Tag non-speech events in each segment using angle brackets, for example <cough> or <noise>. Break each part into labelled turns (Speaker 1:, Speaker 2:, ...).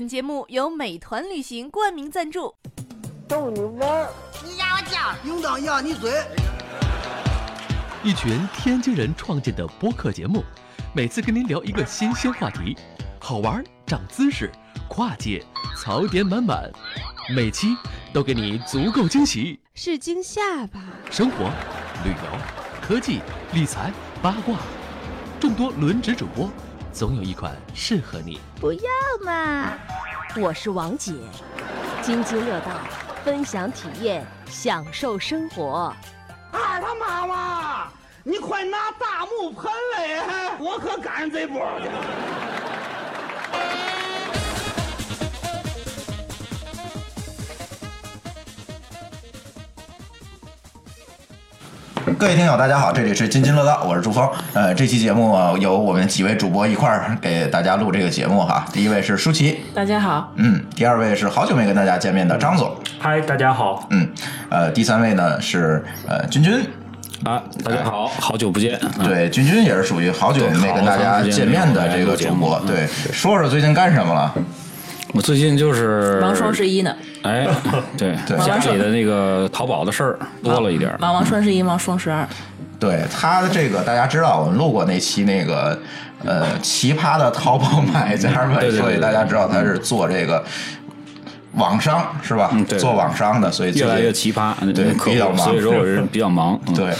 Speaker 1: 本节目由美团旅行冠名赞助。
Speaker 2: 逗你玩儿，
Speaker 3: 你压我脚，
Speaker 2: 应当压你嘴。
Speaker 4: 一群天津人创建的播客节目，每次跟您聊一个新鲜话题，好玩、长姿势、跨界、槽点满满，每期都给你足够惊喜。
Speaker 5: 是惊吓吧？
Speaker 4: 生活、旅游、科技、理财、八卦，众多轮值主播，总有一款适合你。
Speaker 5: 不要嘛！我是王姐，津津乐道，分享体验，享受生活。
Speaker 2: 二他妈妈，你快拿大木盆来，我可赶上这波了。
Speaker 6: 各位听友，大家好，这里是津津乐道，我是朱峰。呃，这期节目啊由我们几位主播一块儿给大家录这个节目哈。第一位是舒淇，
Speaker 7: 大家好，
Speaker 6: 嗯，第二位是好久没跟大家见面的张总，
Speaker 8: 嗨，大家好
Speaker 6: 嗯，呃，第三位呢是呃君君，
Speaker 9: 啊，大家好，好久不见。
Speaker 6: 对，君君也是属于好久没跟大家见面的这个主播。对，说说最近干什么了？
Speaker 9: 我最近就是
Speaker 7: 忙双十一呢，
Speaker 9: 哎，对
Speaker 6: 对
Speaker 9: 家里的那个淘宝的事儿多了一点儿。
Speaker 7: 忙忙双十一，忙双十二，
Speaker 6: 对他这个大家知道，我们录过那期那个呃奇葩的淘宝买家们，
Speaker 9: 对对对
Speaker 6: 所以大家知道他是做这个网商是吧？
Speaker 9: 嗯对
Speaker 6: 做网商的，所以最
Speaker 9: 越
Speaker 6: 近
Speaker 9: 来越奇葩，那
Speaker 6: 对
Speaker 9: 客户
Speaker 6: 比较忙
Speaker 9: 所以说我是比较忙。嗯，
Speaker 6: 对，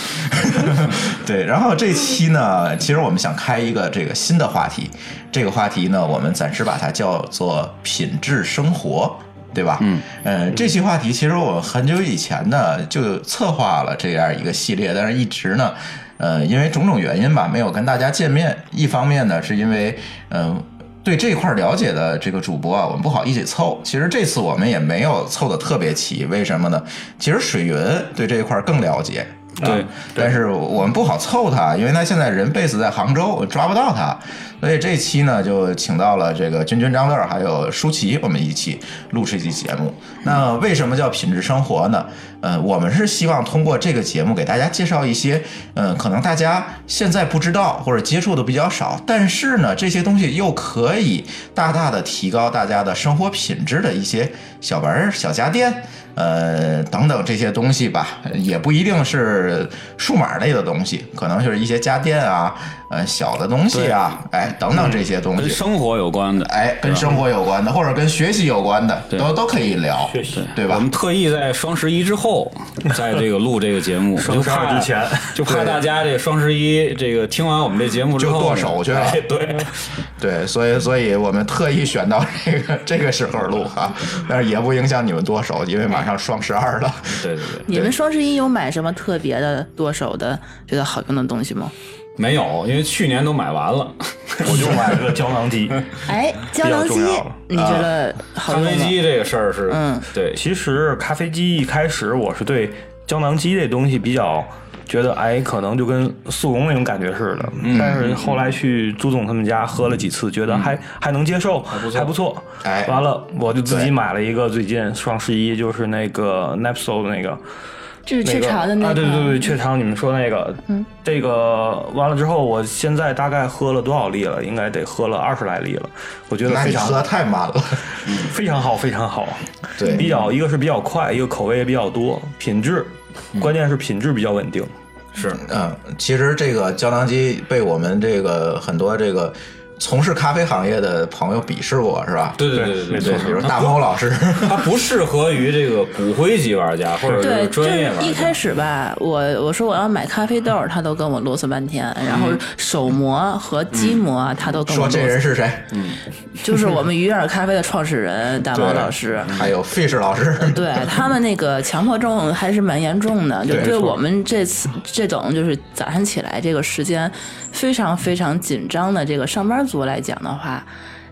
Speaker 6: <laughs> 对。然后这期呢，其实我们想开一个这个新的话题，这个话题呢，我们暂时把它叫做品质生活。对吧？嗯，呃，这期话题其实我很久以前呢就策划了这样一个系列，但是一直呢，呃，因为种种原因吧，没有跟大家见面。一方面呢，是因为，嗯、对这块了解的这个主播啊，我们不好一起凑。其实这次我们也没有凑的特别齐，为什么呢？其实水云对这一块更了解。
Speaker 9: 对
Speaker 6: 啊但是我们不好凑他，因为他现在人 base 在杭州，抓不到他，所以这期呢就请到了这个君君、张乐儿还有舒淇，我们一起录这期节目。那为什么叫品质生活呢？呃，我们是希望通过这个节目给大家介绍一些，呃，可能大家现在不知道或者接触的比较少，但是呢，这些东西又可以大大的提高大家的生活品质的一些小玩意儿、小家电。呃，等等这些东西吧，也不一定是数码类的东西，可能就是一些家电啊，呃，小的东西啊，哎，等等这些东
Speaker 9: 跟
Speaker 6: 西，
Speaker 9: 生活有关的。
Speaker 6: 哎，跟生活有关的，或者跟学习有关的，
Speaker 9: 对
Speaker 6: 都都可以聊，
Speaker 8: 学习
Speaker 6: 对吧
Speaker 9: 我？们特意在双十一之后，在这个录这个节目，
Speaker 8: 双十二
Speaker 9: 就怕
Speaker 8: 之前，
Speaker 9: 就怕大家这双十一这个听完我们这节目之
Speaker 6: 就
Speaker 9: 后
Speaker 6: 剁手去了
Speaker 9: 哎对，
Speaker 6: 对，所以所以我们特意选到 <laughs> 这个这个时候录哈、但是也不影响你们剁手，因为马上双十二了。
Speaker 9: 对对对，
Speaker 3: 你们双十一有买什么特别的剁手的、觉得好用的东西吗？
Speaker 9: 没有，因为去年都买完了。
Speaker 8: 我就买了个胶囊 <laughs> 机。
Speaker 3: 哎，胶囊
Speaker 8: 比
Speaker 3: 机
Speaker 8: 较重要了，
Speaker 3: 你觉得好
Speaker 9: 咖
Speaker 3: 用
Speaker 9: 啡
Speaker 3: 吗？
Speaker 9: 机这个事儿是，
Speaker 3: 嗯，
Speaker 9: 对，
Speaker 8: 其实咖啡机一开始我是对胶囊机这东西比较觉得，哎，可能就跟速溶那种感觉似的。但是后来去朱总他们家喝了几次，觉得还还能接嗯受，还不错，还不错。
Speaker 6: 哎
Speaker 8: 完了我就自
Speaker 6: 对
Speaker 8: 己买了一个，最近双十一就是那个 Napso 的那个。
Speaker 7: 就是雀巢的那
Speaker 8: 啊，
Speaker 7: 个，嗯
Speaker 8: 对对对，雀巢，你们说那个，这个完了之后，我现在大概喝了多少粒了？应该得喝了二十来粒了。我觉得
Speaker 6: 那
Speaker 8: 非
Speaker 6: 你
Speaker 8: 常
Speaker 6: 喝得太慢了，
Speaker 8: 非常好，非常好。
Speaker 6: 对
Speaker 8: 比较一个是比较快，一个口味也比较多，品质，关键是品质比较稳定。
Speaker 9: 是
Speaker 6: 嗯，其实这个胶囊机被我们这个很多这个从事咖啡行业的朋友鄙视过，是吧？
Speaker 9: 对对对对
Speaker 8: 没错
Speaker 9: 对
Speaker 6: 对，比如 <laughs>
Speaker 9: 它
Speaker 6: 大猫老师，
Speaker 9: 它不适合于这个骨灰级玩家或者
Speaker 3: 对，
Speaker 9: 是
Speaker 3: 就是
Speaker 9: 专业玩
Speaker 3: 一开
Speaker 9: 家。
Speaker 3: 始吧，我我说我要买咖啡豆儿，他都跟我啰嗦半天，然后手磨和机磨他都跟我
Speaker 6: 说
Speaker 3: 啰
Speaker 6: 这
Speaker 3: 嗦，
Speaker 6: 人是谁？
Speaker 3: 就是我们鱼饵咖啡的创始人大毛
Speaker 6: 对
Speaker 3: 老师。
Speaker 6: 还有 Fish 老师， <laughs>
Speaker 3: 对他们那个强迫症还是蛮严重的，就
Speaker 6: 对
Speaker 3: 对
Speaker 6: 没错
Speaker 3: 我们这次这种就是早上起来这个时间非常非常紧张的这个上班族来讲的话，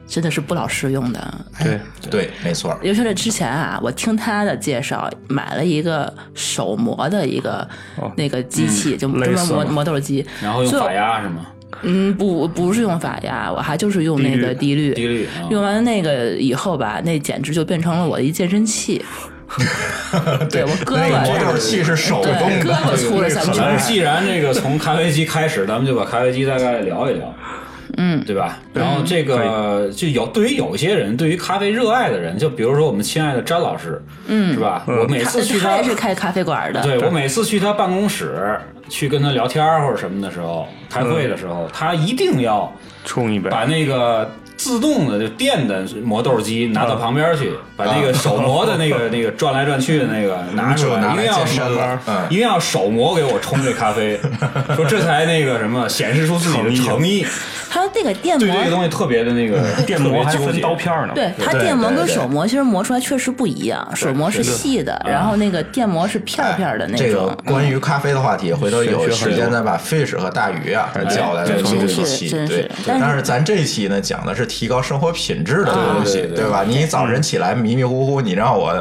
Speaker 3: 真的是不老适用的。
Speaker 8: 对，
Speaker 6: 对，没错，
Speaker 3: 尤其是之前啊，我听他的介绍，买了一个手磨的一个、
Speaker 8: 哦
Speaker 3: 那个机器，就专
Speaker 8: 类
Speaker 3: 门
Speaker 8: 似
Speaker 3: 磨
Speaker 8: 吗
Speaker 3: 磨豆机。
Speaker 9: 然后用
Speaker 3: 所以我
Speaker 9: 法压是吗？
Speaker 3: 嗯，不，不是用法压，我还就是用那个滴滤。
Speaker 9: 滴滤啊
Speaker 3: 用完那个以后吧，那简直就变成了我的一健身器。对我胳
Speaker 6: 那
Speaker 3: 膊
Speaker 6: 哎个磨豆器是手
Speaker 3: 对
Speaker 6: 动
Speaker 3: 胳膊
Speaker 6: 的，
Speaker 3: 粗了三
Speaker 9: 咱
Speaker 3: 圈
Speaker 9: 们
Speaker 3: 儿。
Speaker 9: 既然这个从咖啡机开始，咱们就把咖啡机大概聊一聊。
Speaker 7: 嗯，
Speaker 9: 对吧？然后这个就有对于有些人，对于咖啡热爱的人，就比如说我们亲爱的詹老师，嗯，是吧？我每次去
Speaker 7: 他也
Speaker 9: 他
Speaker 7: 是开咖啡馆的，
Speaker 9: 对我每次去他办公室去跟他聊天儿或者什么的时候，开会的时候，他一定要
Speaker 8: 冲一杯，
Speaker 9: 把那个自动的就电的磨豆机拿到旁边去，把那个手磨的那 <laughs> 个那个转来转去的那个拿出
Speaker 6: 就拿来
Speaker 9: 来，一定要
Speaker 6: 健身了嗯
Speaker 9: 一定要手磨给我冲这咖 <laughs> 啡，说这才那个什么显示出自己的诚意，啊
Speaker 7: 他那个电
Speaker 9: 对
Speaker 7: 磨
Speaker 9: 这个东西特别的那个
Speaker 6: 嗯
Speaker 8: 电磨还
Speaker 9: 特别纠
Speaker 8: 分
Speaker 9: 结
Speaker 8: 刀片呢。
Speaker 7: 对它
Speaker 6: 对
Speaker 7: 电磨
Speaker 6: 对
Speaker 7: 跟
Speaker 6: 对
Speaker 7: 手磨其实磨出来确实不一样，手磨是细的，然后那个电磨是片儿片儿的那
Speaker 6: 啊这个嗯
Speaker 7: 种。嗯
Speaker 6: 关于咖啡的话题，回头有时间再把 fish 和大鱼啊
Speaker 9: 哎
Speaker 6: 叫来再做一
Speaker 7: 真是
Speaker 6: 期。
Speaker 7: 真是
Speaker 6: 对，
Speaker 7: 但是
Speaker 6: 但是咱这期呢讲的是提高生活品质的东西
Speaker 9: 对，对对
Speaker 6: 对吧？你早晨起来迷迷糊糊，你让我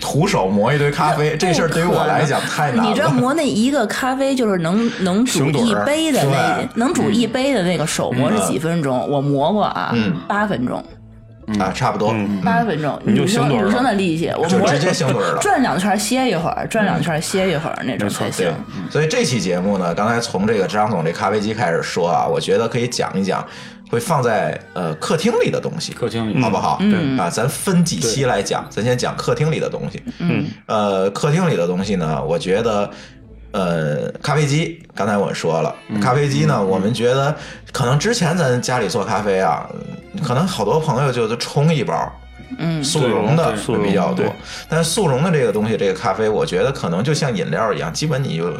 Speaker 6: 徒手磨一堆咖啡，这事儿对于我来讲太难
Speaker 7: 你知道
Speaker 6: 了。
Speaker 7: 磨那一个咖啡就是能能煮
Speaker 6: 熊肚儿嗯
Speaker 7: 一杯的那
Speaker 6: 对
Speaker 7: 能煮一杯的那个手磨是几分钟？我磨过啊
Speaker 6: 嗯，
Speaker 7: 八分钟，
Speaker 6: 啊，差不多，
Speaker 9: 嗯
Speaker 7: 八分钟。
Speaker 8: 你就
Speaker 7: 女生
Speaker 8: 熊肚儿了
Speaker 7: 女生的力气，我
Speaker 6: 就
Speaker 7: 磨
Speaker 6: 直接行轮了。
Speaker 7: 转两圈儿歇一会儿，转两圈儿歇一会儿那种才行
Speaker 6: 对。，所以这期节目呢，刚才从这个张总这咖啡机开始说啊，我觉得可以讲一讲，会放在呃客厅里的东西，
Speaker 9: 客厅
Speaker 8: 嗯
Speaker 9: 里
Speaker 6: 好不好？啊，咱分几期来讲，咱先讲客厅里的东西。
Speaker 8: 嗯，
Speaker 6: 呃，客厅里的东西呢，我觉得。呃，咖啡机，刚才我说了，
Speaker 8: 嗯
Speaker 6: 咖啡机呢，我们觉得可能之前咱家里做咖啡啊，可能好多朋友就就冲一包，
Speaker 7: 嗯，
Speaker 6: 速溶的
Speaker 8: 对
Speaker 6: 会比较多
Speaker 8: 对，
Speaker 6: 但是速溶的这个东西，这个咖啡，我觉得可能就像饮料一样，基本你就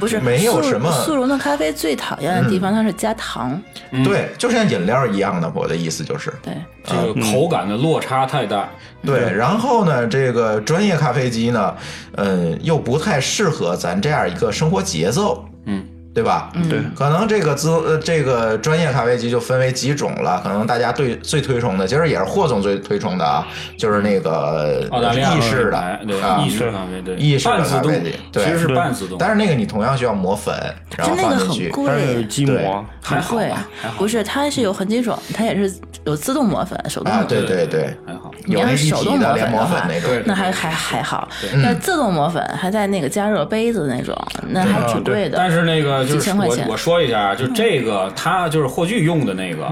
Speaker 7: 不是
Speaker 6: 没有
Speaker 7: 速
Speaker 6: 什么嗯
Speaker 7: 速溶的咖啡最讨厌的地方，它是加糖。
Speaker 8: 嗯
Speaker 6: 对，就像饮料一样的。我的意思就是，
Speaker 7: 对，
Speaker 9: 这个口感的落差太大，
Speaker 6: 对。然后呢，这个专业咖啡机呢，嗯，又不太适合咱这样一个生活节奏，
Speaker 9: 嗯，
Speaker 6: 对吧？
Speaker 8: 对，
Speaker 6: 可能这个资呃这个专业咖啡机就分为几种了，可能大家对最推崇的，其实也是霍总最推崇的啊，就是那个
Speaker 9: 澳大利亚
Speaker 6: 意式
Speaker 9: 品
Speaker 6: 的
Speaker 9: 牌，对
Speaker 6: 啊，
Speaker 9: 意式咖啡，对
Speaker 6: 意式的
Speaker 9: 半自
Speaker 6: 咖
Speaker 9: 动
Speaker 6: 啡机，
Speaker 9: 其
Speaker 6: 对
Speaker 9: 实是半自动，
Speaker 6: 但是那个你同样需要磨粉，然后
Speaker 7: 就那
Speaker 6: 放
Speaker 7: 个
Speaker 6: 进
Speaker 7: 很
Speaker 6: 去。
Speaker 8: 但是
Speaker 7: 贵，
Speaker 8: 机磨
Speaker 9: 还好
Speaker 7: 贵
Speaker 9: 吧，还好，
Speaker 7: 不是，它是有痕迹爽，它也是有自动磨粉，手动
Speaker 6: 啊，
Speaker 7: 磨粉。
Speaker 6: 对对对，
Speaker 9: 还好，
Speaker 7: 你
Speaker 6: 有
Speaker 7: 要
Speaker 6: 那一
Speaker 7: 是手
Speaker 6: 体
Speaker 7: 动
Speaker 6: 的
Speaker 7: 磨
Speaker 6: 连
Speaker 7: 粉
Speaker 6: 磨
Speaker 7: 的
Speaker 6: 粉
Speaker 7: 话
Speaker 6: 那种，
Speaker 7: 那还还还好，
Speaker 6: 嗯
Speaker 7: 但自动磨粉还在那个加热杯子那种，那还
Speaker 6: 啊
Speaker 7: 挺贵的。
Speaker 9: 但是那个
Speaker 7: 几
Speaker 9: 就是
Speaker 7: 千块
Speaker 9: 我
Speaker 7: 钱嗯
Speaker 9: 我说一下啊，就这个它就是霍炬用的那个，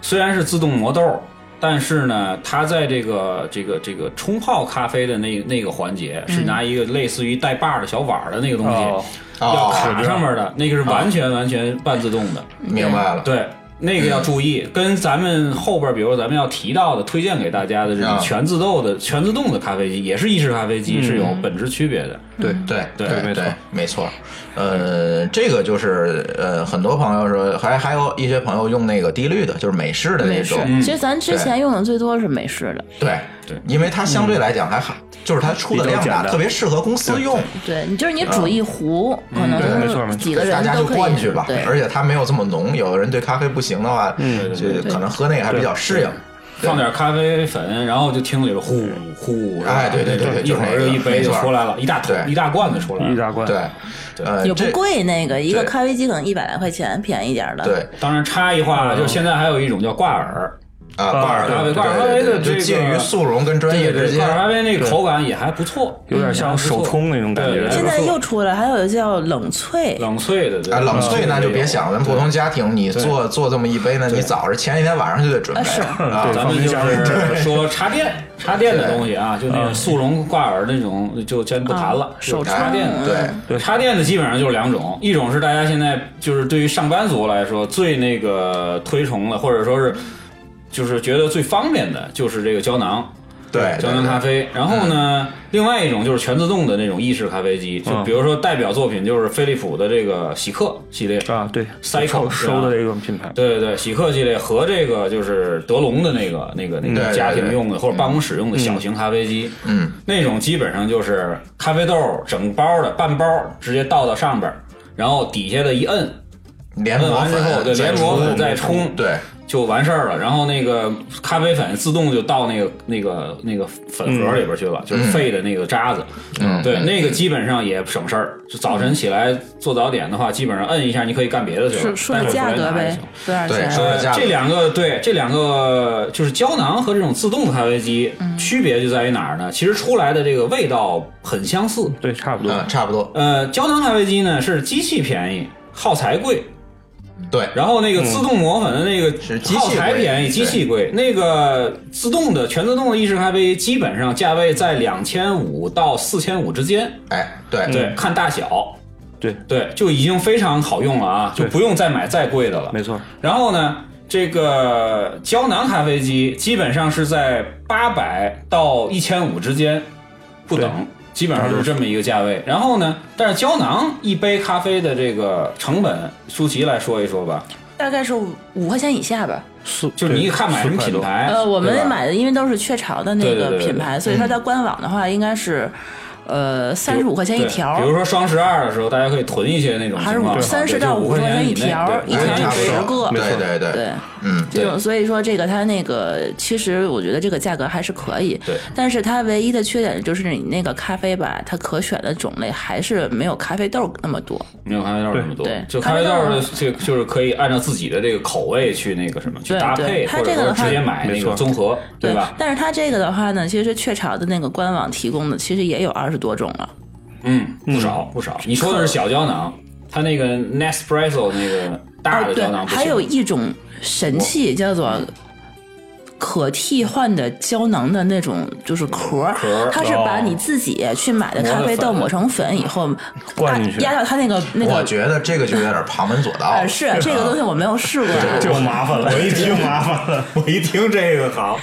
Speaker 9: 虽然是自动磨豆，但是呢，它在这个这个这个冲泡咖啡的那那个环节
Speaker 7: 嗯
Speaker 9: 是拿一个类似于带把儿的小碗儿的那个东
Speaker 8: 哦
Speaker 9: 西要卡上面的，那个是完全完全半自动的，
Speaker 6: 明白了。
Speaker 9: 对。那个要注
Speaker 7: 嗯
Speaker 9: 意，跟咱们后边，比如咱们要提到的、推荐给大家的这种
Speaker 8: 嗯
Speaker 6: 啊
Speaker 9: 全自动的、全自动的咖啡机，也是意式咖啡
Speaker 7: 嗯
Speaker 9: 机，是有本质区别的。
Speaker 8: 对
Speaker 6: 对
Speaker 9: 对
Speaker 6: 对
Speaker 8: 没错
Speaker 6: 对，没错。呃，这个就是呃，很多朋友说，还还有一些朋友用那个低滤的，就是美式的那
Speaker 7: 美式
Speaker 6: 种，，嗯
Speaker 7: 其实咱之前用的最多是美式的，
Speaker 6: 对
Speaker 9: 对
Speaker 6: 因为它相对来讲还好，就是它出的量
Speaker 8: 比较简
Speaker 6: 大，
Speaker 8: 单
Speaker 6: 特别适合公司用，
Speaker 7: 对你就是你
Speaker 6: 啊
Speaker 7: 煮一壶，
Speaker 6: 嗯
Speaker 7: 可
Speaker 8: 对没错
Speaker 7: 能
Speaker 8: 没错
Speaker 7: 几个
Speaker 6: 大
Speaker 7: 人
Speaker 6: 家
Speaker 7: 都
Speaker 6: 就
Speaker 7: 可以
Speaker 6: 灌去吧
Speaker 7: 对。，
Speaker 6: 而且它没有这么浓，有的人对咖啡不行的话，
Speaker 8: 嗯
Speaker 6: 就可能喝那个还比较适应。对
Speaker 9: 放点咖啡粉，然后就听里边呼呼，是吧
Speaker 6: 哎对对对对
Speaker 9: 一会儿
Speaker 6: 就是那个
Speaker 9: 一杯就出来了，一大桶
Speaker 6: 对
Speaker 9: 一大罐子出来
Speaker 8: 一
Speaker 9: 了。
Speaker 8: 大罐，
Speaker 6: 对，呃，
Speaker 7: 也不
Speaker 6: 这
Speaker 7: 贵，那个一个
Speaker 6: 对
Speaker 7: 咖啡机可能一百来块钱，便宜点儿的。
Speaker 6: 对
Speaker 9: 当然插一话，
Speaker 8: 嗯
Speaker 9: 就现在还有一种叫挂耳，
Speaker 6: 啊，挂耳
Speaker 9: 啊
Speaker 6: 的，
Speaker 9: 对挂耳
Speaker 6: 对对
Speaker 9: 咖啡
Speaker 6: 对
Speaker 9: 的这
Speaker 6: 就
Speaker 9: 个
Speaker 6: 介于速溶跟专
Speaker 9: 对
Speaker 6: 业之
Speaker 9: 对对，挂耳咖
Speaker 6: 间。
Speaker 9: 啡那个口感也还不错，
Speaker 8: 有点像手冲那种感觉
Speaker 9: 对
Speaker 7: 现在又出来，还有叫冷萃，
Speaker 9: 冷萃的，对嗯
Speaker 6: 啊，冷萃那就别想了，咱普通家庭你做做这么一杯呢，你早上前一天晚上就得准备
Speaker 7: 是
Speaker 6: 啊。
Speaker 9: 咱们 <laughs> 就是说插电插电的东西啊，就那
Speaker 8: 嗯
Speaker 9: 种速溶挂耳那种，就先不谈了
Speaker 7: 啊。手
Speaker 9: 就是插电的，
Speaker 6: 对，
Speaker 8: 对
Speaker 9: 插电的基本上就是两种，一种是大家现在就是对于上班族来说最那个推崇的，或者说是就是觉得最方便的，就是这个胶囊，
Speaker 6: 对嗯
Speaker 9: 胶囊咖啡。然后呢，另外一种就是全自动的那种意式咖啡机，就比如说代表作品就是飞利浦的这个喜客系列，
Speaker 8: 啊，对，
Speaker 9: 塞口
Speaker 8: 收
Speaker 9: 是吧
Speaker 8: 收的这个品牌，
Speaker 9: 对对对，喜客系列和这个就是德龙的那个那个那
Speaker 6: 对嗯
Speaker 9: 个
Speaker 6: 对嗯
Speaker 9: 家庭用的或者办公室用的小型咖啡机，嗯，那种基本上就是咖啡豆整包的半包直接倒到上边儿，然后底下的一摁，
Speaker 6: 连
Speaker 9: 摁
Speaker 6: 磨
Speaker 9: 完之后
Speaker 6: 粉
Speaker 9: 对
Speaker 6: 再
Speaker 9: 连磨粉
Speaker 6: 冲，
Speaker 9: 再冲，
Speaker 6: 对，
Speaker 9: 就完事儿了。然后那个咖啡粉自动就到那个那个那个粉盒里边去了，就是废的那个渣子。
Speaker 6: 嗯
Speaker 9: 对，那个基本上也省事儿。就早晨起来做早点的话，基本上摁一下，你可以干别的去了。
Speaker 7: 说说个价格呗，多少
Speaker 6: 对
Speaker 7: 钱？啊
Speaker 6: 说
Speaker 9: 呃
Speaker 6: 价，格
Speaker 9: 这两个对，这两个就是胶囊和这种自动的咖啡机，区别就在于哪儿呢？其实出来的这个味道很相似。
Speaker 8: 对，差不多，
Speaker 6: 嗯嗯，差不多。
Speaker 9: 呃，胶囊咖啡机呢是机器便宜，耗材贵，
Speaker 6: 对，
Speaker 9: 然后那个自动磨粉的那个
Speaker 6: 是机器
Speaker 9: 耗材
Speaker 6: 贵
Speaker 9: 便宜，机器贵。那个自动的全自动的意式咖啡，基本上价位在两千五到四千五之间，
Speaker 6: 哎，对
Speaker 9: 对，看大小，
Speaker 8: 对
Speaker 9: 对，就已经非常好用了啊，就
Speaker 8: 对
Speaker 9: 不用再买再贵的了。
Speaker 8: 没错，
Speaker 9: 然后呢，这个胶囊咖啡机基本上是在八百到一千五之间不等
Speaker 8: 对，
Speaker 9: 基本上就是这么一个价位。然后呢，但是胶囊一杯咖啡的这个成本，舒淇来说一说吧，
Speaker 7: 大概是五五块钱以下吧。
Speaker 8: 四
Speaker 9: 就是你
Speaker 8: 对
Speaker 9: 看买什么
Speaker 8: 四块
Speaker 9: 品
Speaker 8: 多
Speaker 9: 牌？
Speaker 7: 呃，我
Speaker 9: 哎对吧
Speaker 7: 们买的因为都是雀巢的那
Speaker 9: 对对对
Speaker 7: 个
Speaker 9: 对嗯
Speaker 7: 品牌，所以它在官网的话应该是，呃，三十五块钱一
Speaker 9: 对
Speaker 7: 条
Speaker 9: 比。如说双十二的时候，大家可以囤一些那种
Speaker 7: 还是
Speaker 9: 情况，
Speaker 7: 五三十到
Speaker 9: 五
Speaker 7: 五块
Speaker 9: 钱
Speaker 7: 钱一
Speaker 9: 以内
Speaker 7: 条
Speaker 9: 对，
Speaker 7: 一
Speaker 9: 五
Speaker 7: 条
Speaker 9: 块
Speaker 7: 有
Speaker 9: 钱
Speaker 6: 差
Speaker 9: 以内
Speaker 6: 不
Speaker 7: 十
Speaker 6: 多，
Speaker 7: 个，
Speaker 6: 对对对，
Speaker 7: 嗯对，
Speaker 6: 嗯，
Speaker 7: 这
Speaker 6: 对，
Speaker 7: 种所以说这个它那个其实我觉得这个价格还是可以，
Speaker 9: 对
Speaker 7: 但是它唯一的缺点就是你那个咖啡吧，它可选的种类还是没有咖啡豆那么多。
Speaker 9: 没有咖啡豆那么多
Speaker 7: 对，
Speaker 9: 就咖啡豆
Speaker 7: 咖啡豆
Speaker 9: 的
Speaker 7: 啊
Speaker 9: 这个就是可以按照自己的这个口味去那个什么去搭配，
Speaker 7: 对
Speaker 9: 或
Speaker 7: 它
Speaker 9: 者
Speaker 7: 这个
Speaker 9: 说
Speaker 7: 的话
Speaker 9: 直接买那
Speaker 8: 没
Speaker 9: 个
Speaker 8: 错
Speaker 9: 综合，对吧？
Speaker 7: 但是它这个的话呢，其实雀巢的那个官网提供的其实也有二十多种了。
Speaker 9: 嗯，不少不少。你说的是小胶囊，它那个 Nespresso 那个
Speaker 7: 哦，
Speaker 9: 大的
Speaker 7: 对
Speaker 9: 胶囊，不行
Speaker 7: 还有一种神器叫做可替换的胶囊的那种，就是壳儿
Speaker 9: 壳儿，
Speaker 7: 它是把你自己去买的咖啡豆
Speaker 9: 磨
Speaker 7: 磨成粉以后，
Speaker 8: 灌进去
Speaker 7: 压压到它那个那
Speaker 6: 我
Speaker 7: 个。
Speaker 6: 觉得这个就有点旁门左道了
Speaker 7: 呃，。是这个东西我没有试过，
Speaker 9: <laughs>
Speaker 7: 啊
Speaker 9: 就麻烦了，我一 <laughs> 听麻烦了，我一听这个好，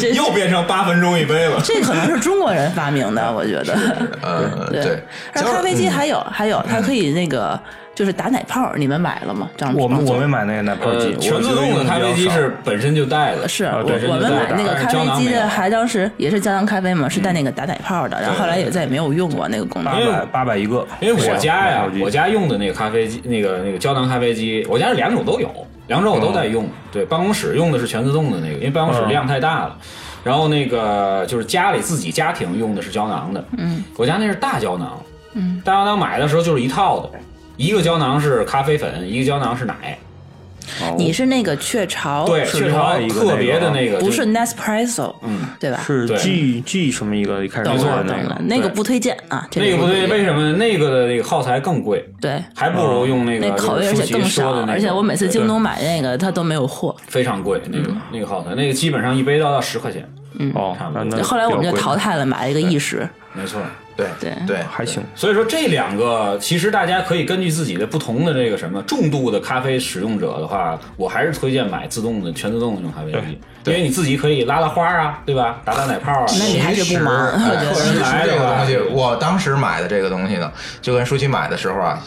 Speaker 7: 这
Speaker 9: 又变成八分钟一杯了。
Speaker 7: 这可能是中国人发明的，我觉得。
Speaker 6: 嗯，对，嗯
Speaker 7: 然后咖啡机还有还有，它可以那个就是打奶泡儿，你们买了吗？张
Speaker 8: 我们
Speaker 7: 张
Speaker 8: 我
Speaker 7: 总
Speaker 8: 没买那个奶泡
Speaker 9: 呃
Speaker 8: 机，，我
Speaker 9: 全自动的咖啡机是本身就带的，
Speaker 7: 是
Speaker 8: 啊
Speaker 7: 我
Speaker 8: 对这
Speaker 7: 我
Speaker 8: 就
Speaker 7: 们
Speaker 8: 是最
Speaker 7: 买
Speaker 8: 大
Speaker 7: 那个
Speaker 9: 的
Speaker 7: 咖
Speaker 9: 胶囊
Speaker 7: 啡机
Speaker 9: 没有嗯
Speaker 7: 的，还当时也是胶囊咖啡嘛，是带那个打奶泡的，然后后来也再也没有用过那个功能
Speaker 8: 八。百八百一个，
Speaker 9: 因为我家呀
Speaker 8: 奶啊泡，机
Speaker 9: 我家用的那个咖啡机，那个那个胶囊咖啡机，我家是两种都有，两种我都在用。对，办公室用的是全自动的那个，因为办公室
Speaker 8: 嗯
Speaker 9: 量太大了。然后那个就是家里自己家庭用的是胶囊的，嗯，我家那是大胶囊，嗯，大胶囊买的时候就是一套的，一个胶囊是咖啡粉，一个胶囊是奶，
Speaker 7: 你是那个雀巢，
Speaker 9: 对，
Speaker 8: 哦是
Speaker 9: 雀
Speaker 8: 另
Speaker 9: 巢
Speaker 8: 外一个那个
Speaker 9: 特别的那个
Speaker 7: 不
Speaker 9: 就是
Speaker 7: Nespresso，嗯，对吧？
Speaker 8: 是
Speaker 9: 对
Speaker 8: G G 什么一个一开始
Speaker 7: 懂
Speaker 9: 没错
Speaker 8: 做
Speaker 7: 了
Speaker 8: 的
Speaker 7: 懂
Speaker 8: 那
Speaker 7: 了
Speaker 8: 个，，
Speaker 7: 那个
Speaker 9: 对
Speaker 7: 不推荐啊，这
Speaker 9: 那个不对，为
Speaker 7: 么？
Speaker 9: 什么那个的那个耗材更贵？
Speaker 7: 对。
Speaker 9: 还不如用那个
Speaker 7: 那口味而
Speaker 9: 舒
Speaker 7: 且
Speaker 9: 淇
Speaker 7: 更
Speaker 9: 说
Speaker 7: 少，
Speaker 9: 的那个
Speaker 7: 而且我每次
Speaker 9: 对
Speaker 7: 京东买那个它都没有货。
Speaker 9: 非常贵，那
Speaker 6: 嗯
Speaker 9: 个、那个耗材，那个基本上一杯都要到十块钱，
Speaker 8: 哦
Speaker 9: 差不，多
Speaker 8: 那那
Speaker 7: 嗯后来我们就
Speaker 8: 比较贵
Speaker 7: 淘，汰了，买了一个意式。
Speaker 9: 没错。
Speaker 6: 对
Speaker 7: 对
Speaker 6: 对，
Speaker 8: 还行，
Speaker 9: 所以说这两个，其实大家可以根据自己的不同的这个什么重度的咖啡使用者的话，我还是推荐买自动的全自动的那种咖啡机，因为你自己可以拉拉花啊，对吧？打打奶泡啊。
Speaker 7: 那你还是
Speaker 6: 其实
Speaker 7: 不忙
Speaker 6: 哎
Speaker 7: 我 <laughs> 觉得
Speaker 6: 其实
Speaker 9: 来
Speaker 6: 这
Speaker 9: 的
Speaker 6: 个
Speaker 9: 话
Speaker 6: 东西，我当时买的这个东西呢，就跟舒淇买的时候啊。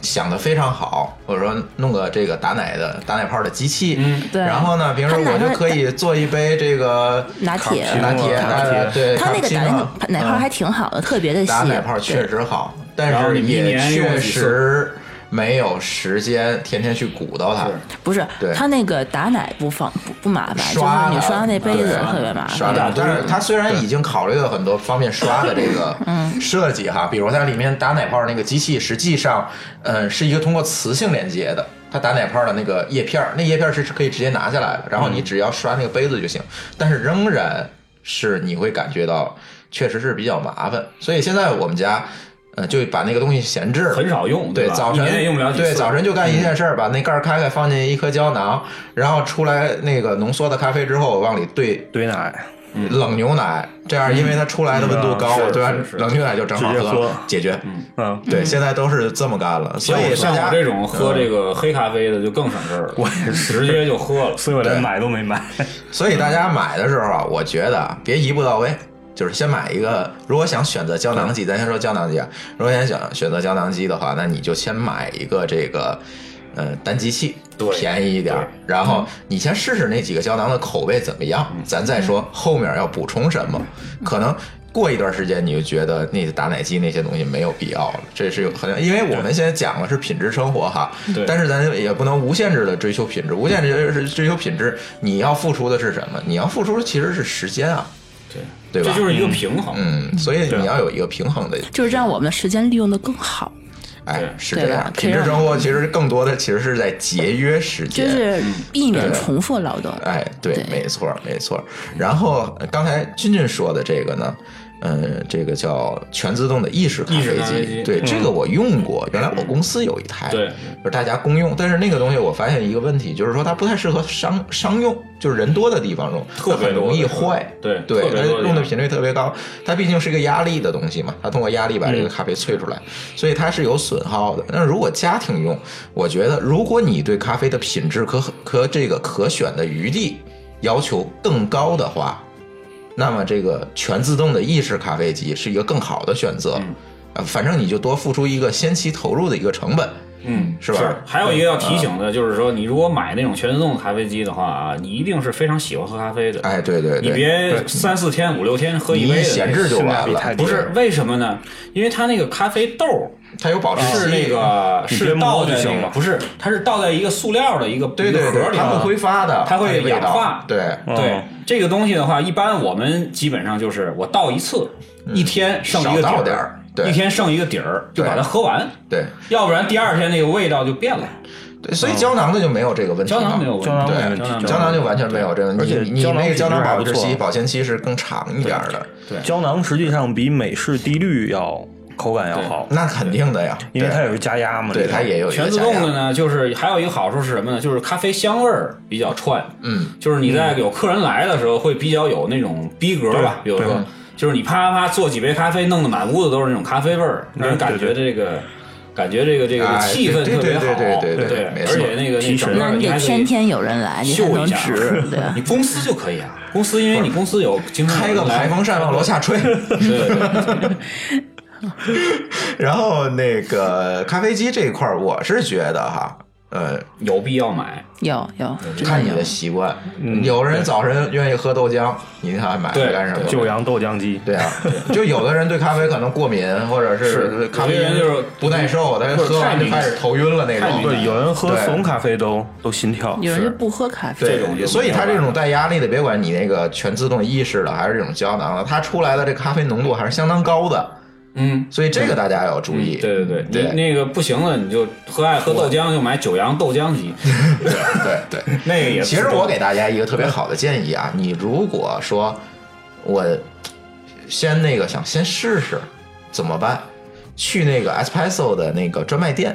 Speaker 6: 想的非常好，我说弄个这个打奶的打奶泡的机器，
Speaker 9: 嗯
Speaker 7: 对
Speaker 6: 然后呢，平时
Speaker 7: 它哪
Speaker 6: 我就
Speaker 7: 怕
Speaker 6: 可以做一杯这个
Speaker 7: <laughs> 拿铁
Speaker 6: 卡布奇诺拿铁，
Speaker 8: 拿铁
Speaker 6: 对，
Speaker 7: 它
Speaker 6: 卡
Speaker 7: 那
Speaker 6: 布
Speaker 7: 个
Speaker 6: 奇
Speaker 9: 啊
Speaker 7: 打
Speaker 6: 诺
Speaker 7: 奶奶泡
Speaker 6: 嗯
Speaker 7: 还挺好的，特别的细。
Speaker 6: 打奶泡确
Speaker 7: 对
Speaker 6: 实好，
Speaker 9: 然
Speaker 6: 但
Speaker 9: 后
Speaker 6: 是
Speaker 9: 你一
Speaker 6: 也
Speaker 9: 年用
Speaker 6: 确
Speaker 9: 几次
Speaker 6: 实没有时间天天去鼓捣它。
Speaker 7: 不是
Speaker 6: 对，
Speaker 7: 它那个打奶不方不不麻烦，
Speaker 6: 刷
Speaker 7: 就是你
Speaker 6: 的
Speaker 7: 刷那杯子
Speaker 6: 啊对
Speaker 7: 特别麻烦。
Speaker 6: 刷的，但是它虽然已经考虑了很多方面刷的这个 <laughs> 设计哈，比如它里面打奶泡那个机器，实际上，嗯，是一个通过磁性连接的。它打奶泡的那个叶片儿，那叶片儿是可以直接拿下来的，然后你只要刷那个杯子就行。但是仍然是你会感觉到，确实是比较麻烦。所以现在我们家，呃，就把那个东西闲置了，
Speaker 9: 很少用，
Speaker 6: 对，
Speaker 9: 吧？
Speaker 6: 早晨
Speaker 9: 一年也用不了几次。嗯
Speaker 6: 对，早晨就干一件事儿，把那盖儿开开，放进一颗胶囊，然后出来那个浓缩的咖啡之后，往里兑
Speaker 8: 堆奶，
Speaker 6: 冷牛奶，这样因为它出来的温度高
Speaker 9: 嗯，是
Speaker 6: 对吧
Speaker 9: 是是？
Speaker 6: 冷牛奶就正好
Speaker 8: 直接喝
Speaker 6: 解决。
Speaker 8: 嗯，
Speaker 6: 对，现在都是这么干了，所
Speaker 9: 像
Speaker 6: 以
Speaker 9: 我
Speaker 6: 大
Speaker 9: 像
Speaker 6: 家
Speaker 9: 我这种喝这个黑咖啡的就更省事儿了，我
Speaker 8: 也是
Speaker 9: 直接就喝了。
Speaker 8: 所以我
Speaker 6: 对
Speaker 8: 连买都没买，
Speaker 6: 所以大家买的时候啊，我觉得啊，别一步到位，就是先买一个。如果想选择胶囊机，咱先说胶囊机啊。如果想想选择胶囊机的话，那你就先买一个这个，呃，单机器，
Speaker 9: 对
Speaker 6: 便宜一点儿。然后你先试试那几个胶囊的口味怎么样，
Speaker 9: 嗯
Speaker 6: 咱再说后面要补充什么。可能过一段时间你就觉得那打奶机那些东西没有必要了，这是有很，因为我们现在讲的是品质生活哈，
Speaker 9: 对
Speaker 6: 但是咱也不能无限制的追求品质，无限制是追求品质，你要付出的是什么？你要付出的其实是时间啊，对对
Speaker 9: 这
Speaker 6: 吧？
Speaker 9: 就是一个平衡。
Speaker 6: 嗯，所以你要有一个平衡的，
Speaker 7: 就是让我们的时间利用的更好。
Speaker 6: 哎
Speaker 9: 对，啊
Speaker 6: 是
Speaker 7: 对
Speaker 6: 这
Speaker 7: 吧
Speaker 6: 样。
Speaker 7: 可以
Speaker 6: 品质
Speaker 7: 让
Speaker 6: 生活其实更多的其实是在节约时间，
Speaker 7: 就是避免
Speaker 6: 对
Speaker 7: 重复劳动。
Speaker 6: 哎，对，
Speaker 7: 对
Speaker 6: 没错，没错。然后呃刚才君君说的这个呢，呃，这个叫全自动的意式咖
Speaker 9: 意式
Speaker 6: 啡
Speaker 9: 咖啡
Speaker 6: 机
Speaker 9: 机。嗯
Speaker 6: 对，这个我用过，原来我公司有一台，
Speaker 9: 对
Speaker 6: 就是大家公用。但是那个东西我发现一个问题，就是说它不太适合商商用，就是人多的地方用，
Speaker 9: 特
Speaker 6: 它
Speaker 9: 别
Speaker 6: 很容易
Speaker 9: 多的地方
Speaker 6: 坏。
Speaker 9: 对
Speaker 6: 对
Speaker 9: 特，
Speaker 6: 它
Speaker 9: 别多的地
Speaker 6: 用的
Speaker 9: 方
Speaker 6: 频率特别高，它毕竟是一个压力的东西嘛，它通过压力把这个咖啡萃出
Speaker 9: 嗯
Speaker 6: 来，所以它是有损耗的。那如果家庭用，我觉得如果你对咖啡的品质可可这个可选的余地要求更高的话，那么这个全自动的意式咖啡机是一个更好的选择。
Speaker 9: 嗯
Speaker 6: 呃，反正你就多付出一个先期投入的一个成本，
Speaker 9: 嗯，
Speaker 6: 是吧嗯
Speaker 9: 还有一个要提醒的就是说，你如果买那种全自动咖啡机的话啊，你一定是非常喜欢喝咖啡的，
Speaker 6: 哎，对对
Speaker 9: 你
Speaker 6: 对，
Speaker 9: 别三四天、五六天喝
Speaker 6: 你
Speaker 9: 一杯
Speaker 6: 一
Speaker 9: 的
Speaker 6: 闲置就完
Speaker 8: 性价比
Speaker 6: 了
Speaker 8: 太，低
Speaker 9: 不是为什么呢？因为它那个咖啡豆儿
Speaker 6: 它有保质期，
Speaker 9: 啊是那
Speaker 6: 啊
Speaker 9: 个
Speaker 8: 你别
Speaker 9: 是
Speaker 8: 摸
Speaker 9: 倒
Speaker 8: 就
Speaker 9: 在
Speaker 8: 行
Speaker 9: 那个
Speaker 8: 了
Speaker 9: 不是，它是倒在一个塑料的一个
Speaker 6: 对
Speaker 9: 一个
Speaker 6: 对
Speaker 9: 盒
Speaker 6: 对，
Speaker 9: 里
Speaker 6: 它
Speaker 9: 头
Speaker 6: 会啊挥发的，
Speaker 9: 它会
Speaker 6: 有味道
Speaker 9: 氧化
Speaker 6: 对，
Speaker 9: 对
Speaker 8: 嗯
Speaker 9: 这个东西的话，一般我们基本上就是我倒一次，一天剩一个底
Speaker 6: 少倒
Speaker 9: 儿，
Speaker 6: 点儿对
Speaker 9: 一天剩一个底儿，就
Speaker 6: 对
Speaker 9: 把它喝完，
Speaker 6: 对
Speaker 9: 要不然第二天那个味道就变了。
Speaker 6: 对，所以胶囊的就没有这个问题
Speaker 9: 嗯胶
Speaker 6: 了。
Speaker 9: 囊没有问题，
Speaker 8: 胶囊没问题
Speaker 9: 胶
Speaker 6: 胶囊就完全没有这个问题。
Speaker 8: 而且
Speaker 6: 你你
Speaker 8: 胶囊
Speaker 6: 那个胶囊
Speaker 8: 品质还
Speaker 6: 保
Speaker 8: 不
Speaker 6: 质
Speaker 8: 错
Speaker 6: 期、保鲜期是更长一点儿的，
Speaker 8: 胶囊实际上比美式滴滤要口感要好，
Speaker 6: 那肯定的呀，
Speaker 8: 因为它
Speaker 6: 对
Speaker 8: 也是加压嘛。
Speaker 6: 对
Speaker 8: 这个
Speaker 6: 它也有一个
Speaker 9: 全自
Speaker 6: 加
Speaker 9: 动
Speaker 6: 压
Speaker 9: 的，呢，就是还有一个好处是什么呢？就是咖啡香味儿比较串，
Speaker 6: 嗯，
Speaker 9: 就是你在有客人来的时候会比较有那种逼格吧，比
Speaker 8: 对
Speaker 9: 如
Speaker 8: 对嗯
Speaker 9: 说，就是你啪啪啪做几杯咖啡，弄得满屋子都是那种咖啡味儿，让人感
Speaker 8: 嗯对
Speaker 9: 觉这个。感觉这个这个
Speaker 6: 哎
Speaker 9: 气氛
Speaker 6: 对
Speaker 9: 特别好，
Speaker 6: 对对对对
Speaker 9: 对
Speaker 6: 对没错
Speaker 9: 而且那个那
Speaker 8: 提神
Speaker 9: 整个
Speaker 7: 那你
Speaker 9: 你还
Speaker 7: 得
Speaker 9: 可以
Speaker 7: 天天有人来，你才
Speaker 9: 秀
Speaker 7: 能
Speaker 9: 一下 <laughs>
Speaker 7: 值。
Speaker 6: <laughs>
Speaker 7: 对，
Speaker 9: 你公司就可以啊，公司因为你公司有经常
Speaker 6: 开个排风扇往楼下
Speaker 9: <laughs>
Speaker 6: 吹。
Speaker 9: 对对对
Speaker 6: 然后那个咖啡机这一块儿，我是觉得哈，呃，
Speaker 9: 有必要买，
Speaker 7: 有有，真的
Speaker 6: 嗯看你
Speaker 7: 有
Speaker 6: 的。习惯，有人早晨愿意喝豆浆，你看买
Speaker 9: 嗯对
Speaker 6: 它干什么？
Speaker 8: 九阳豆浆机。
Speaker 6: 对啊，就有的人对咖啡可能过敏，或者
Speaker 9: 是
Speaker 6: 咖啡
Speaker 9: 有的
Speaker 6: 因
Speaker 9: 人就是
Speaker 6: 不耐受，他
Speaker 9: 或者
Speaker 6: 喝完
Speaker 9: 太
Speaker 6: 就
Speaker 9: 敏
Speaker 6: 开始头晕了那
Speaker 9: 太
Speaker 6: 种
Speaker 9: 敏。
Speaker 8: 不，有人喝
Speaker 6: 对
Speaker 8: 怂咖啡都都心跳。
Speaker 7: 有人就不喝咖啡，
Speaker 6: 对
Speaker 9: 这种就
Speaker 6: 所以
Speaker 9: 没有
Speaker 6: 它
Speaker 9: 办
Speaker 6: 这
Speaker 9: 法
Speaker 6: 种带压力的，别管你那个全自动意式的还是这种胶囊的，它出来的这咖啡浓度还是相当高的，
Speaker 9: 嗯，
Speaker 6: 所以这个大家要注意。
Speaker 9: 对对对，
Speaker 6: 对
Speaker 9: 你那个不行了，你就喝爱喝豆浆就买九阳豆浆机，
Speaker 6: 对对对。
Speaker 9: <laughs> 那个也
Speaker 6: 其实
Speaker 9: 自动
Speaker 6: 我给大家一个特别好的建议啊，你如果说我先那个想先试试怎么办，去那个 Espresso 的那个专卖店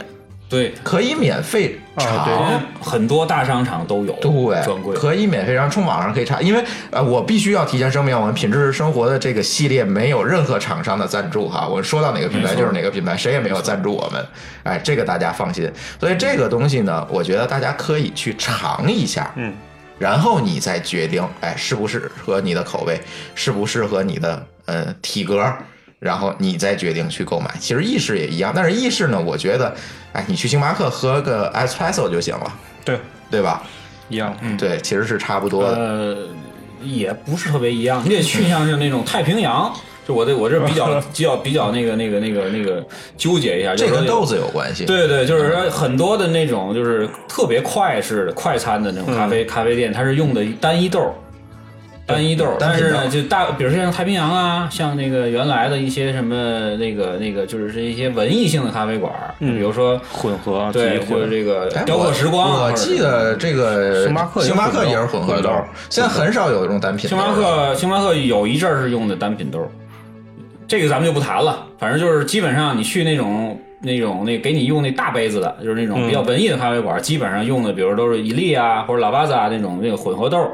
Speaker 9: 对，
Speaker 6: 可以免费
Speaker 8: 啊对
Speaker 6: 尝。
Speaker 9: 因为很多大商场都有专柜
Speaker 6: 对，，可以免费，然后冲网上可以查，因为呃，我必须要提前声明，我们品质生活的这个系列没有任何厂商的赞助哈，我们说到哪个品牌就是哪个品牌，谁也没有赞助我们，哎，这个大家放心。所以这个东西呢，我觉得大家可以去尝一下，
Speaker 8: 嗯，
Speaker 6: 然后你再决定，哎，适不适合你的口味，适不适合你的呃体格。然后你再决定去购买，其实意式也一样，但是意式呢，我觉得，哎，你去星巴克喝个 espresso 就行了，
Speaker 8: 对，
Speaker 6: 对吧？
Speaker 8: 一样。
Speaker 6: 对，其实是差不多的。
Speaker 9: 嗯呃，也不是特别一样，你得去像是那种太平洋。就我这我这比较比较比较那个那个那个那个纠结一下，
Speaker 6: 这
Speaker 9: 就是
Speaker 6: 跟
Speaker 9: 说有
Speaker 6: 豆子有关系。
Speaker 9: 对对，就是说很多的那种就是特别快式的快餐的那种咖啡、
Speaker 6: 嗯
Speaker 9: 咖啡店，它是用的单一豆儿。单一豆儿，
Speaker 6: 单
Speaker 9: 但
Speaker 6: 品
Speaker 9: 是
Speaker 6: 豆
Speaker 9: 呢，就大，比如说像太平洋啊，像那个原来的一些什么那个那个，就是这一些文艺性的咖啡馆儿，
Speaker 6: 嗯
Speaker 9: 比如说
Speaker 8: 混合啊
Speaker 9: 对，
Speaker 8: 集
Speaker 9: 或者
Speaker 8: 混
Speaker 9: 这个
Speaker 6: 哎，
Speaker 9: 雕刻
Speaker 6: 我
Speaker 9: 时光啊，
Speaker 6: 我
Speaker 9: 或者
Speaker 6: 记得这个
Speaker 8: 星巴克也是
Speaker 6: 星巴克也是混合
Speaker 8: 混
Speaker 6: 豆
Speaker 8: 豆，
Speaker 6: 现在很少有这种单品。
Speaker 9: 星巴，克，星巴克有一阵儿是用的单品豆儿，这个咱们就不谈了。反正就是基本上你去那种那种那给你用那大杯子的，就是那种比较文艺的咖啡馆，基本上用的，比如都是伊利啊或者拉巴萨啊那种那个混合豆儿，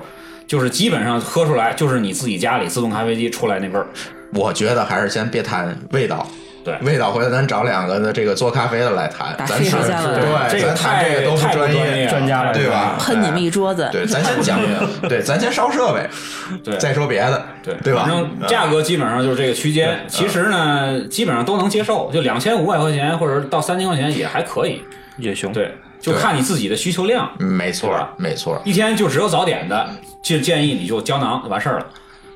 Speaker 9: 就是基本上喝出来就是你自己家里自动咖啡机出来那味儿。
Speaker 6: 我觉得还是先别谈味道。
Speaker 9: 对
Speaker 6: 味道，回头咱找两个的这个做咖啡的来谈，
Speaker 7: 打
Speaker 6: 咱
Speaker 7: 废
Speaker 6: 是
Speaker 7: 话架了
Speaker 6: 对，
Speaker 9: 这个
Speaker 6: 咱谈
Speaker 9: 太
Speaker 6: 这个都不
Speaker 9: 太不
Speaker 6: 专
Speaker 9: 专业
Speaker 6: 业
Speaker 9: 了，
Speaker 8: 专家来
Speaker 6: 对吧？
Speaker 7: 喷你们 <laughs> 一
Speaker 6: 哎
Speaker 7: 桌子。
Speaker 6: 对，咱先
Speaker 9: <laughs>
Speaker 6: 讲究，对，咱先烧设备，
Speaker 9: 对，
Speaker 6: 再说别的，
Speaker 9: 对
Speaker 6: 对吧嗯
Speaker 9: 反？正价格基本上就是这个区间，其实呢基本上都能接受，就两千五百块钱或者到三千块钱也还可以。
Speaker 8: 也行。
Speaker 9: 对，就
Speaker 6: 对
Speaker 9: 看你自己的需求量。
Speaker 6: 嗯没错
Speaker 9: 对吧，
Speaker 6: 没错，
Speaker 9: 一天就只有早点的，就建议你就胶囊完事儿了。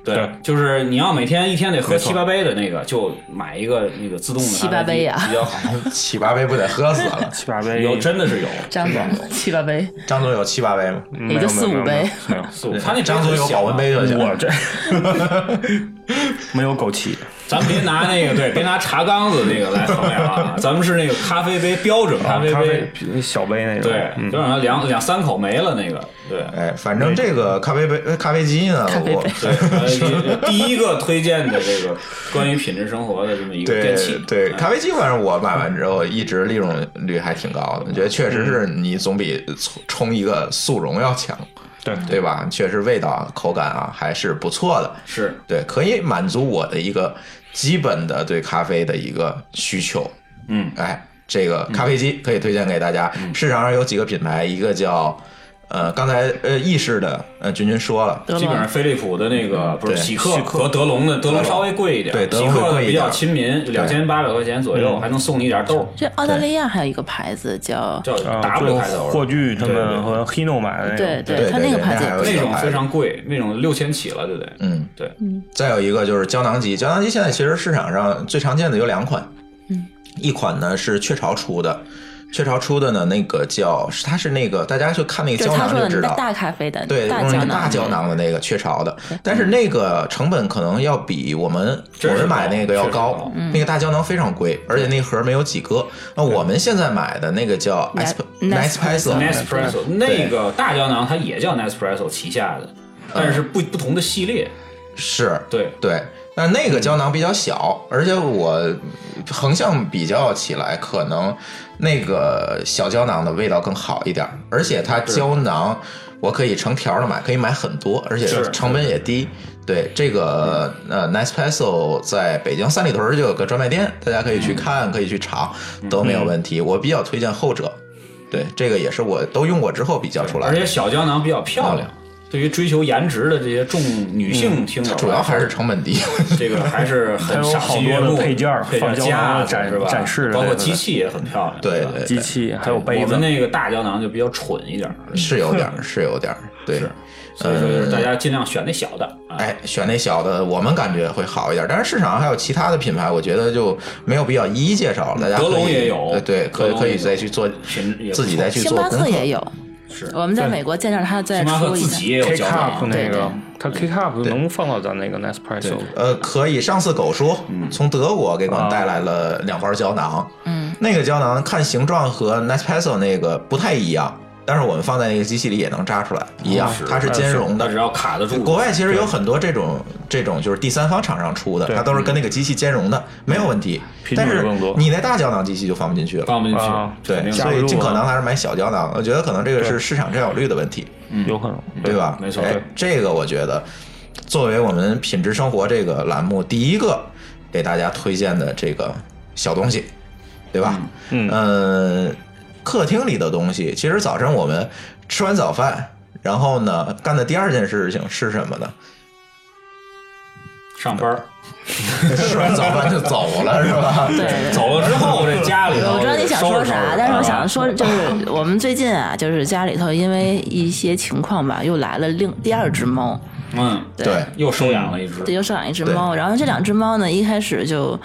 Speaker 9: 对，
Speaker 8: 对
Speaker 9: 就是你要每天一天得喝
Speaker 8: 没错
Speaker 9: 七八杯的那个，就买一个那个自动的
Speaker 7: 七八杯呀
Speaker 9: 比较好。
Speaker 6: 七八杯不得喝死
Speaker 9: <laughs>
Speaker 6: 了？
Speaker 8: 七八杯
Speaker 9: 有真
Speaker 7: <laughs>
Speaker 9: 的是有，
Speaker 7: 张总，七八杯，
Speaker 6: 张总有七八杯吗？
Speaker 8: 没
Speaker 7: 也
Speaker 8: 有
Speaker 7: 就四五杯。
Speaker 8: 没有没有没有没有
Speaker 9: 他那杯
Speaker 6: 张总
Speaker 9: 很
Speaker 6: 有
Speaker 9: 小
Speaker 6: 保温杯就行。
Speaker 8: 我这没有枸杞。
Speaker 9: 咱别拿那个，对，别拿茶缸子那个来衡量啊，咱们是那个咖啡杯标准咖啡
Speaker 8: 哦咖
Speaker 9: 杯
Speaker 8: 啡，小杯那种，
Speaker 9: 对，
Speaker 8: 嗯
Speaker 9: 就让它两两三口没了那个，对。
Speaker 6: 哎，反正这个咖啡杯、呃咖啡机呢，
Speaker 7: 咖啡
Speaker 6: 我
Speaker 7: 杯
Speaker 9: 对，呃第一个推荐的这个关于品质生活的这么一个
Speaker 6: 对
Speaker 9: 电器，
Speaker 6: 对，
Speaker 7: 啊
Speaker 9: 哎
Speaker 6: 咖啡机反正我买完之后一直利用率还挺高的，觉得确实是你总比冲冲一个速溶要强，
Speaker 8: 对
Speaker 6: 对吧？确实味道、口感啊还是不错的，
Speaker 9: 是
Speaker 6: 对，可以满足我的一个基本的对咖啡的一个需求。
Speaker 9: 嗯，
Speaker 6: 哎，这个咖啡机可以推荐给大家。市场上有几个品牌，一个叫呃，刚才呃意式的，呃，君君说了，
Speaker 7: 德
Speaker 9: 基本
Speaker 7: 龙
Speaker 9: 上飞利浦的那个不是
Speaker 6: 嗯对
Speaker 9: 喜客和德龙的，德龙稍微贵一点，
Speaker 6: 对德
Speaker 9: 喜
Speaker 6: 龙会
Speaker 9: 客的
Speaker 6: 贵一
Speaker 9: 比较
Speaker 6: 点嗯
Speaker 9: 亲民，两千八百块钱左右，还能送你一点豆儿，
Speaker 7: 这澳大利亚还有一个牌子叫，
Speaker 9: 叫
Speaker 8: 啊，就
Speaker 9: W 开
Speaker 8: 是
Speaker 9: 头
Speaker 8: 霍
Speaker 9: 的，
Speaker 8: 炬他们和 Hino 买的那
Speaker 7: 对
Speaker 8: 种，
Speaker 6: 对
Speaker 7: 它
Speaker 6: 对
Speaker 7: 那个
Speaker 6: 对
Speaker 7: 牌子
Speaker 6: 那还有
Speaker 7: 也不
Speaker 9: 那
Speaker 7: 错
Speaker 9: 种非常贵，那种六千起了就得，
Speaker 6: 嗯，
Speaker 9: 对，
Speaker 6: 再有一个就是胶囊机，胶囊机现在其实市场上最常见的有两款，
Speaker 7: 嗯
Speaker 6: 一款呢是雀巢出的，雀巢出的呢那个叫它是那个大家去看那个
Speaker 7: 就是
Speaker 6: 胶
Speaker 7: 他
Speaker 6: 囊
Speaker 7: 说
Speaker 6: 就知
Speaker 7: 的
Speaker 6: 道，
Speaker 7: 大咖啡的
Speaker 6: 对，
Speaker 7: 大
Speaker 6: 用那
Speaker 7: 胶
Speaker 6: 个大
Speaker 7: 囊，
Speaker 6: 胶囊的那个雀巢的，但是那个成本可能要比我们我们买那个要
Speaker 9: 确实
Speaker 6: 高
Speaker 9: 高，
Speaker 7: 嗯
Speaker 6: 那个大胶囊非常贵，而且那盒没有几个。那我们现在买的那个叫
Speaker 7: Ne-
Speaker 6: Nespresso，
Speaker 9: Nespresso 那个大胶囊它也叫 Nespresso 旗下的，
Speaker 6: 嗯
Speaker 9: 但是不不同的系列，
Speaker 6: 是
Speaker 9: 对，
Speaker 6: 对，但那
Speaker 9: 嗯
Speaker 6: 个胶囊比较小，而且我横向比较起来，可能那个小胶囊的味道更好一点儿，而且它胶囊我可以成条的买，可以买很多，而且
Speaker 9: 是
Speaker 6: 成本也低。对这个呃，Nespresso 在北京三里屯就有个专卖店，大家可以
Speaker 9: 嗯
Speaker 6: 去看，可以去尝，都没有问题。我比较推荐后者，对这个也是我都用过之后比较出来
Speaker 9: 而
Speaker 6: 的嗯
Speaker 9: 且。小胶囊比较漂亮。对于追求颜值的这些重女性听友来
Speaker 6: 它
Speaker 9: 说，
Speaker 6: 主要还是成本低， <laughs>
Speaker 9: 这个还是
Speaker 8: 它
Speaker 9: 很
Speaker 8: 有
Speaker 9: 赏
Speaker 8: 好
Speaker 9: 心
Speaker 8: 多
Speaker 9: 悦
Speaker 8: 的
Speaker 9: 目
Speaker 8: 配件儿
Speaker 9: 配件
Speaker 8: 放胶
Speaker 9: 架
Speaker 8: 囊
Speaker 9: 子
Speaker 8: 展
Speaker 9: 是吧？
Speaker 8: 展示的
Speaker 9: 包括
Speaker 8: 那个
Speaker 9: 机器也很漂亮，
Speaker 6: 对
Speaker 9: 吧
Speaker 6: 对
Speaker 8: 机器还有杯
Speaker 9: 我
Speaker 8: 子
Speaker 9: 们，那个大胶囊就比较蠢一点儿，
Speaker 6: 是有点儿，是有点儿，对。
Speaker 9: 所以说就是大家尽量选那小的。啊
Speaker 6: 呃哎，选那小的，我们感觉会好一点。但是市场上还有其他的品牌，我觉得就没有必要一一介绍了。大家可以
Speaker 9: 德龙也有
Speaker 6: 呃对，可
Speaker 9: 德
Speaker 6: 以
Speaker 9: 龙
Speaker 6: 可
Speaker 9: 也
Speaker 6: 以
Speaker 9: 有
Speaker 6: 再去做
Speaker 9: 品也不
Speaker 6: 自己再去
Speaker 7: 星
Speaker 6: 做
Speaker 7: 巴
Speaker 6: 功课
Speaker 7: 克。也有，
Speaker 9: 是
Speaker 7: 我们在美国见着他在
Speaker 9: 星巴克
Speaker 7: 出一
Speaker 9: 自
Speaker 7: 个
Speaker 9: 己也有
Speaker 8: K
Speaker 9: 胶
Speaker 8: cup
Speaker 9: 囊，
Speaker 8: 那
Speaker 7: 对
Speaker 8: 个
Speaker 7: 对，
Speaker 8: 它 K cup 能放到咱那个 Nespresso
Speaker 6: 呃，可以。上次狗叔
Speaker 9: 嗯
Speaker 6: 从德国给我
Speaker 9: 啊
Speaker 6: 们带来了两包胶囊，
Speaker 7: 嗯，
Speaker 6: 那个胶囊看形状和 Nespresso 那个不太一样，但是我们放在那个机器里也能扎出来，一样，它是兼容
Speaker 9: 它
Speaker 6: 的
Speaker 9: 只。要卡得住。
Speaker 6: 国外其实有很多这种这种就是第三方厂商出的，
Speaker 8: 对
Speaker 6: 它都是跟那个机器兼容的，没有问题。
Speaker 8: 品
Speaker 6: 但
Speaker 8: 种
Speaker 6: 是
Speaker 8: 更多
Speaker 6: 你那大胶囊机器就放不进去了。
Speaker 9: 放不进去
Speaker 8: 啊，
Speaker 9: 肯
Speaker 6: 对，
Speaker 9: 定
Speaker 8: 加
Speaker 6: 所
Speaker 8: 不
Speaker 6: 以
Speaker 8: 住
Speaker 6: 尽可
Speaker 8: 啊
Speaker 6: 能还是买小胶囊。我觉得可能这个是市场占有率的问题，
Speaker 9: 嗯
Speaker 8: 有可能。
Speaker 6: 对吧？
Speaker 9: 没错
Speaker 6: 哎
Speaker 9: 对
Speaker 6: 这个我觉得作为我们品质生活这个栏目第一个给大家推荐的这个小东西，对吧？
Speaker 8: 嗯
Speaker 6: 呃客厅里的东西，其实早晨我们吃完早饭，然后呢干的第二件事情是什么呢？
Speaker 9: 上班儿
Speaker 6: <laughs> 吃完早饭就走了，是吧？
Speaker 7: 对对。对
Speaker 9: 走了之后，这家里头
Speaker 7: 我知道你想
Speaker 9: 收
Speaker 7: 说
Speaker 9: 拾收拾
Speaker 7: 啥，但是我
Speaker 9: 啊
Speaker 7: 想说，就是我们最近啊，就是家里头因为一些情况吧，又来了另第二只猫，
Speaker 9: 嗯，
Speaker 7: 对
Speaker 6: 对，
Speaker 9: 又收养了一只，
Speaker 7: 对，又收养一只
Speaker 6: 对
Speaker 7: 猫。然后这两只猫呢，一开始就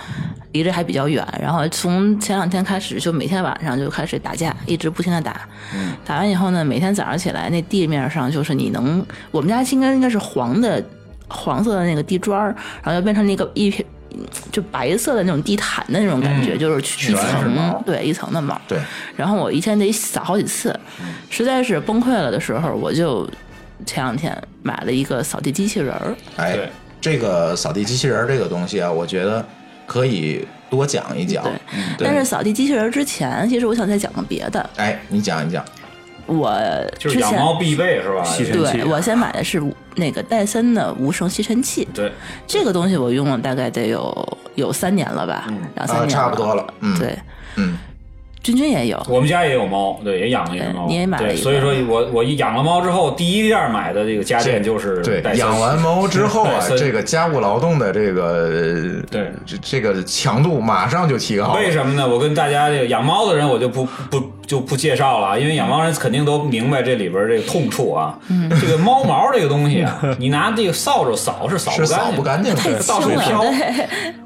Speaker 7: 离着还比较远，然后从前两天开始，就每天晚上就开始打架，一直不停的打。
Speaker 9: 嗯
Speaker 7: 打完以后呢，每天早上起来，那地面上就是你能，我们家应该应该是黄的，黄色的那个地砖儿，然后就变成那个一片。就白色的那种地毯的那种感
Speaker 9: 嗯
Speaker 7: 觉，就是一
Speaker 6: 全是毛
Speaker 7: 层，对，一层的毛。
Speaker 6: 对，
Speaker 7: 然后我一天得扫好几次，实在是崩溃了的时候，我就前两天买了一个扫地机器人儿。
Speaker 6: 哎
Speaker 9: 对，
Speaker 6: 这个扫地机器人儿这个东西啊，我觉得可以多讲一讲
Speaker 7: 对。
Speaker 6: 嗯对
Speaker 7: 但是扫地机器人儿之前，其实我想再讲个别的。
Speaker 6: 哎，你讲一讲，
Speaker 7: 我
Speaker 9: 就是
Speaker 7: 之
Speaker 9: 养
Speaker 7: 前
Speaker 9: 猫必备是吧？
Speaker 8: 细
Speaker 6: 啊
Speaker 8: 神器
Speaker 7: 对我先买的是无那个戴森的无声吸尘器，
Speaker 9: 对，
Speaker 7: 这个东西我用了大概得有有三年了吧，两三
Speaker 6: 啊，
Speaker 7: 年了、
Speaker 6: 差不多了。嗯，，
Speaker 7: 对，
Speaker 6: 嗯，
Speaker 7: 君君也有，
Speaker 9: 我们家也有猫，对，也养了一只
Speaker 7: 啊
Speaker 9: 猫，
Speaker 7: 哎对你也买了
Speaker 9: 对
Speaker 7: 一个
Speaker 9: 所以说我我一养了猫之后，第一件买的这个家电就是
Speaker 6: 对
Speaker 9: 戴，森
Speaker 6: 养完猫之后啊
Speaker 9: 戴，森
Speaker 6: 这个家务劳动的这个
Speaker 9: 对
Speaker 6: 这这个强度马上就提高了。
Speaker 9: 为什么呢？我跟大家这个养猫的人，我就不不就不介绍了啊，因为养猫人肯定都明白这里边这个痛处啊。
Speaker 7: 嗯
Speaker 9: 这个猫毛这个东西啊， <laughs> 你拿这个扫帚扫是扫
Speaker 6: 是扫不
Speaker 9: 不干
Speaker 6: 干净
Speaker 9: 净的，
Speaker 6: 的，
Speaker 9: 到处
Speaker 7: 轻了
Speaker 9: 飘，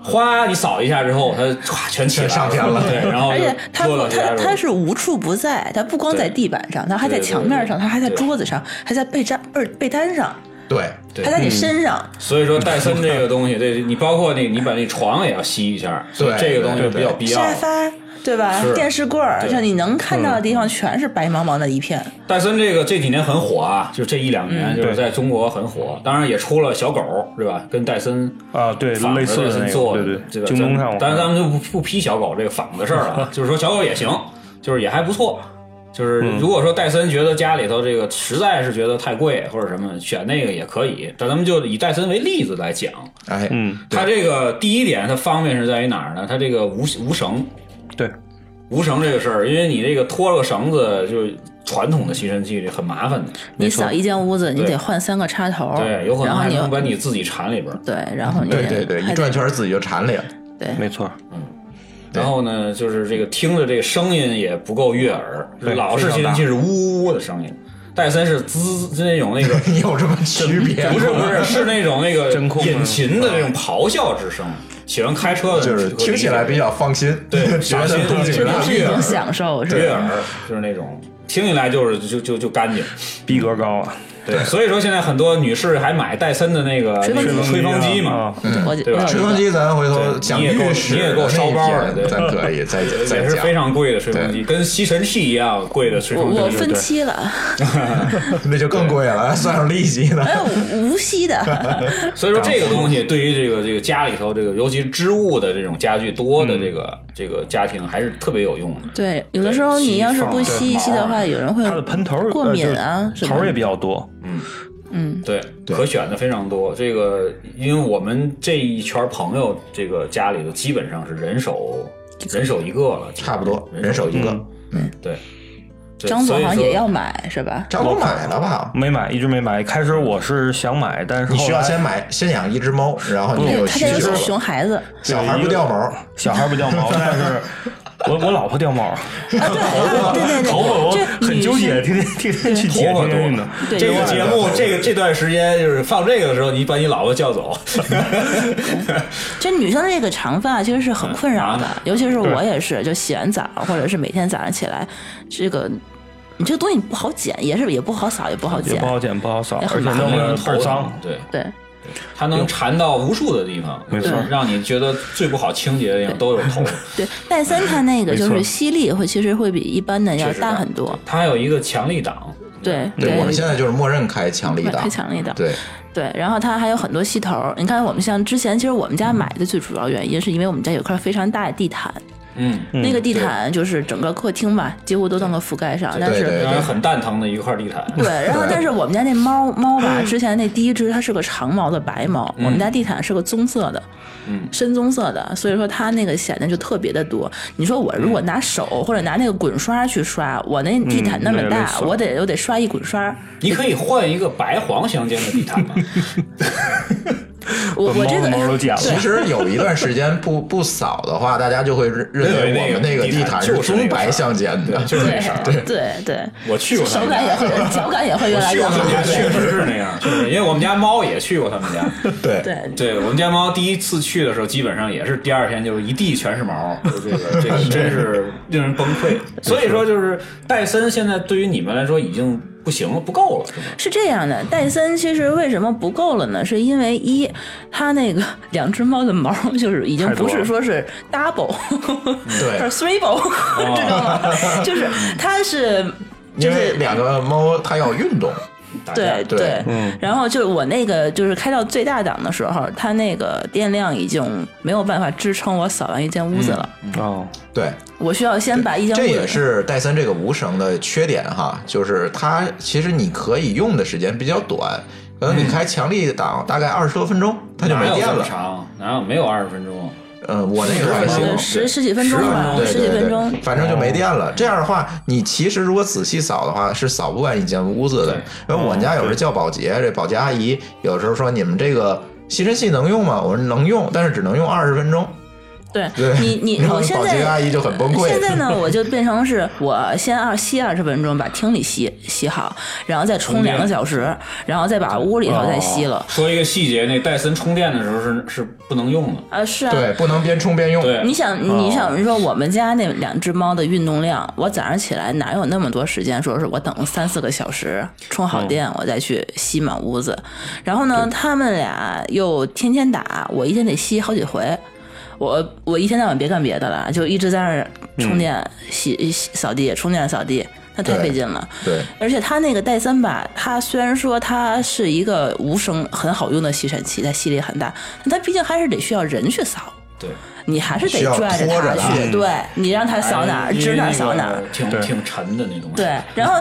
Speaker 9: 哗，你扫一下之后，它唰全起来
Speaker 6: 上天了
Speaker 9: 对，然后
Speaker 7: 而且它
Speaker 9: 哦就脱了
Speaker 7: 它
Speaker 9: 这
Speaker 7: 它是无处不在，它不光在地板上，它还在
Speaker 9: 对对
Speaker 7: 墙面上，
Speaker 9: 对
Speaker 7: 它还在
Speaker 9: 对
Speaker 7: 桌子上，还在被单被被单上。
Speaker 6: 对，
Speaker 9: 对
Speaker 7: 它在你身上，
Speaker 9: 所以说戴森这个
Speaker 8: <laughs>
Speaker 9: 东西，对你包括那个你把那床也要吸一下，所以
Speaker 6: 对
Speaker 9: 这个东西是比较必要
Speaker 7: 沙
Speaker 9: 的。
Speaker 7: 发对啊吧
Speaker 9: 嗯是？
Speaker 7: 电视柜儿，
Speaker 9: 对嗯
Speaker 7: 像你能看到的地方全是白茫茫的一片。
Speaker 9: 戴森这个这几年很火啊，就这一两年就是在中国很火，当然也出了小狗，对吧？跟戴森
Speaker 8: 啊，对，
Speaker 9: 仿着
Speaker 8: 类似
Speaker 9: 戴
Speaker 8: 的
Speaker 9: 森
Speaker 8: 那
Speaker 9: 做的，
Speaker 8: 个，对
Speaker 9: 这
Speaker 8: 对，
Speaker 9: 个
Speaker 8: 京东上我看
Speaker 9: 但是咱们就不不批小狗这个仿的事儿了
Speaker 8: <laughs>
Speaker 9: 啊，就是说小狗也行，就是也还不错。就是
Speaker 8: 嗯
Speaker 9: 如果说戴森觉得家里头这个实在是觉得太贵或者什么，选那个也可以。但咱们就以戴森为例子来讲，
Speaker 6: 哎，
Speaker 8: 嗯，
Speaker 9: 它这个第一点它方便是在于哪儿呢？它这个无无绳，
Speaker 8: 对，
Speaker 9: 无绳这个事儿，因为你这个拖了个绳子，就是传统的吸尘器这很麻烦的，
Speaker 7: 你扫一间屋子，你
Speaker 9: 对
Speaker 7: 得换三个插头，
Speaker 6: 哦
Speaker 9: 对，有可
Speaker 7: 然
Speaker 9: 能
Speaker 7: 后
Speaker 9: 还
Speaker 7: 你
Speaker 9: 能把你自己缠里边儿。
Speaker 7: 对，然后你
Speaker 6: 对对对，
Speaker 7: 还
Speaker 6: 一转圈儿自己就馋了呀。
Speaker 8: 没错，
Speaker 9: 然后呢，就是这个听着这个声音也不够悦耳，
Speaker 8: 对
Speaker 9: 老式吸尘器是呜呜呜的声音，戴森是滋是那种那个。
Speaker 6: 你 <laughs> 有这么区别吗？
Speaker 9: 不是不是，是那种那个
Speaker 8: 真空啊
Speaker 9: 引擎的那种咆哮之声，喜欢开车的
Speaker 6: 就是听起来比较放心， <laughs>
Speaker 9: 对
Speaker 6: 觉得不紧
Speaker 7: 是
Speaker 9: 放
Speaker 6: 张。啊
Speaker 7: 不
Speaker 9: 心
Speaker 7: 是一种享受？是
Speaker 9: 悦
Speaker 7: 吧？
Speaker 9: 耳，就是那种听起来就是就就就干净。
Speaker 8: 逼格高啊，
Speaker 9: 对，所以说现在很多女士还买戴森的那个
Speaker 7: 吹
Speaker 9: 那
Speaker 7: 风
Speaker 9: 个
Speaker 7: 机
Speaker 9: 吹风机嘛，
Speaker 6: 嗯
Speaker 8: 啊，
Speaker 7: 我
Speaker 9: 对
Speaker 7: 我有一
Speaker 9: 吧
Speaker 7: 个
Speaker 6: 吹风机咱回头讲
Speaker 9: 对你也够
Speaker 6: 浴室
Speaker 9: 你也够烧包
Speaker 6: 那
Speaker 9: 的
Speaker 6: 一篇
Speaker 9: 对
Speaker 6: 咱可以再再
Speaker 9: 也是
Speaker 6: 讲
Speaker 9: 非。常贵的吹风机，跟吸尘器一样贵的吹
Speaker 7: 我
Speaker 9: 风
Speaker 7: 我
Speaker 9: 机。
Speaker 7: 分期了，
Speaker 6: 那就更贵了，算上利息呢。
Speaker 7: 哎，无无息的，
Speaker 9: 所以说这个东西对于这个这个家里头这个，尤其是织物的这种家具多的这个这个家庭，还是特别有用的。
Speaker 7: <laughs> 对，有的时候你要是不吸一吸的话，有人会
Speaker 8: 它的喷头儿
Speaker 7: 过敏啊
Speaker 8: 呃就
Speaker 7: 什
Speaker 8: 头
Speaker 7: 么
Speaker 8: 儿也
Speaker 7: 的。
Speaker 8: 比较多，
Speaker 7: 嗯，
Speaker 9: 对，可选的非常多。这个，因为我们这一圈朋友，这个家里头基本上是人手人手一个了，
Speaker 6: <laughs> 差不多，人
Speaker 9: 人
Speaker 6: 手一个。
Speaker 9: 对。对
Speaker 7: 嗯张总
Speaker 9: 所以
Speaker 7: 好像
Speaker 9: 说
Speaker 7: 也要买是吧？
Speaker 6: 张总买了吧？
Speaker 8: 没买，一直没买。开始我是想买，但是
Speaker 6: 你需要
Speaker 8: 嗯后来
Speaker 6: 先买，先养一只猫，然后你有
Speaker 7: 哎嗯他
Speaker 6: 需
Speaker 7: 家
Speaker 6: 求
Speaker 7: 有
Speaker 6: 了。
Speaker 7: 熊孩
Speaker 8: <laughs>
Speaker 7: 子，啊
Speaker 6: 小孩不掉毛，
Speaker 8: 小孩不掉毛，但是我我老婆掉毛，
Speaker 7: 对对
Speaker 8: 头发我
Speaker 7: 对，这
Speaker 8: 很
Speaker 7: 女
Speaker 8: 纠
Speaker 7: 生
Speaker 8: 结，天天天天去剪，
Speaker 9: 头发
Speaker 8: 天天弄的。
Speaker 7: 对
Speaker 9: 这
Speaker 7: 有
Speaker 9: 个
Speaker 7: 点
Speaker 9: 节目，这个这段时间就是放这个的时候，你把你老婆
Speaker 7: <laughs>
Speaker 9: 叫走。
Speaker 7: 这女生的这个长发其实是很困扰的
Speaker 8: 嗯
Speaker 9: 啊，
Speaker 7: 尤其是我也是，就洗完澡或者是每天早上起来，这个你这个东西不好剪，也是也不好扫，也不好
Speaker 8: 也
Speaker 7: 剪
Speaker 8: 不，好剪，不好扫，
Speaker 7: 也
Speaker 8: 而
Speaker 7: 很
Speaker 8: 且
Speaker 7: 麻烦
Speaker 8: 弄得倍儿脏。
Speaker 9: 对，
Speaker 7: 对，
Speaker 9: 它能缠到无数的地方，
Speaker 8: 没错
Speaker 9: 让你觉得最不好清洁的地方都有头发。
Speaker 7: 对，戴森它那个就
Speaker 8: 嗯
Speaker 7: 是
Speaker 8: 没错啊
Speaker 7: 吸力会其实会比一般的要
Speaker 9: 确实
Speaker 7: 大
Speaker 9: 大
Speaker 7: 很多，
Speaker 9: 它还有一个强力档，
Speaker 7: 对
Speaker 6: 我们现在就是默认开强力档
Speaker 7: 太。强力的， <laughs>
Speaker 6: 对，
Speaker 7: 对，然后它还有很多吸头儿。你看，我们像之前，其实我们家买的最主要原因是因为我们家有块非常大的地毯，
Speaker 9: 嗯，
Speaker 7: 那个地毯就是整个客厅嘛，几乎都能够覆盖上。但
Speaker 6: 对
Speaker 7: 是
Speaker 6: 对
Speaker 9: 让人很蛋疼的一块地毯。 <laughs>
Speaker 7: 对，然后但是我们家那猫猫吧，之前那第一只它是个长毛的白猫，我们家地毯是个棕色的，
Speaker 9: 嗯
Speaker 7: 深棕色的，所以说它那个显得就特别的多。你说我如果拿手或者拿那个滚刷去刷，我那
Speaker 9: 嗯
Speaker 7: 地毯那么
Speaker 8: 那也
Speaker 7: 大
Speaker 8: 累，死了
Speaker 7: 我得我得刷一滚刷。
Speaker 9: 你可以换一个白黄相间的地毯嘛？
Speaker 7: <laughs> 我我哎这
Speaker 8: 把
Speaker 7: 个
Speaker 8: 猫毛都剪了。
Speaker 6: 其实有一段时间不不扫的话，大家就会认认为我们那个地毯是棕白相间的，
Speaker 9: 就是那色儿。
Speaker 7: 对对对，
Speaker 9: 我 <laughs> 去过他
Speaker 7: 手
Speaker 9: 们
Speaker 7: 感也
Speaker 9: 家，
Speaker 7: 会，脚感也会越
Speaker 9: <laughs> 我
Speaker 7: 来
Speaker 9: 去
Speaker 7: 越
Speaker 9: 过他
Speaker 7: 好
Speaker 9: 们。家，
Speaker 7: 对
Speaker 9: 确实是那样，就是因为我们家猫也去过他们家。
Speaker 6: <laughs> 对
Speaker 7: 对
Speaker 9: 对我们家猫第一次去的时候，基本上也是第二天就是一地全是毛，就这个这个真是令人崩溃。所以说，就是戴森现在对于你们来说已经不行了，不够了，是吗？
Speaker 7: 是这样的，戴森其实为什么不够了呢？是因为一，它那个 <laughs> 两只猫的毛就是已经
Speaker 8: 太多
Speaker 7: 不
Speaker 8: 了
Speaker 7: 是说是 double， <laughs>
Speaker 6: 对哦
Speaker 7: 它是 triple，知 <laughs> 道吗？就是 <laughs> 它是
Speaker 6: 因为两个猫它要运动，
Speaker 9: 大家
Speaker 7: 对
Speaker 6: 对嗯
Speaker 7: 然后就是我那个就是开到最大档的时候，它那个电量已经没有办法支撑我扫完一间屋子了，
Speaker 8: 哦，
Speaker 6: 对，
Speaker 7: 我需要先把一间
Speaker 6: 嗯这
Speaker 7: 屋子
Speaker 6: 也是戴森这个无绳的缺点哈，就是它其实你可以用的时间比较短，可
Speaker 7: 嗯
Speaker 6: 能你开强力档大概二十多分钟，它就没
Speaker 9: 哪有
Speaker 6: 电
Speaker 9: 这么
Speaker 6: 了。
Speaker 9: 长？哪有没有二十分钟？
Speaker 6: 嗯，我那个还行，
Speaker 7: 呃十十几分钟吧，
Speaker 6: 对
Speaker 7: 十几
Speaker 6: 对
Speaker 7: 分钟
Speaker 6: 对，。反正就没电
Speaker 9: 哦
Speaker 6: 了。这样的话，你其实如果仔细扫的话，是扫不完一间屋子的
Speaker 9: 对。
Speaker 6: 因为我们家有时候叫保洁，这保洁阿姨有时候说你们这个吸尘器能用吗？我说能用，但是只能用二十分钟。
Speaker 7: 对
Speaker 6: 对
Speaker 7: 你
Speaker 6: <laughs>
Speaker 7: 你
Speaker 6: 然后
Speaker 7: 我现
Speaker 6: 保洁阿
Speaker 7: 在
Speaker 6: 姨就很崩溃。
Speaker 7: 现在呢，我就变成是我先二吸二十分钟把厅里吸吸好，然后再冲两个小时，然后再把屋里头再吸了。
Speaker 9: 哦
Speaker 6: 哦
Speaker 9: 说一个细节，那戴森充电的时候是是不能用的。
Speaker 7: 啊，是啊，
Speaker 6: 对，哦不能边冲边用。
Speaker 9: 对，
Speaker 7: 你想，你想说我们家那两只猫的运动量，我早上起来哪有那么多时间？说是我等三四个小时充
Speaker 6: 嗯
Speaker 7: 好电，我再去吸满屋子。然后呢，他们俩又天天打，我一天得吸好几回。我我一天到晚别干别的了，就一直在那儿充电、洗洗扫地、充电扫地，那太
Speaker 6: 嗯对
Speaker 7: 费劲了。
Speaker 6: 对，
Speaker 7: 而且它那个戴森吧，它虽然说它是一个无声很好用的吸尘器，它吸力很大，但它毕竟还是得需要人去扫。
Speaker 9: 对，
Speaker 7: 你还是得
Speaker 6: 需要
Speaker 7: 拽着
Speaker 6: 拖着
Speaker 7: 它
Speaker 6: 它
Speaker 7: 去，对你让它扫哪儿，指哪儿扫哪
Speaker 9: 哎
Speaker 7: 儿
Speaker 9: 那个。挺
Speaker 8: 对
Speaker 9: 挺沉的那东西。
Speaker 7: 对，然后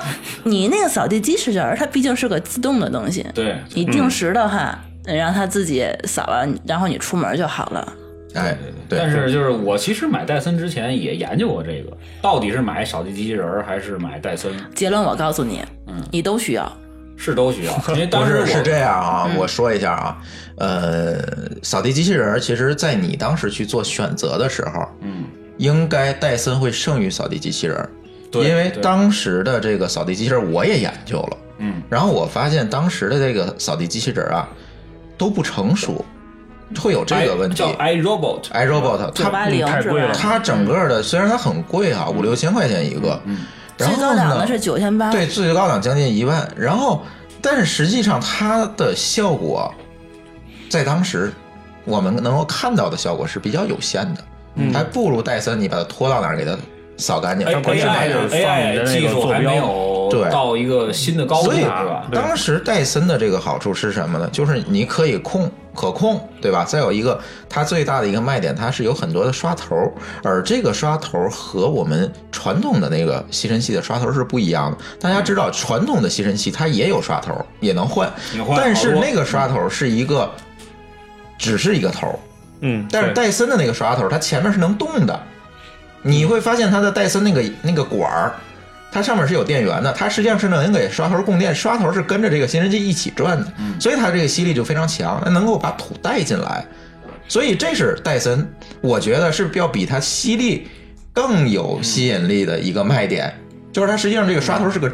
Speaker 7: 你那个扫地机器人儿，它毕竟是个自动的东西，
Speaker 9: 对，
Speaker 7: 你定时的话，让它自己扫完，然后你出门就好了。
Speaker 6: 哎，对，
Speaker 9: 但是就是我其实买戴森之前也研究过这个，到底是买扫地机器人儿还是买戴森，
Speaker 7: 结论我告诉你，你都需要。
Speaker 9: 是都需要。
Speaker 6: <laughs>
Speaker 9: 因为
Speaker 6: 不
Speaker 9: 当时
Speaker 6: 是
Speaker 9: 我嗯
Speaker 6: 是这样啊，我说一下啊，呃，扫地机器人儿其实，在你当时去做选择的时候，
Speaker 9: 嗯，
Speaker 6: 应该戴森会胜于扫地机器人儿，
Speaker 9: 对
Speaker 6: 因为
Speaker 9: 对
Speaker 6: 当时的这个扫地机器人儿我也研究了，
Speaker 9: 嗯，
Speaker 6: 然后我发现当时的这个扫地机器人儿啊都不成熟，会有这个问题
Speaker 9: 哎叫。iRobot，
Speaker 6: iRobot
Speaker 7: 九
Speaker 6: 它嗯
Speaker 7: 八零
Speaker 8: 太
Speaker 7: 是
Speaker 8: 贵
Speaker 7: 吧
Speaker 8: 了？
Speaker 6: 它整个的虽然它很贵哈、
Speaker 9: 嗯
Speaker 6: 五六千块钱一个，嗯，然
Speaker 7: 最
Speaker 6: 后
Speaker 7: 高档的
Speaker 6: 呢
Speaker 7: 是九千八，
Speaker 6: 对，最高档将近一万。然后，但是实际上它的效果，在当时我们能够看到的效果是比较有限的，还不如戴森你把它拖到哪儿给它扫干净。
Speaker 9: A
Speaker 8: 关键还
Speaker 9: I
Speaker 8: 是放你的
Speaker 9: A I
Speaker 8: 那个
Speaker 9: 技术
Speaker 8: 坐
Speaker 9: 还
Speaker 8: 标
Speaker 9: 没有
Speaker 6: 对
Speaker 9: 到一个新的高度，
Speaker 6: 所以
Speaker 9: 是吧？
Speaker 6: 当时戴森的这个好处是什么呢？就是你可以控可控，对吧？再有一个，它最大的一个卖点，它是有很多的刷头儿，而这个刷头儿和我们传统的那个吸尘器的刷头儿是不一样的。大家知道，传统的吸尘器它也有刷头儿，也能换
Speaker 9: 也换，
Speaker 6: 但是
Speaker 9: 好多
Speaker 6: 那个刷头儿是一个，只是一个头儿，
Speaker 8: 嗯，
Speaker 6: 但是
Speaker 8: 对
Speaker 6: 戴森的那个刷头，它前面是能动的，你会发现它的戴森那个那个管儿，它上面是有电源的，它实际上是能给刷头供电，刷头是跟着这个吸尘器一起转的，
Speaker 8: 嗯
Speaker 6: 所以它这个吸力就非常强，它能够把土带进来，所以这是戴森，我觉得是要比它吸力更有吸引力的一个卖点，
Speaker 8: 嗯
Speaker 6: 就是它实际上这个刷头是个。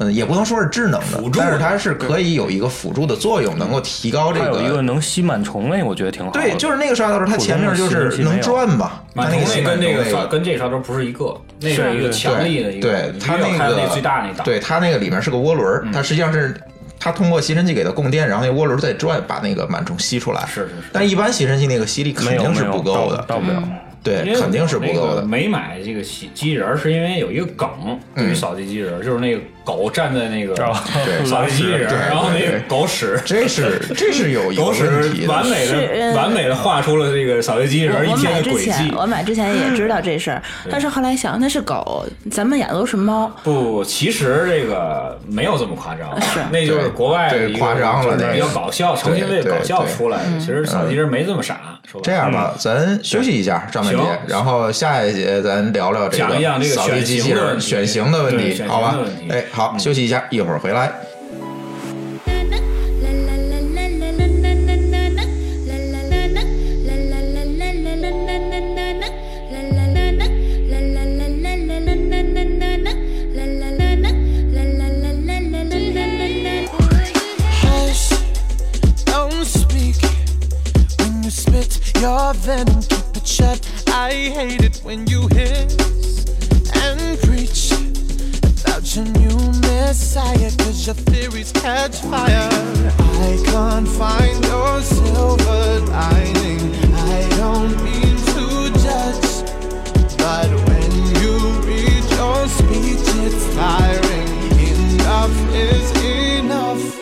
Speaker 6: 嗯，也不能说是智能的
Speaker 9: 辅，助的
Speaker 6: 但是它是可以有一个辅助的作用，能够提高这
Speaker 8: 它
Speaker 6: 个
Speaker 8: 有一个能吸螨虫类，我觉得挺好的。
Speaker 6: 对，就是那个刷头，它前面就是能转嘛，它
Speaker 9: 满头
Speaker 6: 那个
Speaker 9: 那跟
Speaker 6: 那
Speaker 9: 那个刷跟这刷头不是一个，那是一个强力的一个，
Speaker 6: 对
Speaker 9: 你
Speaker 6: 它
Speaker 9: 没有
Speaker 6: 那
Speaker 9: 看
Speaker 6: 个
Speaker 9: 那最大那档，
Speaker 6: 对它那个里面是个涡轮儿，
Speaker 9: 嗯
Speaker 6: 它实际上是它通过吸尘器给它供电，然后那涡轮再转，把那个螨虫吸出来。
Speaker 9: 是是是
Speaker 6: 但一般吸尘器那个吸力
Speaker 8: 没
Speaker 6: 肯
Speaker 8: 有
Speaker 6: 定是
Speaker 8: 没有
Speaker 6: 不够
Speaker 8: 到
Speaker 6: 的，
Speaker 8: 到
Speaker 7: 嗯
Speaker 8: 不了。
Speaker 9: 因
Speaker 6: 对，
Speaker 9: 为
Speaker 6: 肯定是不够
Speaker 9: 我那
Speaker 6: 的
Speaker 9: 个。没买这个机机器人儿，是因为有一个梗，对
Speaker 6: 嗯
Speaker 9: 于扫地机器人儿，就是那个狗站在那个
Speaker 6: 对
Speaker 9: 扫地机器人
Speaker 6: <laughs> 对
Speaker 9: 儿，然后那
Speaker 6: 对
Speaker 9: 个狗屎。
Speaker 6: 这
Speaker 9: <laughs>
Speaker 6: 是这是有有
Speaker 9: 狗屎
Speaker 6: 问题
Speaker 9: 完
Speaker 6: 的，
Speaker 9: 美
Speaker 7: 是
Speaker 9: 的
Speaker 7: 呃
Speaker 9: 完美的画出了这个扫地机器人儿
Speaker 7: 我
Speaker 9: 一
Speaker 7: 我
Speaker 9: 天
Speaker 7: 买
Speaker 9: 的
Speaker 7: 之
Speaker 9: 轨
Speaker 7: 前
Speaker 9: 迹，。
Speaker 7: 我买之前也知道这事儿，但是后来想那是狗，咱们养的都是猫，
Speaker 9: 不，其实这个没有这么夸张，啊那就是
Speaker 6: 对
Speaker 9: 国外的
Speaker 6: 对
Speaker 9: 一个
Speaker 6: 夸张了
Speaker 9: 就是
Speaker 6: 那
Speaker 9: 比较
Speaker 6: 个
Speaker 9: 搞笑，成心为
Speaker 6: 对
Speaker 9: 搞笑
Speaker 6: 对
Speaker 9: 出来
Speaker 7: 嗯
Speaker 9: 的。其实扫地机器人儿没这么傻，说
Speaker 6: 这
Speaker 9: 白了。
Speaker 6: 样吧，咱休息一下，张半
Speaker 9: 嗯行
Speaker 6: 杰，然后下一节咱聊聊这
Speaker 9: 讲一讲这个
Speaker 6: 扫地机器人儿选
Speaker 9: 选型
Speaker 6: 型
Speaker 9: 的
Speaker 6: 的
Speaker 9: 问
Speaker 6: 问
Speaker 9: 题
Speaker 6: 题，好吧
Speaker 9: 对选型的问？题嗯
Speaker 6: 哎，好，休息一下，一会儿回来。
Speaker 10: Hush, don't speak when you spit your venom, keep it shut. I hate it when you hiss and preach about your new messiah, cause your theories catch fire. I can't find your silver lining. I don't mean to judge. But when you read your speech, it's tiring. Enough is enough.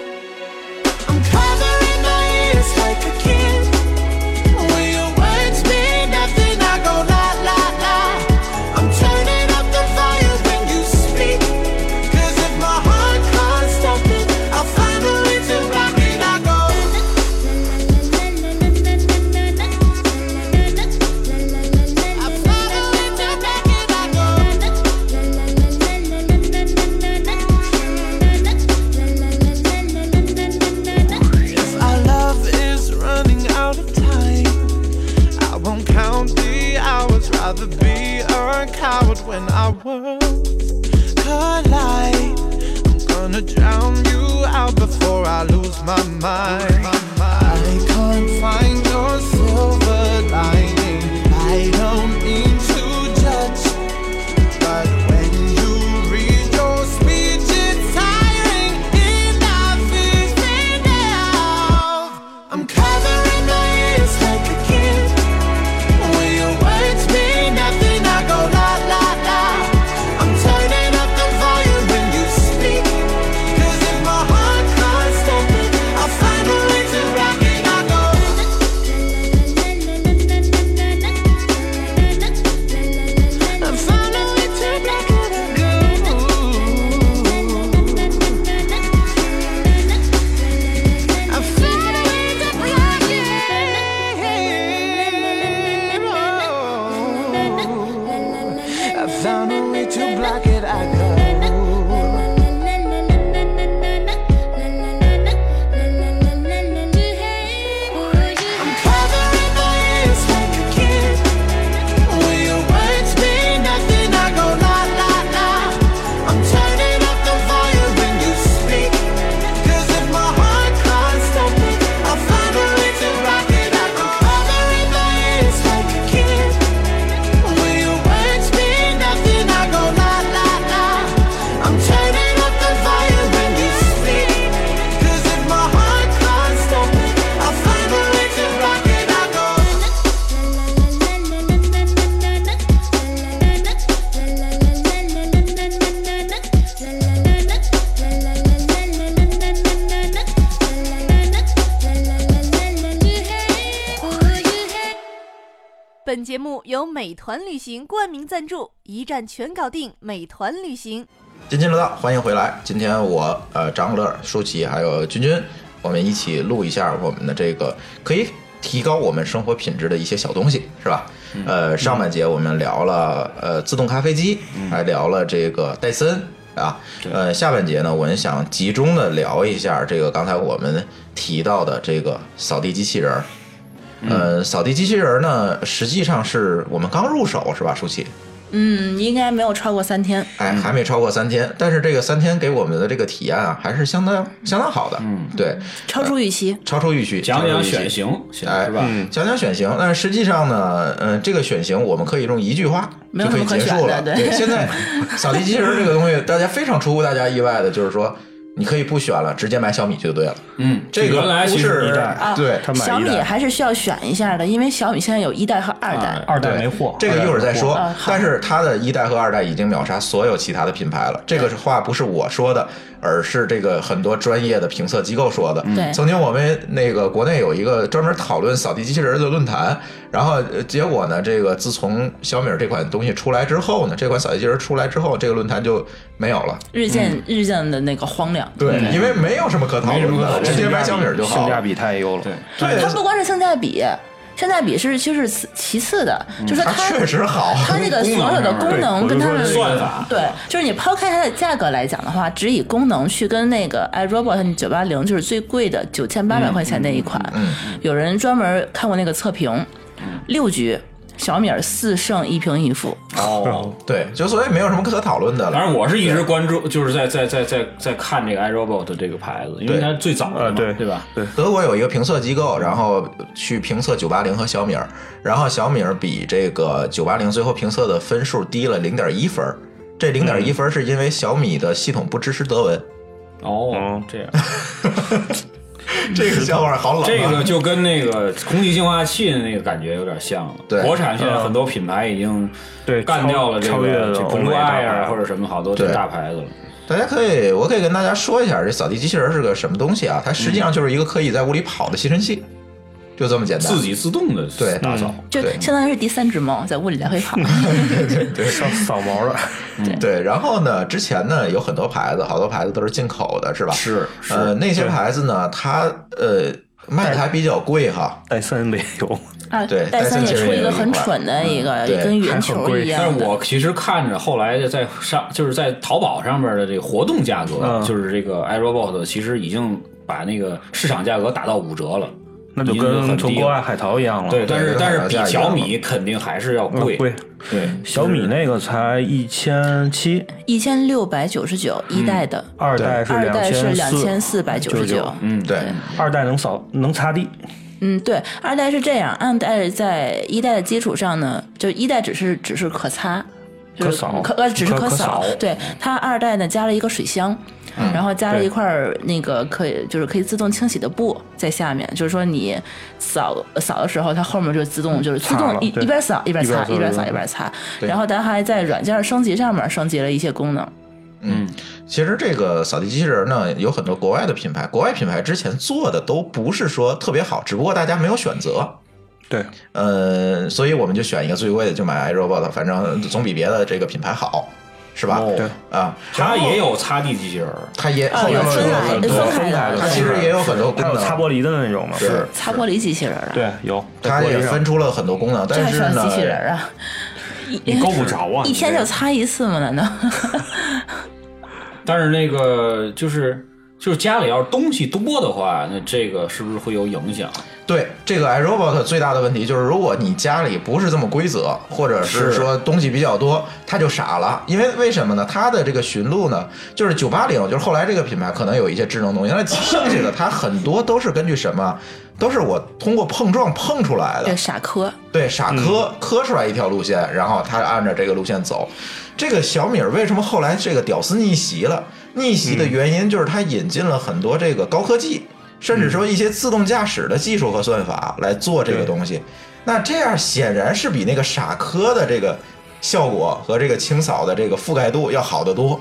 Speaker 10: I'm covering my ears like a kid. When your words mean nothing, I go la la la. I'm turning up the fire when you speak. 'Cause if my heart oh. can't stop it, I'll find a way to rock it. I go. oh. a coward when our worlds collide. I'm gonna drown you out before I lose my mind. I can't find no silver lining. I don't mean to judge. But when you read your speech, it's tiring enough is enough. I'm covering my ears like a kid. When your words mean nothing, I go la la la. I'm turning up the volume when you speak. 'Cause if my heart can't stop it, I'll find a way to rock it. I go. I found a way to make it a go. I found a way to rock it. Oh. I found a way to block it. I <laughs> go. I'm covering my ears like a kid. When your words mean nothing, I go la la la. I'm turning up the volume when you speak. 'Cause if my heart can't stop it, I'll find a way to rock it. I'm covering my ears like a kid. When your words mean nothing, I go la la la. I'm turning up the volume when you speak. 'Cause if my heart can't stop it, I'll find a way to rock it. I go.
Speaker 1: 本节目由美团旅行冠名赞助，一站全搞定，美团旅行。
Speaker 6: 津津乐道，欢迎回来。今天我呃张乐、舒淇还有君君，我们一起录一下我们的这个可以提高我们生活品质的一些小东西，是吧？呃，上半节我们聊了呃自动咖啡机，还聊了这个戴森啊。呃，下半节呢，我们想集中的聊一下这个刚才我们提到的这个扫地机器人儿。呃，扫地机器人儿呢，实际上是我们刚入手，是吧，舒淇？
Speaker 7: 嗯，应该没有超过三天。
Speaker 6: 哎，还没超过三天，但是这个三天给我们的这个体验啊，还是相当相当好的，嗯，对，
Speaker 7: 超出预期，
Speaker 6: 超出预期，
Speaker 9: 讲
Speaker 6: 超
Speaker 9: 讲
Speaker 6: 出预期
Speaker 9: 选，型，行
Speaker 6: 哎，
Speaker 9: 是吧？
Speaker 6: 讲讲选型，但是实际上呢，嗯、这个选型我们可以用一句话
Speaker 7: 没
Speaker 6: 就
Speaker 7: 有
Speaker 6: 可以
Speaker 7: 什么
Speaker 6: 结
Speaker 7: 可
Speaker 6: 束
Speaker 7: 选
Speaker 6: 了。
Speaker 7: 的对
Speaker 6: 现在扫地机器人这个东西，大家非常出乎大家意外的，就是说你可以不选了，直接买小米就对了。
Speaker 9: 嗯，
Speaker 6: 这个
Speaker 9: 原来
Speaker 6: 不
Speaker 9: 其实
Speaker 6: 是
Speaker 9: 一代
Speaker 7: 啊
Speaker 6: 对，
Speaker 8: 呃他买
Speaker 7: 小
Speaker 8: 一
Speaker 7: 米
Speaker 8: 代
Speaker 7: 还是需要选一下的，因为小米现在有一代和二代。
Speaker 8: 二代
Speaker 6: 对
Speaker 8: 没货，
Speaker 6: 这个一会儿再说
Speaker 7: 没货啊。好
Speaker 6: 但是它的一代和二代已经秒杀所有其他的品牌了。这个是话不是我说的，而是这个很多专业的评测机构说的。
Speaker 7: 对
Speaker 6: 曾经我们那个国内有一个专门讨论扫地机器人的论坛，然后呃结果呢，这个自从小米儿这款东西出来之后呢，这款扫地机器人出来之后，这个论坛就没有了。
Speaker 7: 日渐、日渐的那个荒凉。
Speaker 6: 对，因为没有什么可讨
Speaker 9: 没什
Speaker 6: 论
Speaker 9: 么可讨
Speaker 6: 的，
Speaker 9: 论
Speaker 6: 直接买小米儿就好
Speaker 8: 性价
Speaker 6: 了。
Speaker 8: 比太优了。哦
Speaker 9: 对，
Speaker 6: 对
Speaker 7: 它，不光是性价比，性价比是就是其其次的，就说
Speaker 6: 嗯它
Speaker 7: 它
Speaker 6: 确实好。
Speaker 7: 它这个所有的功能
Speaker 8: 功能上面
Speaker 7: 跟
Speaker 8: 对
Speaker 7: 它
Speaker 8: 我
Speaker 7: 的
Speaker 8: 就说
Speaker 9: 算法
Speaker 7: 对，就是你抛开它的价格来讲的话，只以功能去跟那个 iRobot 九八零就是最贵的九千八百块钱那一款，有人专门看过那个测评，六局小米儿四胜一平一负，
Speaker 6: 哦，对，就所以没有什么可讨论的
Speaker 9: 反
Speaker 6: 了。
Speaker 9: 正我是一直关注，就是在在在在在看这个 iRobot 这个牌子，因为
Speaker 6: 对
Speaker 9: 它最早的
Speaker 8: 呃
Speaker 9: 嘛，
Speaker 8: 对
Speaker 9: 对吧？
Speaker 6: 德国有一个评测机构，然后去评测九八零和小米儿，然后小米儿比这个九八零最后评测的分数低了零点一分儿。这零点一分儿是因为小米的系统不支持德文，
Speaker 9: 哦
Speaker 8: 嗯，
Speaker 9: 这样，
Speaker 6: 这个笑话好冷、啊。
Speaker 9: 这个就跟那个空气净化器的那个感觉有点像了。
Speaker 6: 对
Speaker 9: 国产现在很多品牌已经
Speaker 8: 呃对
Speaker 9: 干掉了这
Speaker 8: 超超越
Speaker 9: 个
Speaker 8: 了
Speaker 9: 这
Speaker 8: 欧
Speaker 9: 蓬
Speaker 8: 美
Speaker 9: 莱
Speaker 8: 大牌
Speaker 9: 啊，或者什么好多这
Speaker 6: 对
Speaker 9: 大牌子了。
Speaker 6: 大家可以，我可以跟大家说一下，这扫地机器人是个什么东西啊？它实际上就是一个可以在屋里跑的吸尘器，就这么简单。
Speaker 9: 自己自动的
Speaker 6: 对嗯
Speaker 9: 打扫，
Speaker 7: 就
Speaker 6: 对
Speaker 7: 相当于是第三只猫在屋里来回跑。
Speaker 8: 对，上扫毛了，
Speaker 6: 对，然后呢，之前呢有很多牌子，好多牌子都是进口的，是吧？
Speaker 9: 是是
Speaker 6: 呃，那些牌子呢，它呃卖的还比较贵哈。
Speaker 8: 戴森没
Speaker 6: <laughs>
Speaker 8: 有，
Speaker 7: 啊，
Speaker 6: 对
Speaker 7: 戴
Speaker 6: 戴
Speaker 7: 森
Speaker 6: 森
Speaker 7: 也
Speaker 6: 其实
Speaker 7: 出
Speaker 6: 也
Speaker 7: 一
Speaker 6: 有
Speaker 7: 个
Speaker 6: 一
Speaker 7: 很
Speaker 6: 款
Speaker 7: 蠢的一个
Speaker 6: 对
Speaker 7: 跟圆
Speaker 8: 还很
Speaker 7: 球
Speaker 8: 贵
Speaker 7: 一
Speaker 9: 但
Speaker 7: 样
Speaker 9: 是
Speaker 7: 的，
Speaker 9: 我其实看着后来的在上，就是在淘宝上面的这个活动价格，
Speaker 8: 嗯
Speaker 9: 就是这个 iRobot 其实已经把那个市场价格打到五折了。
Speaker 8: 那就
Speaker 9: 已经很
Speaker 8: 跟
Speaker 9: 低
Speaker 8: 从国
Speaker 9: 了
Speaker 8: 外海淘一样了。
Speaker 9: 对，但是
Speaker 6: 对
Speaker 9: 但是
Speaker 6: 跟海淘
Speaker 9: 比
Speaker 6: 价一样
Speaker 9: 小
Speaker 6: 嘛
Speaker 9: 米肯定还是要
Speaker 8: 嗯
Speaker 9: 贵，
Speaker 8: 贵，
Speaker 9: 对，
Speaker 8: 小米那个才一千七，
Speaker 7: 一千六百九十九一代的，
Speaker 8: 二代是
Speaker 7: 二代是两千
Speaker 8: 千
Speaker 7: 四百九十九
Speaker 8: 九。，
Speaker 9: 嗯，
Speaker 6: 对，
Speaker 8: 二代能扫能擦地，
Speaker 7: 嗯，对，二代是这样，二代在一代的基础上呢，就一代只是只是可擦，就是
Speaker 8: 可扫
Speaker 7: 可呃只是
Speaker 8: 可可
Speaker 7: 扫
Speaker 8: 扫。嗯
Speaker 7: 对，它二代呢加了一个水箱，然后加了
Speaker 8: 对
Speaker 7: 一块儿那个可以就是可以自动清洗的布在下面，就是说你扫扫的时候，它后面就自动就是自
Speaker 8: 嗯擦
Speaker 7: 动
Speaker 8: 了
Speaker 7: 一
Speaker 8: 对
Speaker 7: 一边扫一边
Speaker 8: 一边
Speaker 7: 擦
Speaker 8: 扫
Speaker 7: 一边
Speaker 8: 对
Speaker 7: 扫
Speaker 8: 对
Speaker 7: 一边擦。
Speaker 6: 对
Speaker 7: 然后它还在软件升级上面升级了一些功能。
Speaker 6: 其实这个扫地机器人呢，有很多国外的品牌，国外品牌之前做的都不是说特别好，只不过大家没有选择。
Speaker 8: 对，
Speaker 6: 呃，所以我们就选一个最贵的，就买 iRobot，反正总比别的这个品牌好，是吧？
Speaker 9: 哦
Speaker 8: 对
Speaker 6: 啊，
Speaker 9: 它也有擦地机器人儿，
Speaker 6: 它也
Speaker 7: 啊，
Speaker 6: 后面
Speaker 7: 有
Speaker 6: 有
Speaker 7: 分
Speaker 6: 很
Speaker 7: 开
Speaker 6: 多
Speaker 7: 分开
Speaker 8: 开
Speaker 7: 的
Speaker 8: 的
Speaker 6: 它其实也有很多功
Speaker 8: 还有
Speaker 6: 能，
Speaker 8: 擦玻璃的那种嘛，
Speaker 6: 是
Speaker 7: 擦玻璃机器人儿啊，
Speaker 8: 对，有，在
Speaker 6: 它
Speaker 8: 玻璃
Speaker 6: 也
Speaker 8: 上
Speaker 6: 分出了很多功能，
Speaker 7: 这
Speaker 6: 但
Speaker 7: 还
Speaker 6: 是
Speaker 7: 算
Speaker 6: 呢
Speaker 7: 机，器人儿啊？
Speaker 8: 你够不着啊，
Speaker 7: 一
Speaker 8: 你
Speaker 7: 天
Speaker 8: 这
Speaker 7: 就擦一次吗？难
Speaker 8: <laughs>
Speaker 7: 道？ <laughs>
Speaker 9: 但是那个就是就是家里要是东西多的话，那这个是不是会有影响？
Speaker 6: 对这个 iRobot 最大的问题就是，如果你家里不是这么规则，或者是
Speaker 9: 是
Speaker 6: 说东西比较多，它就傻了。因为为什么呢？它的这个寻路呢，就是九八零，就是后来这个品牌可能有一些智能东西，那剩下的它很多都是根据什么？都是我通过碰撞碰出来的
Speaker 7: 这。傻科，
Speaker 6: 对，傻磕磕出来一条路线，然后他按照这个路线走。这个小米儿为什么后来这个屌丝逆袭了？逆袭的原因就是它引进了很多这个高科技，甚至说一些自动驾驶的技术和算法来做这个东西。那这样显然是比那个傻磕的这个效果和这个清扫的这个覆盖度要好得多。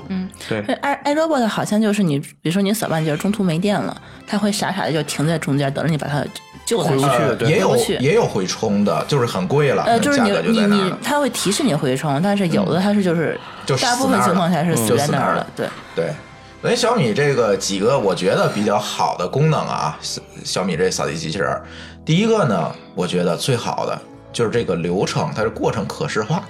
Speaker 8: 对
Speaker 7: 这 i iRobot 好像就是你，比如说你扫半截儿中途没电了，它会傻傻的就停在中间，等着你把它救下
Speaker 8: 回不
Speaker 7: 去。
Speaker 8: 去
Speaker 6: 呃
Speaker 8: 对
Speaker 6: 也有
Speaker 7: 回不去
Speaker 6: 也有回充的，就是很贵了，
Speaker 7: 呃，就是
Speaker 6: 价
Speaker 7: 你
Speaker 6: 格就
Speaker 7: 你
Speaker 6: 在那儿
Speaker 7: 你
Speaker 6: 了，。嗯
Speaker 7: 它会提示你回充，但是有的它是就是
Speaker 6: 就
Speaker 7: 大
Speaker 6: 死
Speaker 7: 部分
Speaker 6: 那儿
Speaker 7: 情况
Speaker 6: 了嗯
Speaker 7: 下是死
Speaker 6: 就
Speaker 7: 在
Speaker 6: 死
Speaker 7: 那
Speaker 6: 那
Speaker 7: 儿
Speaker 6: 儿
Speaker 7: 了
Speaker 6: 了。
Speaker 7: 对，
Speaker 6: 对，所以小米这个几个我觉得比较好的功能啊，小小米这扫地机器人儿，第一个呢，我觉得最好的就是这个流程，它的过程可视化，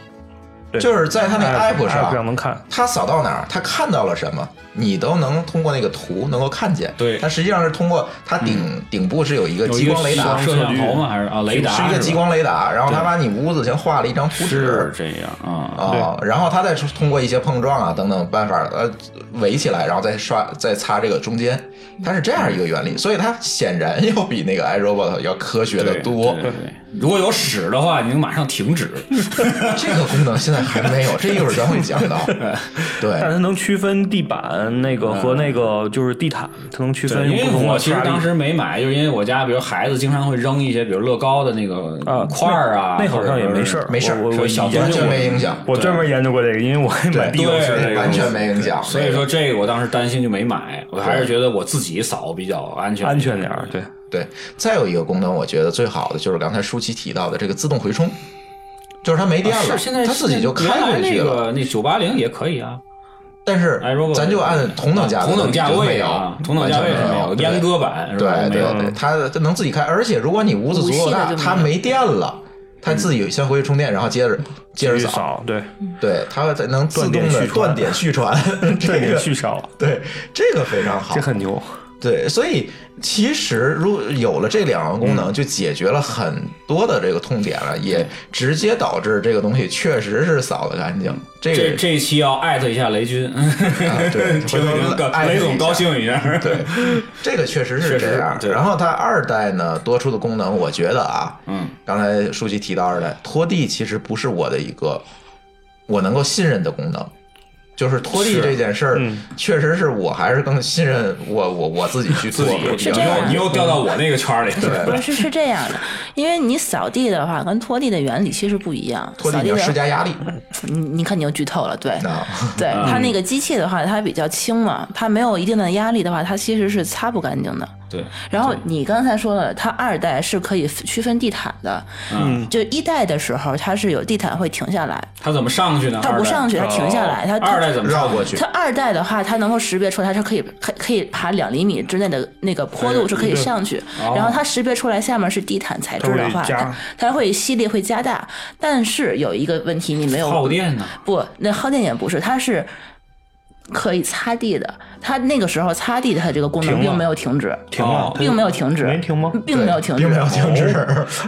Speaker 8: 对
Speaker 6: 就是在它那 app 上
Speaker 8: 上能看，
Speaker 6: 它扫到哪儿，它看到了什么，你都能通过那个图能够看见。
Speaker 9: 对嗯
Speaker 6: 它实际上是通过它顶、顶部是有一个
Speaker 9: 有
Speaker 6: 激
Speaker 9: 一个
Speaker 6: 光雷达，
Speaker 9: 摄像头吗？还是啊，雷达
Speaker 6: 是一个激
Speaker 9: 吧
Speaker 6: 光雷达，然后它
Speaker 9: 对
Speaker 6: 把你屋子先画了一张图纸，
Speaker 9: 是这样啊。
Speaker 6: 啊、然后它再通过一些碰撞啊等等办法，呃，围起来，然后再刷再擦这个中间，它是这样一个原理，所以它显然要比那个 iRobot 要科学的
Speaker 9: 对
Speaker 6: 多。
Speaker 9: 对对对如果有屎的话，你就马上
Speaker 6: <laughs>
Speaker 9: 停止。
Speaker 6: 这个功能现在还没有，这一会儿咱会讲
Speaker 9: <laughs>
Speaker 6: 到。对
Speaker 8: 但，是它能区分地板那个和那个就是地毯，它能区分
Speaker 9: 因为
Speaker 8: 不同
Speaker 9: 我
Speaker 8: 的
Speaker 9: 其实
Speaker 8: 沙粒
Speaker 9: 当时没买，就是因为我家比如孩子经常会扔一些，比如乐高的那个
Speaker 8: 啊
Speaker 9: 块儿啊，
Speaker 8: 那好像也
Speaker 9: 或者
Speaker 8: 没事儿，
Speaker 6: 没事儿
Speaker 8: 我我我
Speaker 9: 说小
Speaker 8: 研
Speaker 6: 完
Speaker 8: 究
Speaker 6: 全
Speaker 8: 过
Speaker 6: 没影响，
Speaker 8: 我专门研究过这个，因为我也买
Speaker 6: 对
Speaker 8: 地沟
Speaker 9: 对
Speaker 8: 石，
Speaker 6: 完全没影响。
Speaker 9: 所以说这个我当时担心就没买，我还是觉得我自己扫比较安全
Speaker 8: 安全点儿，对，
Speaker 6: 对，再有一个功能，我觉得最好的就是刚才舒淇提到的这个自动回充，就是它没电了，
Speaker 9: 啊是现在
Speaker 6: 它自己就
Speaker 9: 原
Speaker 6: 开
Speaker 9: 来
Speaker 6: 回去
Speaker 9: 那
Speaker 6: 了。
Speaker 9: 个那九八零也可以啊，
Speaker 6: 但哎是
Speaker 9: iRobot
Speaker 6: 咱就按同等价格，
Speaker 9: 同等价位
Speaker 6: 啊
Speaker 9: 啊，，同等价位
Speaker 6: 完
Speaker 9: 是
Speaker 6: 全
Speaker 9: 没
Speaker 6: 没
Speaker 9: 有
Speaker 6: 有
Speaker 9: 阉
Speaker 6: 对
Speaker 9: 割版是
Speaker 6: 对
Speaker 9: 吧？没
Speaker 6: 对
Speaker 9: 有
Speaker 6: 对，它它能自己开，而且如果你屋子足够大，
Speaker 7: 无线的就没有
Speaker 6: 它没电了，它自己先回去充电，然后接着接着
Speaker 8: 继续
Speaker 6: 扫，
Speaker 8: 扫，对，
Speaker 6: 对，它才能自动的断
Speaker 8: 断
Speaker 6: 点
Speaker 8: 点
Speaker 6: 续传，
Speaker 8: 这
Speaker 6: 这
Speaker 8: 也
Speaker 6: 个
Speaker 8: 去扫，
Speaker 6: 对这个非常好
Speaker 8: 这，很牛，
Speaker 6: 对，所以其实如有了这两个功能，就解决了很多的这个痛点了，也直接导致这个东西确实是扫的干净，这
Speaker 9: 这
Speaker 6: 个啊
Speaker 9: 这一期要艾特一下雷军， <laughs>
Speaker 6: 对
Speaker 9: 听
Speaker 6: 回头
Speaker 9: 听
Speaker 6: 艾特
Speaker 9: 雷
Speaker 6: 一
Speaker 9: 总
Speaker 6: 下
Speaker 9: 高兴一下。 <laughs>
Speaker 6: 对，这个确实是
Speaker 9: 确实
Speaker 6: 这
Speaker 9: 是
Speaker 6: 样。
Speaker 9: 对
Speaker 6: 然后它二代呢多出的功能，我觉得啊，
Speaker 9: 嗯，
Speaker 6: 刚才书记提到二代拖地，其实不是我的一个我能够信任的功能。就是拖地
Speaker 9: 是
Speaker 6: 这件事儿，确实是我还是更信任我我我自己去
Speaker 9: 自
Speaker 6: 做
Speaker 9: 己。
Speaker 7: 是这样
Speaker 9: 你又掉到我那个圈儿里了。
Speaker 6: 对
Speaker 7: 不是是这样的，因为你扫地的话跟拖地的原理其实不一样。
Speaker 6: 拖地
Speaker 7: 扫
Speaker 6: 你
Speaker 7: 地
Speaker 6: 要
Speaker 7: 的
Speaker 6: 施加压力
Speaker 7: 你你看你又剧透了，对。
Speaker 6: 啊，
Speaker 7: 对它那个机器的话，它比较轻嘛，它没有一定的压力的话，它其实是擦不干净的。
Speaker 9: 对，
Speaker 7: 然后你刚才说了，它二代是可以区分地毯的，
Speaker 9: 嗯，
Speaker 7: 就一代的时候它是有地毯会停下来，
Speaker 9: 他怎么上去呢？
Speaker 7: 它不上
Speaker 9: 去，
Speaker 7: 去，它停下来，它
Speaker 9: 二代怎么上
Speaker 6: 绕过去
Speaker 7: 它。二代的话，它能够识别出来，它是可以可可以爬两厘米之内的那个坡
Speaker 8: 哎
Speaker 7: 度是可以上去，
Speaker 9: 哦
Speaker 7: 然后它识别出来下面是地毯材质的话，
Speaker 8: 哦它会加
Speaker 7: 它它会吸力会加大，但是有一个问题你没有
Speaker 9: 耗电呢？
Speaker 7: 不，那耗电也不是，它是可以擦地的，它那个时候擦地它这个功能
Speaker 8: 停
Speaker 7: 并
Speaker 8: 了
Speaker 7: 没有停止，
Speaker 8: 停了，
Speaker 7: 并没有停止，
Speaker 8: 没停吗？
Speaker 7: 并没有停止，
Speaker 6: 并没有停止。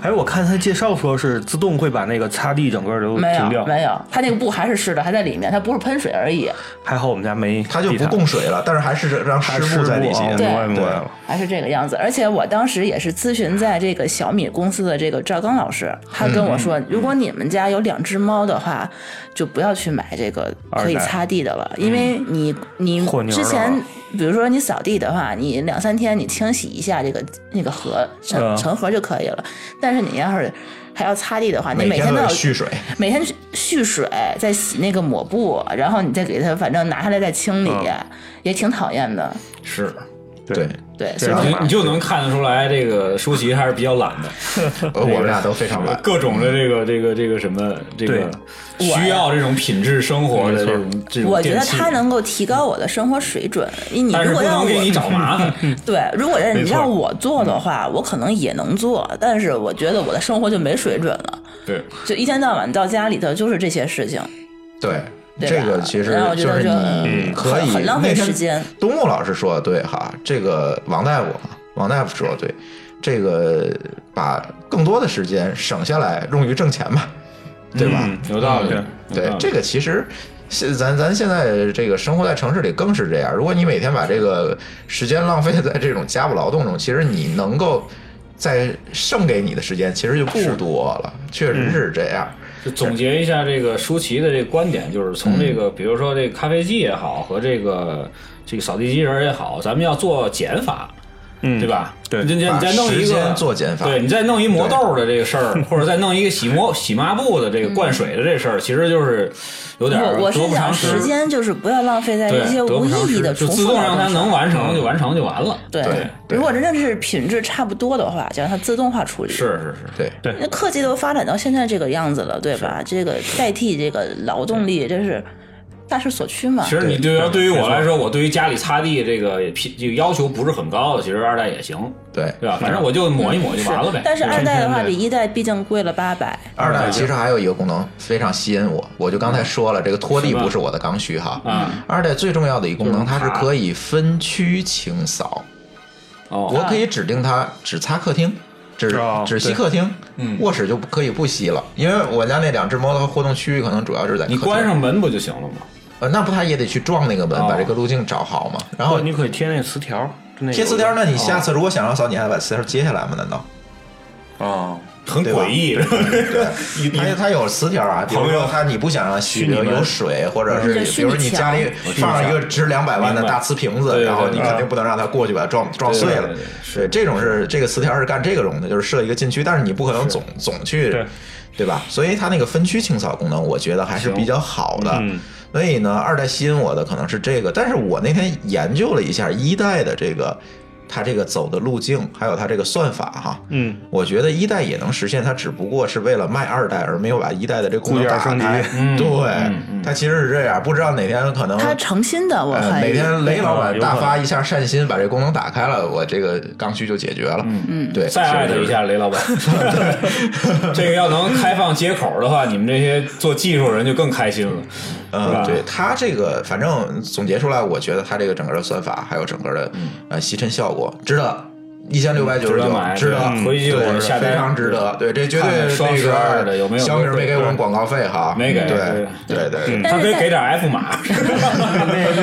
Speaker 8: 哎，我看他介绍说是自动会把那个擦地整个都
Speaker 7: 没
Speaker 8: 停
Speaker 7: 有
Speaker 8: 掉，
Speaker 7: 没有，它那个布还是湿的，还在里面，它不是喷水而
Speaker 8: <laughs>
Speaker 7: 已，
Speaker 8: 还好我们家没地毯，
Speaker 6: 它就不供水了，但是还是让
Speaker 8: 还
Speaker 6: 湿
Speaker 8: 湿
Speaker 6: 布在里
Speaker 8: 啊
Speaker 6: 面。
Speaker 8: 明白明白了。
Speaker 7: 还是这个样子。而且我当时也是咨询在这个小米公司的这个赵刚老师，他跟我说，如果你们家有两只猫的话，就不要去买这个
Speaker 8: 二代
Speaker 7: 可以擦地的了，因为你你
Speaker 8: 和泥儿
Speaker 7: 之前
Speaker 8: 了。
Speaker 7: 比如说你扫地的话，你两三天你清洗一下这个那个盒尘
Speaker 8: 嗯
Speaker 7: 尘盒就可以了。但是你要是还要擦地的话，你
Speaker 6: 每
Speaker 7: 每
Speaker 6: 天
Speaker 7: 天
Speaker 6: 都
Speaker 7: 都
Speaker 6: 得
Speaker 7: 要
Speaker 6: 蓄水，
Speaker 7: 每天蓄水，再洗那个抹布，然后你再给它，反正拿下来再清理，
Speaker 8: 嗯
Speaker 7: 也挺讨厌的。
Speaker 9: 是。
Speaker 6: 对，
Speaker 7: 对，
Speaker 6: 这
Speaker 7: 所以
Speaker 6: 样
Speaker 7: 说
Speaker 9: 你你就能看得出来，这个舒淇还是比较懒的，
Speaker 6: 呃我们俩都非常懒。
Speaker 9: 各种的这个这个这个什么这个
Speaker 7: 对
Speaker 9: 需要这种品质生活的这种这种
Speaker 7: 我觉
Speaker 9: 电
Speaker 7: 得
Speaker 9: 器，
Speaker 7: 它能够提高我的生活水准。你你
Speaker 9: 但
Speaker 7: 如
Speaker 9: 是
Speaker 7: 果
Speaker 9: 不
Speaker 7: 让
Speaker 9: 能给你
Speaker 7: 我
Speaker 9: 找麻
Speaker 6: <laughs>
Speaker 9: 烦。
Speaker 7: <laughs> 对，如果让
Speaker 9: 没
Speaker 7: 你
Speaker 9: 错嗯
Speaker 7: 让我做的话，我可能也能做，但是我觉得我的生活就没水准了，
Speaker 9: 对，
Speaker 7: 就一天到晚到家里头就是这些事情。
Speaker 6: 对，
Speaker 7: 对
Speaker 6: 这个
Speaker 7: 吧
Speaker 6: 其实
Speaker 7: 然后我觉
Speaker 6: 就
Speaker 7: 得
Speaker 6: 是
Speaker 7: 就
Speaker 6: 你
Speaker 7: 嗯
Speaker 6: 可
Speaker 7: 很
Speaker 6: 以
Speaker 7: 很浪
Speaker 6: 那
Speaker 7: 费
Speaker 6: 天
Speaker 7: 时间
Speaker 6: 东木老师说的对哈，这个王大夫，王大夫说的对，这个把更多的时间省下来用于挣钱吧，对吧？
Speaker 9: 嗯有道理
Speaker 6: 嗯。
Speaker 9: 有
Speaker 6: 对
Speaker 9: 道，理
Speaker 6: 这个其实。现咱咱现在这个生活在城市里更是这样。如果你每天把这个时间浪费在这种家务劳动中，其实你能够在剩给你的时间其实就不多了，确
Speaker 9: 嗯
Speaker 6: 实是这样。
Speaker 9: 就总结一下这个舒淇的这个观点，就是从这
Speaker 6: 嗯
Speaker 9: 个，比如说这个咖啡机也好，和这个这个扫地机器人也好，咱们要做减法，
Speaker 8: 嗯，
Speaker 9: 对？吧？
Speaker 8: 对
Speaker 9: 你你
Speaker 6: 把
Speaker 9: 你再弄一
Speaker 6: 时间
Speaker 9: 个
Speaker 6: 做减法
Speaker 9: 对你再弄一磨豆的这个
Speaker 6: <laughs>
Speaker 9: 事儿，或者再弄一个洗抹洗抹布的这个灌水的这
Speaker 6: 嗯
Speaker 9: 事儿，其实就是有点儿
Speaker 7: 我我
Speaker 9: 得
Speaker 7: 是
Speaker 9: 不
Speaker 7: 想
Speaker 9: 偿
Speaker 7: 时
Speaker 9: 失。
Speaker 7: 间就是不要浪费在
Speaker 9: 对
Speaker 7: 一些，
Speaker 9: 得
Speaker 7: 无
Speaker 9: 不偿
Speaker 7: 意义
Speaker 9: 失，
Speaker 7: 的
Speaker 9: 就
Speaker 7: 重
Speaker 9: 自
Speaker 7: 复
Speaker 9: 动
Speaker 7: 劳
Speaker 9: 让
Speaker 7: 动
Speaker 9: 它能
Speaker 7: 上。
Speaker 9: 完成就完成就完了。
Speaker 7: 对，
Speaker 6: 对对
Speaker 7: 如果真的是品质差不多的话，就让它自动化处理。
Speaker 9: 是。是是，
Speaker 6: 对，
Speaker 7: 那科技都发展到现在这个样子了，对吧？这个代替这个劳动力，这是大势所趋嘛
Speaker 9: 其。实你对于对于我来说，我对于家里擦地这个也批这个要求不是很高的，其实二代也行，
Speaker 6: 对，
Speaker 9: 对吧？反正我就 <laughs> 抹一抹就完了呗。
Speaker 7: 但嗯是二代的话
Speaker 8: 天天的
Speaker 7: 比一代毕竟贵了八百，
Speaker 6: 二代其实还有一个功能非常吸引我，我就刚才说了，这个拖地不是我的刚需哈。
Speaker 9: 嗯
Speaker 6: 二代最重要的一个功能，
Speaker 9: 就是
Speaker 6: 它
Speaker 9: 爬
Speaker 6: 是可以分区清扫，
Speaker 9: 哦，
Speaker 6: 我可以指定它只擦客厅。只
Speaker 8: 哦
Speaker 6: 只吸客厅，
Speaker 9: 嗯
Speaker 6: 卧室就不可以不吸了，因为我家那两只猫的活动区域可能主要就是在客
Speaker 9: 哦你
Speaker 6: 厅。
Speaker 9: 关上，门不就行了吗？
Speaker 6: 呃，那不它也得去撞那个门，
Speaker 9: 哦
Speaker 6: 把这个路径找好嘛。然
Speaker 8: 然
Speaker 6: 后
Speaker 8: 后你可以贴那磁条，就那个
Speaker 6: 贴磁条，那
Speaker 9: 哦
Speaker 6: 你下次如果想让扫，你还得把磁条揭下来吗？难道？
Speaker 8: 啊，
Speaker 9: 很
Speaker 6: 对吧
Speaker 9: 诡异，
Speaker 6: 对，它它有磁条啊，比如说它你不想让吸，
Speaker 8: 虚
Speaker 6: 比
Speaker 8: 拟
Speaker 6: 如
Speaker 8: 门
Speaker 6: 有水，或者是
Speaker 7: 嗯
Speaker 6: 比如你家里
Speaker 9: 虚拟墙
Speaker 6: 放上一个值两百万的大瓷瓶子，
Speaker 9: 明白
Speaker 6: 然后你
Speaker 9: 对对对
Speaker 6: 肯定不能让它过去把它撞撞碎
Speaker 9: 对
Speaker 6: 了
Speaker 9: 对对。是
Speaker 6: 对，这种是这个磁条是干这个用的，就是设一个禁区，但是你不可能总总去
Speaker 8: 对，
Speaker 6: 对吧？所以它那个分区清扫功能，我觉得还是比较好的。
Speaker 9: 嗯
Speaker 6: 所以呢，二代吸引我的可能是这个，但是我那天研究了一下一代的这个。它这个走的路径，还有它这个算法哈，
Speaker 8: 嗯，
Speaker 6: 我觉得一代也能实现，它只不过是为了卖二代而没有把一代的这个功能
Speaker 8: 固件
Speaker 6: 打
Speaker 8: 升级
Speaker 9: <laughs>
Speaker 6: 开。
Speaker 9: 嗯
Speaker 6: 对，它其实是这样，不知道哪天可能
Speaker 7: 他诚心的，我
Speaker 6: 哦呃
Speaker 7: 怀
Speaker 6: 哪
Speaker 7: 疑。
Speaker 6: 天雷老板
Speaker 8: 有可能
Speaker 6: 大发一下善心，把这功能打开了，我这个刚需就解决了。嗯，对，
Speaker 9: <laughs> 再艾
Speaker 6: 是
Speaker 9: 特一下雷老板。 <laughs> 这个要能开放接口的话，你们这些做技术人就更开心了。是
Speaker 6: 嗯，
Speaker 9: 吧
Speaker 6: 对它这个，反正总结出来，我觉得它这个整个的算法，还有整个的呃吸尘效果，值得一千六百九十
Speaker 9: 嗯值得
Speaker 6: 九，
Speaker 9: 买
Speaker 6: 值得
Speaker 9: 对回去我
Speaker 6: 对，
Speaker 9: 们下单
Speaker 6: 非常值得，对，这绝
Speaker 9: 看
Speaker 6: 对
Speaker 9: 看双
Speaker 6: 那
Speaker 9: 十二的
Speaker 6: 个
Speaker 9: 有没有
Speaker 6: 小米儿没给我们广告费哈，
Speaker 9: 没给
Speaker 6: 对对对对，
Speaker 7: 但
Speaker 9: 他
Speaker 7: 是
Speaker 9: 可以
Speaker 7: 在
Speaker 9: 给点 F 码，
Speaker 7: <laughs>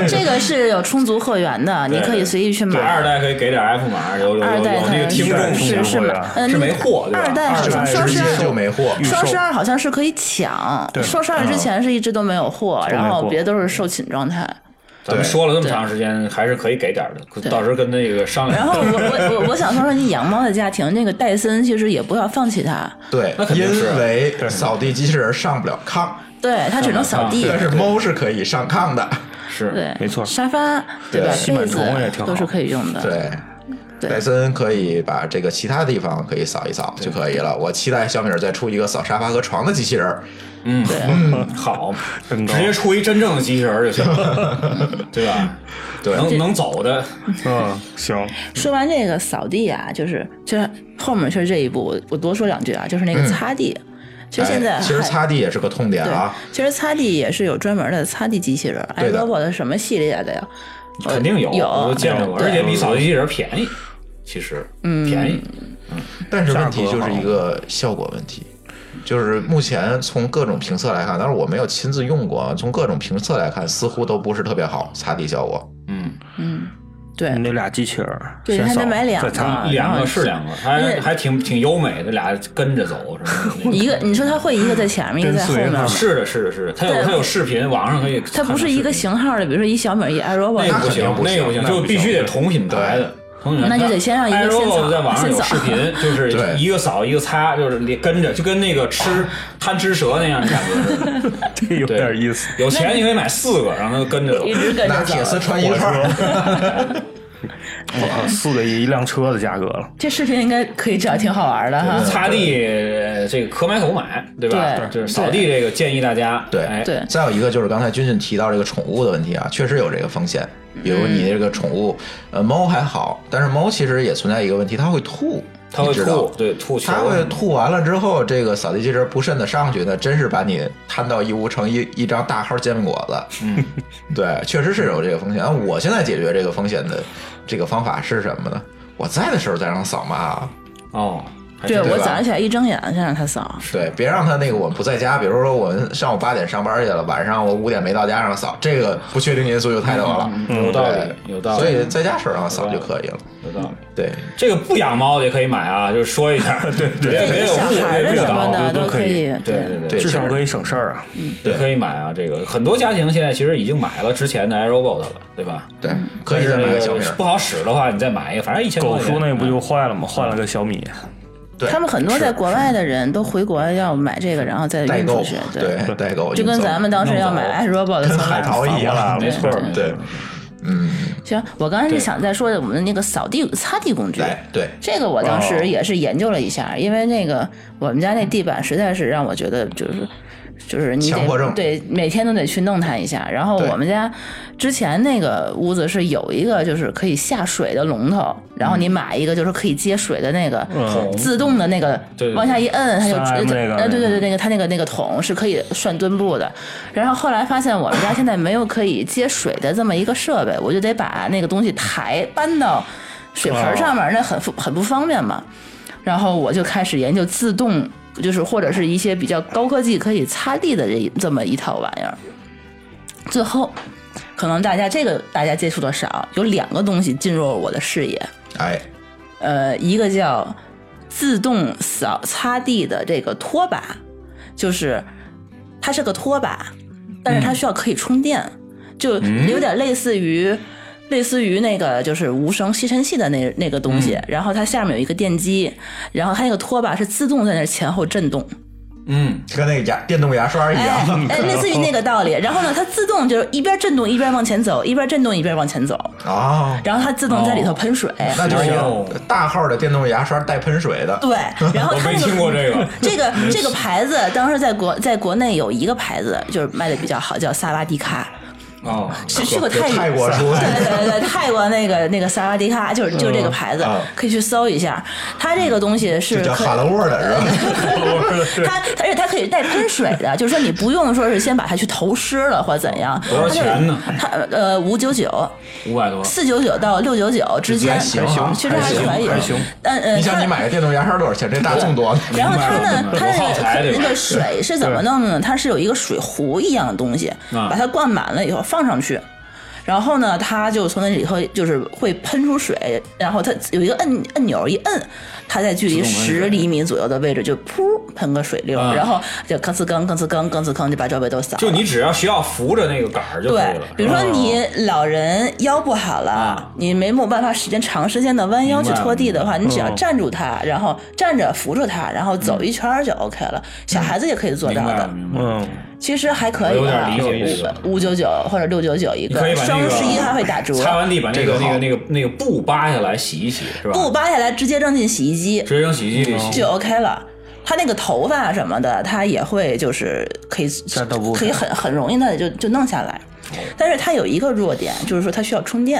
Speaker 7: 这个是有充足货源的，你可以随意去买。
Speaker 9: 对二代可以给点 F 码，有有有
Speaker 7: 二
Speaker 9: 有
Speaker 7: 代
Speaker 9: 那个
Speaker 7: 它
Speaker 9: 听
Speaker 8: 代
Speaker 9: 众
Speaker 7: 是
Speaker 8: 是
Speaker 7: 是
Speaker 8: 没
Speaker 7: 买
Speaker 8: 货呀，
Speaker 7: 嗯，
Speaker 9: 是没货对吧啊
Speaker 7: 二代
Speaker 8: 二
Speaker 7: 好像
Speaker 8: 代
Speaker 7: 双
Speaker 6: 直
Speaker 7: 十
Speaker 6: 接
Speaker 7: 二
Speaker 6: 就没货。嗯
Speaker 8: 预售
Speaker 7: 双十二好像是可以抢，
Speaker 8: 对
Speaker 7: 双十二之前是一直都没有货，
Speaker 8: 没
Speaker 7: 然后
Speaker 8: 货
Speaker 7: 别都是售罄状态。
Speaker 9: 咱们说了这么长时间，还是可以给点的，到时候跟那个商量。
Speaker 7: 然后我我我我想说说，你养猫的家庭，那个戴森其实也不要放弃它，
Speaker 6: 对
Speaker 9: 那，肯定是
Speaker 6: 因为扫地机器人上不了炕，
Speaker 7: 对，它只能扫地，
Speaker 6: 但是猫是可以上炕的。
Speaker 9: 是，
Speaker 7: 对，
Speaker 8: 没错
Speaker 7: 沙发对吧？
Speaker 8: 吸
Speaker 7: 被
Speaker 8: 螨
Speaker 7: 子
Speaker 8: 虫也挺好
Speaker 7: 都是可以用的，
Speaker 6: 对，
Speaker 7: 对
Speaker 6: 戴森可以把这个其他地方可以扫一扫就可以了。我期待小米儿再出一个扫沙发和床的机器人儿。
Speaker 9: 嗯
Speaker 7: <laughs>
Speaker 9: 嗯，好，
Speaker 8: 真高
Speaker 9: 直接出一真正的机器人儿就行了，对吧？
Speaker 6: 对
Speaker 9: 能能走的，
Speaker 8: 嗯，行，
Speaker 7: 说完这个扫地啊，就是就是后面是这一步，我我多说两句啊，就是那个擦地，其实现
Speaker 6: 嗯
Speaker 7: 在
Speaker 6: 哎其实
Speaker 7: 还
Speaker 6: 擦地也是个痛点
Speaker 7: 对
Speaker 6: 啊。，
Speaker 7: 其实擦地也是有专门的擦地机器人，哎
Speaker 6: 对的
Speaker 7: ，iRobot 的什么系列的呀？
Speaker 9: 肯定有，
Speaker 7: 呃有
Speaker 9: 我都见着过，
Speaker 7: 对
Speaker 9: 而且比扫地机器人便宜，其实
Speaker 7: 嗯
Speaker 9: 便宜。
Speaker 6: 但是问题就是一个效果问题，就是目前从各种评测来看，但是我没有亲自用过，啊从各种评测来看，似乎都不是特别好擦地效果。
Speaker 9: 嗯，
Speaker 7: 对，
Speaker 8: 那俩机器人儿，
Speaker 7: 对
Speaker 8: 先
Speaker 7: 还得
Speaker 8: 扫
Speaker 7: 买两
Speaker 8: 再擦
Speaker 7: 个
Speaker 9: 啊两个是两个，还
Speaker 7: 那
Speaker 9: 还挺挺优美的，俩跟着走是吧
Speaker 7: <laughs> 一个你说它会一个在前面，一个在后面吗？
Speaker 9: 是的，是的，是的，它有
Speaker 7: 对
Speaker 9: 它有视频，网上可以看到视
Speaker 7: 它
Speaker 9: 频。
Speaker 7: 不是一个型号的，比如说一小米一 iRobot，
Speaker 6: 那
Speaker 9: 那个不
Speaker 6: 肯定
Speaker 9: 行，
Speaker 6: 不行
Speaker 9: 那个不行，
Speaker 6: 那
Speaker 9: 就
Speaker 6: 不行
Speaker 9: 必须得同品牌的。同品
Speaker 7: 那
Speaker 9: 牌
Speaker 7: 就得先让一个
Speaker 9: iRobot
Speaker 7: 先扫
Speaker 9: 在网上有视频，就是
Speaker 6: 对
Speaker 9: 一个扫一个擦，就是连跟着，就跟那个吃贪吃蛇那样的感觉似的。
Speaker 8: 这有点意思。
Speaker 9: 有钱你可以买四个，然后它跟着走
Speaker 7: 一。直跟
Speaker 6: 拿
Speaker 7: 着
Speaker 6: 铁丝
Speaker 7: 走。
Speaker 6: 穿一串儿，
Speaker 8: 我靠，四个呃一辆车的价格了。
Speaker 7: 这视频应该可以找，挺好玩的哈。
Speaker 9: 擦地呃这个可买可不买，对吧？
Speaker 7: 嗯对
Speaker 9: 就是扫地这个建议大家。
Speaker 6: 对
Speaker 9: 哎
Speaker 7: 对
Speaker 6: 再有一个就是刚才君君提到这个宠物的问题啊，确实有这个风险。比如你这个宠物，呃，猫还好，但是猫其实也存在一个问题，它会吐，
Speaker 9: 它会
Speaker 6: 你知道
Speaker 9: 吐，对，吐球。
Speaker 6: 它会吐完了之后，这个扫地机器人不慎的上去，那真是把你摊到一屋成一一张大号煎饼果子。嗯， <laughs> 对，确实是有这个风险。那我现在解决这个风险的这个方法是什么呢？我在的时候再让它扫码啊，
Speaker 9: 哦，还
Speaker 7: 对
Speaker 9: 真
Speaker 7: 我
Speaker 6: 吧
Speaker 7: 早上起来一睁眼先让它扫，
Speaker 6: 对，别让它那个我不在家，比如说我上午八点上班去了，晚上我五点没到家让它扫，这个不确定因素就太多了。
Speaker 9: 嗯
Speaker 6: 嗯
Speaker 9: 有道理
Speaker 6: 对，
Speaker 9: 有道理，
Speaker 6: 所以在家时候让它扫就可以了。
Speaker 9: 有道理。
Speaker 6: 对，
Speaker 9: 这个不养猫的也可以买啊，就是说一
Speaker 6: <laughs>
Speaker 9: 下，对对，
Speaker 7: 对
Speaker 9: 别有
Speaker 7: 小孩
Speaker 9: 误
Speaker 7: 儿
Speaker 9: 别
Speaker 7: 的
Speaker 9: 误
Speaker 7: 什么
Speaker 9: 导，
Speaker 7: 的
Speaker 8: 都
Speaker 7: 都
Speaker 8: 可
Speaker 7: 可
Speaker 8: 以
Speaker 7: 以。
Speaker 9: 对对对。
Speaker 6: 对
Speaker 8: 至少
Speaker 6: 确实
Speaker 8: 可以省事儿啊！
Speaker 9: 也可以买啊，这个很多家庭现在其实已经买了之前的 iRobot 了，对吧？
Speaker 6: 对，可以再买个小
Speaker 9: 但
Speaker 6: 米
Speaker 9: 是
Speaker 6: 儿
Speaker 9: 那。不好使的话，你再买一个，反正一千多
Speaker 8: 狗
Speaker 9: 块钱。嗯
Speaker 8: 叔那不就坏了吗？换了个小米，
Speaker 6: 对
Speaker 7: 他们很多在国外的人都回国要买这个，然后再
Speaker 6: 代
Speaker 7: 运出
Speaker 6: 购
Speaker 7: 去，，对，
Speaker 6: 对，代购
Speaker 7: 就跟
Speaker 6: 运送
Speaker 7: 咱们当时要买 iRobot 的
Speaker 6: 跟
Speaker 7: 从
Speaker 6: 海
Speaker 7: 来
Speaker 6: 淘一样，
Speaker 8: 没错
Speaker 6: 对对，嗯
Speaker 7: 行，我刚才
Speaker 9: 对
Speaker 7: 是想再说我们的那个扫地擦地工具。
Speaker 6: 来对，
Speaker 7: 这个我当
Speaker 8: 哦
Speaker 7: 时也是研究了一下，因为那个我们家那地板实在是让我觉得就是就是你
Speaker 6: 强迫
Speaker 7: 得
Speaker 6: 症
Speaker 7: 对每天都得去弄它一下。然后
Speaker 6: 对
Speaker 7: 我们家之前那个屋子是有一个就是可以下水的龙头，然
Speaker 6: 嗯
Speaker 7: 后你买一个就是可以接水的那个
Speaker 8: 嗯
Speaker 7: 自动的那个
Speaker 9: 对对对
Speaker 7: 往下一摁，它就
Speaker 8: 3M
Speaker 7: 直
Speaker 8: 那个
Speaker 7: 呃对对对那个它那个那个桶是可以涮墩布的。然后后来发现我们家现在没有可以接水的这么一个设备，我就得把那个东西抬搬到水盆上
Speaker 8: 哦
Speaker 7: 面，那很不很不方便嘛。然后我就开始研究自动，就是或者是一些比较高科技可以擦地的这一这么一套玩意儿。最后，可能大家这个大家接触的少，有两个东西进入了我的视野，
Speaker 6: 哎，
Speaker 7: 呃，一个叫自动扫擦地的这个拖把，就是它是个拖把，但是它需要可以充电，就有点类似于。类似于那个就是无声吸尘器的那那个东西，然后它下面有一个电机，然后它那个拖把是自动在那前后震动，
Speaker 9: 嗯，
Speaker 6: 跟那个牙电动牙刷一
Speaker 7: 哎
Speaker 6: 样。
Speaker 7: 哎，类
Speaker 6: <laughs>
Speaker 7: 似于那个道理。然后呢，它自动就是一边震动一边往前走，一边震动一边往前走，
Speaker 6: 啊，
Speaker 7: 然后它自动在里头喷水。
Speaker 6: 那就是一
Speaker 9: 哦
Speaker 6: 个大号的电动牙刷带喷水的，
Speaker 7: 对，然后
Speaker 9: 我
Speaker 7: 它
Speaker 9: 没
Speaker 7: 那个
Speaker 9: 听过这个。
Speaker 7: <laughs> 这个这个牌子当时在国在国内有一个牌子就是卖的比较好，叫萨瓦迪卡，
Speaker 9: 哦，
Speaker 7: 是去过
Speaker 6: 这
Speaker 7: 泰
Speaker 6: 泰国出
Speaker 7: 对
Speaker 6: 来的，
Speaker 7: 对对，泰国那个那个萨瓦迪卡就是就这个牌子
Speaker 6: 啊，
Speaker 7: 可以去搜一下。它这个东西是
Speaker 6: 就叫
Speaker 7: 可以
Speaker 6: 哈喽 World 是吧？
Speaker 7: 它，而且它可以带喷水的，就是说你不用说是先把它去投湿了或者怎样。
Speaker 9: 多少钱呢？
Speaker 7: 它呃五九九
Speaker 9: 五百多。
Speaker 7: 四九九到六九九之间，
Speaker 6: 还行哈
Speaker 7: 其实还
Speaker 6: 还行
Speaker 7: 可以
Speaker 8: 还行。
Speaker 7: 但呃，
Speaker 6: 你想
Speaker 7: 它
Speaker 6: 你买个电动牙刷多少钱？这大众多呢。
Speaker 7: 然后它呢，
Speaker 9: 明白
Speaker 7: 它
Speaker 9: 了明白了我好
Speaker 7: 那个
Speaker 9: 才对吧
Speaker 7: 那个水是怎么弄的呢？它是有一个水壶一样的东西，
Speaker 9: 啊
Speaker 7: 把它灌满了以后放上去。然后呢，它就从那里头就是会喷出水，然后它有一个按按钮，一摁，它在距离
Speaker 9: 自动喷水
Speaker 7: 十厘米左右的位置就噗喷个水溜，
Speaker 9: 啊
Speaker 7: 然后就吭哧吭吭哧吭吭哧吭就把周围都扫了。
Speaker 9: 就你只要需要扶着那个杆儿就可以
Speaker 7: 对
Speaker 9: 了。，
Speaker 7: 比如说你老人腰不好了，
Speaker 9: 啊
Speaker 7: 你没有办法时间长时间的弯腰去拖地的话，你只要站住它，
Speaker 9: 嗯
Speaker 7: 然后站着扶住它，然后走一圈儿就 OK 了。小孩子也可以做
Speaker 9: 明
Speaker 7: 到
Speaker 9: 白
Speaker 7: 的
Speaker 9: 了，，明白了。
Speaker 8: 嗯，
Speaker 7: 其实还可以
Speaker 9: 我有
Speaker 7: 的
Speaker 9: 点理解这个。
Speaker 7: 五九九或者六九九一
Speaker 9: 你可以
Speaker 7: 个，
Speaker 9: 把那
Speaker 7: 双
Speaker 9: 个
Speaker 7: 十一还会打
Speaker 9: <laughs>
Speaker 7: 折。
Speaker 9: 擦完地把那
Speaker 6: 这
Speaker 9: 个
Speaker 6: 个
Speaker 9: 那
Speaker 6: 好
Speaker 9: 个那个那个布扒下来洗一洗，是吧？
Speaker 7: 布扒下来直接扔进洗衣机
Speaker 9: 直接扔洗衣机里洗
Speaker 7: 就。OK 了。它那个头发什么的，它也会就是可以
Speaker 8: 战斗部
Speaker 7: 可以
Speaker 9: 哦
Speaker 7: 很很容易的就就弄下来，但是它有一个弱点，就是说它需要充电。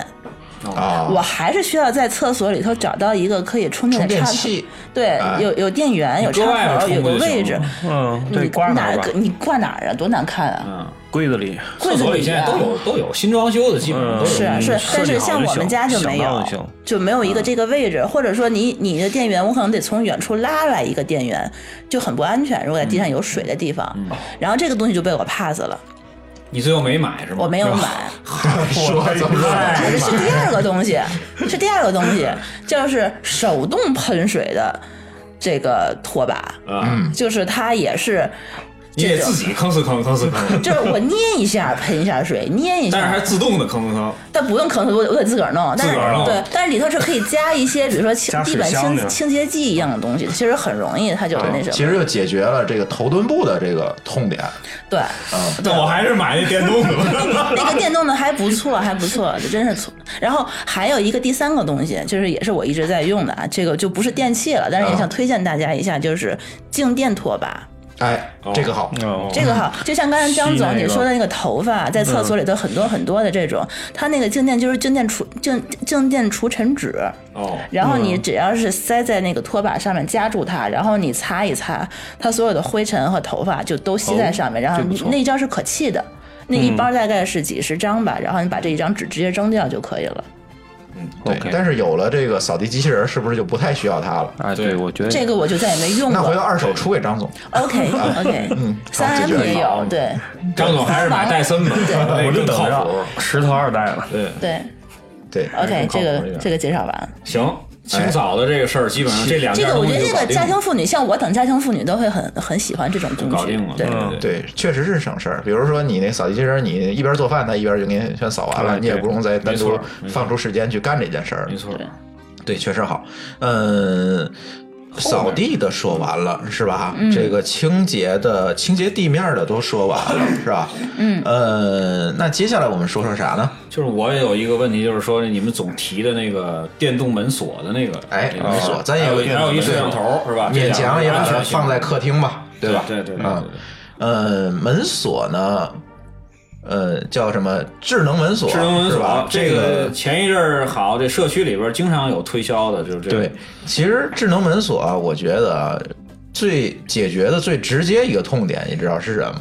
Speaker 6: 啊
Speaker 7: 我还是需要在厕所里头找到一个可以充电
Speaker 6: 充
Speaker 7: 的
Speaker 6: 电
Speaker 7: 插头，
Speaker 6: 器
Speaker 7: 对
Speaker 6: 哎，
Speaker 7: 有有电源，有
Speaker 9: 搁外
Speaker 7: 插
Speaker 9: 边
Speaker 7: 头，
Speaker 9: 充
Speaker 7: 有个
Speaker 9: 不就行
Speaker 7: 位
Speaker 9: 了
Speaker 7: 置。
Speaker 9: 吗
Speaker 8: 嗯，对，
Speaker 7: 你
Speaker 8: 挂哪
Speaker 7: 哪
Speaker 8: 儿吧
Speaker 7: 个？你挂哪儿啊？多难看啊！
Speaker 9: 嗯，
Speaker 8: 柜子里。
Speaker 7: 柜子
Speaker 9: 厕所里
Speaker 7: 里
Speaker 9: 现在
Speaker 7: 啊
Speaker 9: 都有嗯都有新装修的，基本上都有。
Speaker 7: 是啊是啊，
Speaker 8: 设
Speaker 7: 但
Speaker 8: 计
Speaker 7: 是
Speaker 8: 好
Speaker 7: 像
Speaker 8: 就
Speaker 7: 我们
Speaker 8: 行
Speaker 7: 家就
Speaker 8: 想
Speaker 7: 没
Speaker 8: 到
Speaker 7: 有
Speaker 8: 就行，
Speaker 7: 就没有
Speaker 9: 嗯
Speaker 7: 一个这个位置，或者说你你的电源，我可能得从远处拉来一个电源，就很不安全。如果在地
Speaker 9: 嗯
Speaker 7: 上有水的地方，然后这个东西就被我 pass 了，
Speaker 9: 你最后没买是吗？
Speaker 7: 我没有
Speaker 9: 是吧
Speaker 7: 买，
Speaker 6: 说怎么
Speaker 7: 是是第二个东
Speaker 9: 哎
Speaker 7: 西， <laughs> 是第二个东西，就是手动喷水的这个拖把，
Speaker 9: 啊，
Speaker 8: 嗯
Speaker 7: 就是它也是。
Speaker 9: 你
Speaker 7: 这
Speaker 9: 得
Speaker 7: 种
Speaker 9: 自己吭哧吭吭哧吭哧，
Speaker 7: 就是我捏一下喷一下水，捏一下，
Speaker 9: 但是还自动的吭吭吭。
Speaker 7: 但不用可能我得我得自个儿弄，但是
Speaker 9: 自个儿弄
Speaker 7: 对，但是里头是可以加一些，比如说清
Speaker 8: 加水
Speaker 7: 地板
Speaker 8: 箱
Speaker 7: 清
Speaker 8: 的
Speaker 7: 清洁剂一样的东西，其实很容易，它
Speaker 9: 哦
Speaker 7: 就是那什
Speaker 6: 其
Speaker 7: 么，
Speaker 6: 实就解决了这个头墩部的这个痛点。
Speaker 7: 对，
Speaker 9: 但我还是买哦那电动的
Speaker 7: <laughs>
Speaker 9: 吧。
Speaker 7: 那个电动的还不错，还不错，这真是错。然后还有一个第三个东西，就是也是我一直在用的啊，这个就不是电器了，但是
Speaker 8: 啊
Speaker 7: 也想推荐大家一下，就是静电拖把。
Speaker 6: 哎，这个
Speaker 9: 嗯
Speaker 6: 好，
Speaker 8: <laughs> 哦
Speaker 7: 这个哈，就像刚才张总
Speaker 8: 吸那
Speaker 7: 你
Speaker 8: 个嗯
Speaker 7: 说的那个头发，在厕所里头很多很多的这种，它那个静电就是静电除静静电除尘纸，
Speaker 9: 哦，
Speaker 7: 然后你只要是塞在那个拖把上面夹住它，然后你擦一擦，它所有的灰尘和头发就都吸在上面，然后
Speaker 8: 这不
Speaker 7: 你
Speaker 8: 错
Speaker 7: 那一张是可弃的。那一包大概是几十张吧，然后你把这一张纸直接扔掉就可以了。
Speaker 6: 嗯，对
Speaker 8: OK。
Speaker 6: 但是有了这个扫地机器人，是不是就不太需要它了？
Speaker 8: 哎，
Speaker 9: 对
Speaker 8: 对，我觉得
Speaker 7: 这个我就再也没用
Speaker 6: 那回头
Speaker 7: 过。
Speaker 6: 二手出给张总，
Speaker 7: OK OK，
Speaker 6: 嗯
Speaker 7: 三
Speaker 6: 好解
Speaker 7: M
Speaker 6: 决了
Speaker 7: 也有，对
Speaker 9: 张总还是买戴森
Speaker 7: <laughs>
Speaker 9: 吧，那
Speaker 8: 我就
Speaker 9: 更
Speaker 8: 等
Speaker 9: 靠谱。
Speaker 8: 着石头二代了。
Speaker 9: 对，
Speaker 7: 对
Speaker 6: 对，
Speaker 7: ，OK，
Speaker 9: 靠
Speaker 7: 这个
Speaker 9: 谱这个
Speaker 7: 这个介绍完。
Speaker 9: 行，清扫的这个事儿，基本上这两
Speaker 7: 哎这
Speaker 9: 件
Speaker 7: 个我
Speaker 9: 东
Speaker 7: 觉得这
Speaker 9: 西就搞
Speaker 7: 个
Speaker 9: 定
Speaker 7: 家
Speaker 9: 了
Speaker 7: 庭妇女，像我等家庭妇女都会很很喜欢这种
Speaker 9: 就
Speaker 7: 东
Speaker 9: 搞
Speaker 7: 西
Speaker 9: 定了。。嗯
Speaker 7: 对，
Speaker 9: 对对，
Speaker 6: 对，确实是省事儿。比如说你那扫地机器人，你一边做饭，它一边就给你全扫完了，
Speaker 8: 哎
Speaker 6: 你也
Speaker 8: 对
Speaker 6: 不用再单
Speaker 9: 没错
Speaker 6: 独
Speaker 9: 没错
Speaker 6: 放出时间去干这件事儿了
Speaker 9: 没。错。
Speaker 6: 对，确实好。嗯，扫地的说完了是吧？这个清洁的、清洁地面的都说完了是吧？嗯，呃，那接下来我们说说啥呢？
Speaker 9: 就是我也有一个问题，就是说你们总提的那个电动门锁的那个，
Speaker 6: 哎
Speaker 9: 那，个
Speaker 6: 没错，咱也
Speaker 9: 啊还有一
Speaker 6: 电
Speaker 9: 还
Speaker 6: 脑
Speaker 9: 有一
Speaker 6: 门
Speaker 9: 摄像头是吧？
Speaker 6: 勉强也把它
Speaker 9: 它
Speaker 6: 放在客厅吧，吧？
Speaker 9: 对对对对
Speaker 6: 啊
Speaker 9: 对对，
Speaker 6: 呃，门锁呢，呃，叫什么？智能门锁，
Speaker 9: 智能门
Speaker 6: 是吧
Speaker 9: 锁，？
Speaker 6: 这
Speaker 9: 个前一阵儿好，这社区里边儿经常有推销的，就是这个
Speaker 6: 对，其实智能门锁啊，我觉得啊最解决的最直接一个痛点，你知道是什么？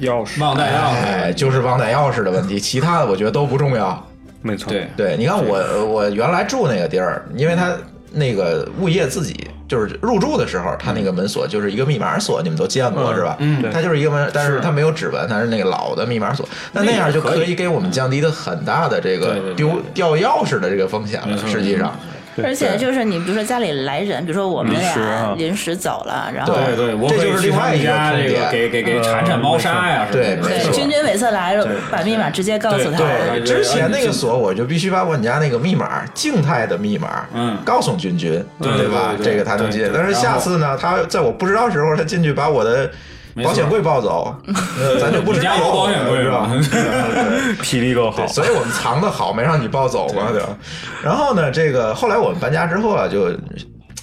Speaker 8: 钥匙，
Speaker 9: 忘带钥
Speaker 6: 哎，
Speaker 9: 匙，
Speaker 6: 就是忘带钥匙的问题，其他的我觉得都不重要。
Speaker 8: 没错，
Speaker 9: 对，
Speaker 6: 对，你看我我原来住那个地儿，因为它那个物业自己就是入住的时候，它那个门锁就是一个密码锁，你们都见过、
Speaker 8: 嗯
Speaker 6: 是吧？
Speaker 8: 嗯对
Speaker 6: 它就是一个门，但是
Speaker 8: 是
Speaker 6: 它没有指纹，它是那个老的密码锁。那那样就
Speaker 9: 那个
Speaker 6: 可
Speaker 9: 可
Speaker 6: 以
Speaker 9: 以嗯
Speaker 6: 给我们降低的很大的这
Speaker 9: 对对
Speaker 6: 个
Speaker 9: 对
Speaker 6: 丢掉钥匙的这个风险
Speaker 9: 没
Speaker 6: 了。
Speaker 9: 错
Speaker 6: 实际上，
Speaker 7: 而且就是你，比如说家里来人，比如说我们
Speaker 8: 临时
Speaker 7: 俩
Speaker 8: 啊
Speaker 7: 临时走了，然后
Speaker 6: 对
Speaker 9: 对对，我
Speaker 6: 这
Speaker 9: 可
Speaker 6: 就
Speaker 9: 以
Speaker 6: 是
Speaker 9: 去
Speaker 6: 另
Speaker 9: 他
Speaker 6: 外一
Speaker 9: 们
Speaker 6: 个
Speaker 9: 家
Speaker 6: 痛
Speaker 9: 这
Speaker 6: 点
Speaker 9: 个给给给铲铲猫砂呀，什么
Speaker 6: 对
Speaker 9: 的
Speaker 6: 没
Speaker 7: 对，
Speaker 6: 错
Speaker 7: 君君每次来了，把密码直接告诉他。
Speaker 9: 对
Speaker 6: 之前那个锁，我就必须把我们家那个密码，静态的密码，
Speaker 9: 嗯
Speaker 6: 告诉君君，
Speaker 9: 对
Speaker 6: 对吧？
Speaker 9: 对对
Speaker 6: 这个他能进
Speaker 9: 对。对
Speaker 6: 但是下次呢，他在我不知道时候，他进去把我的保险柜抱
Speaker 9: <laughs>
Speaker 6: 走，呃咱就不知道
Speaker 9: 你家有保险柜
Speaker 6: 是吧
Speaker 9: 吗？ <laughs>
Speaker 6: 对
Speaker 8: 霹雳够好
Speaker 6: 对，，所以我们藏的好，没让你抱走嘛，对吧？然后呢，这个后来我们搬家之后啊，就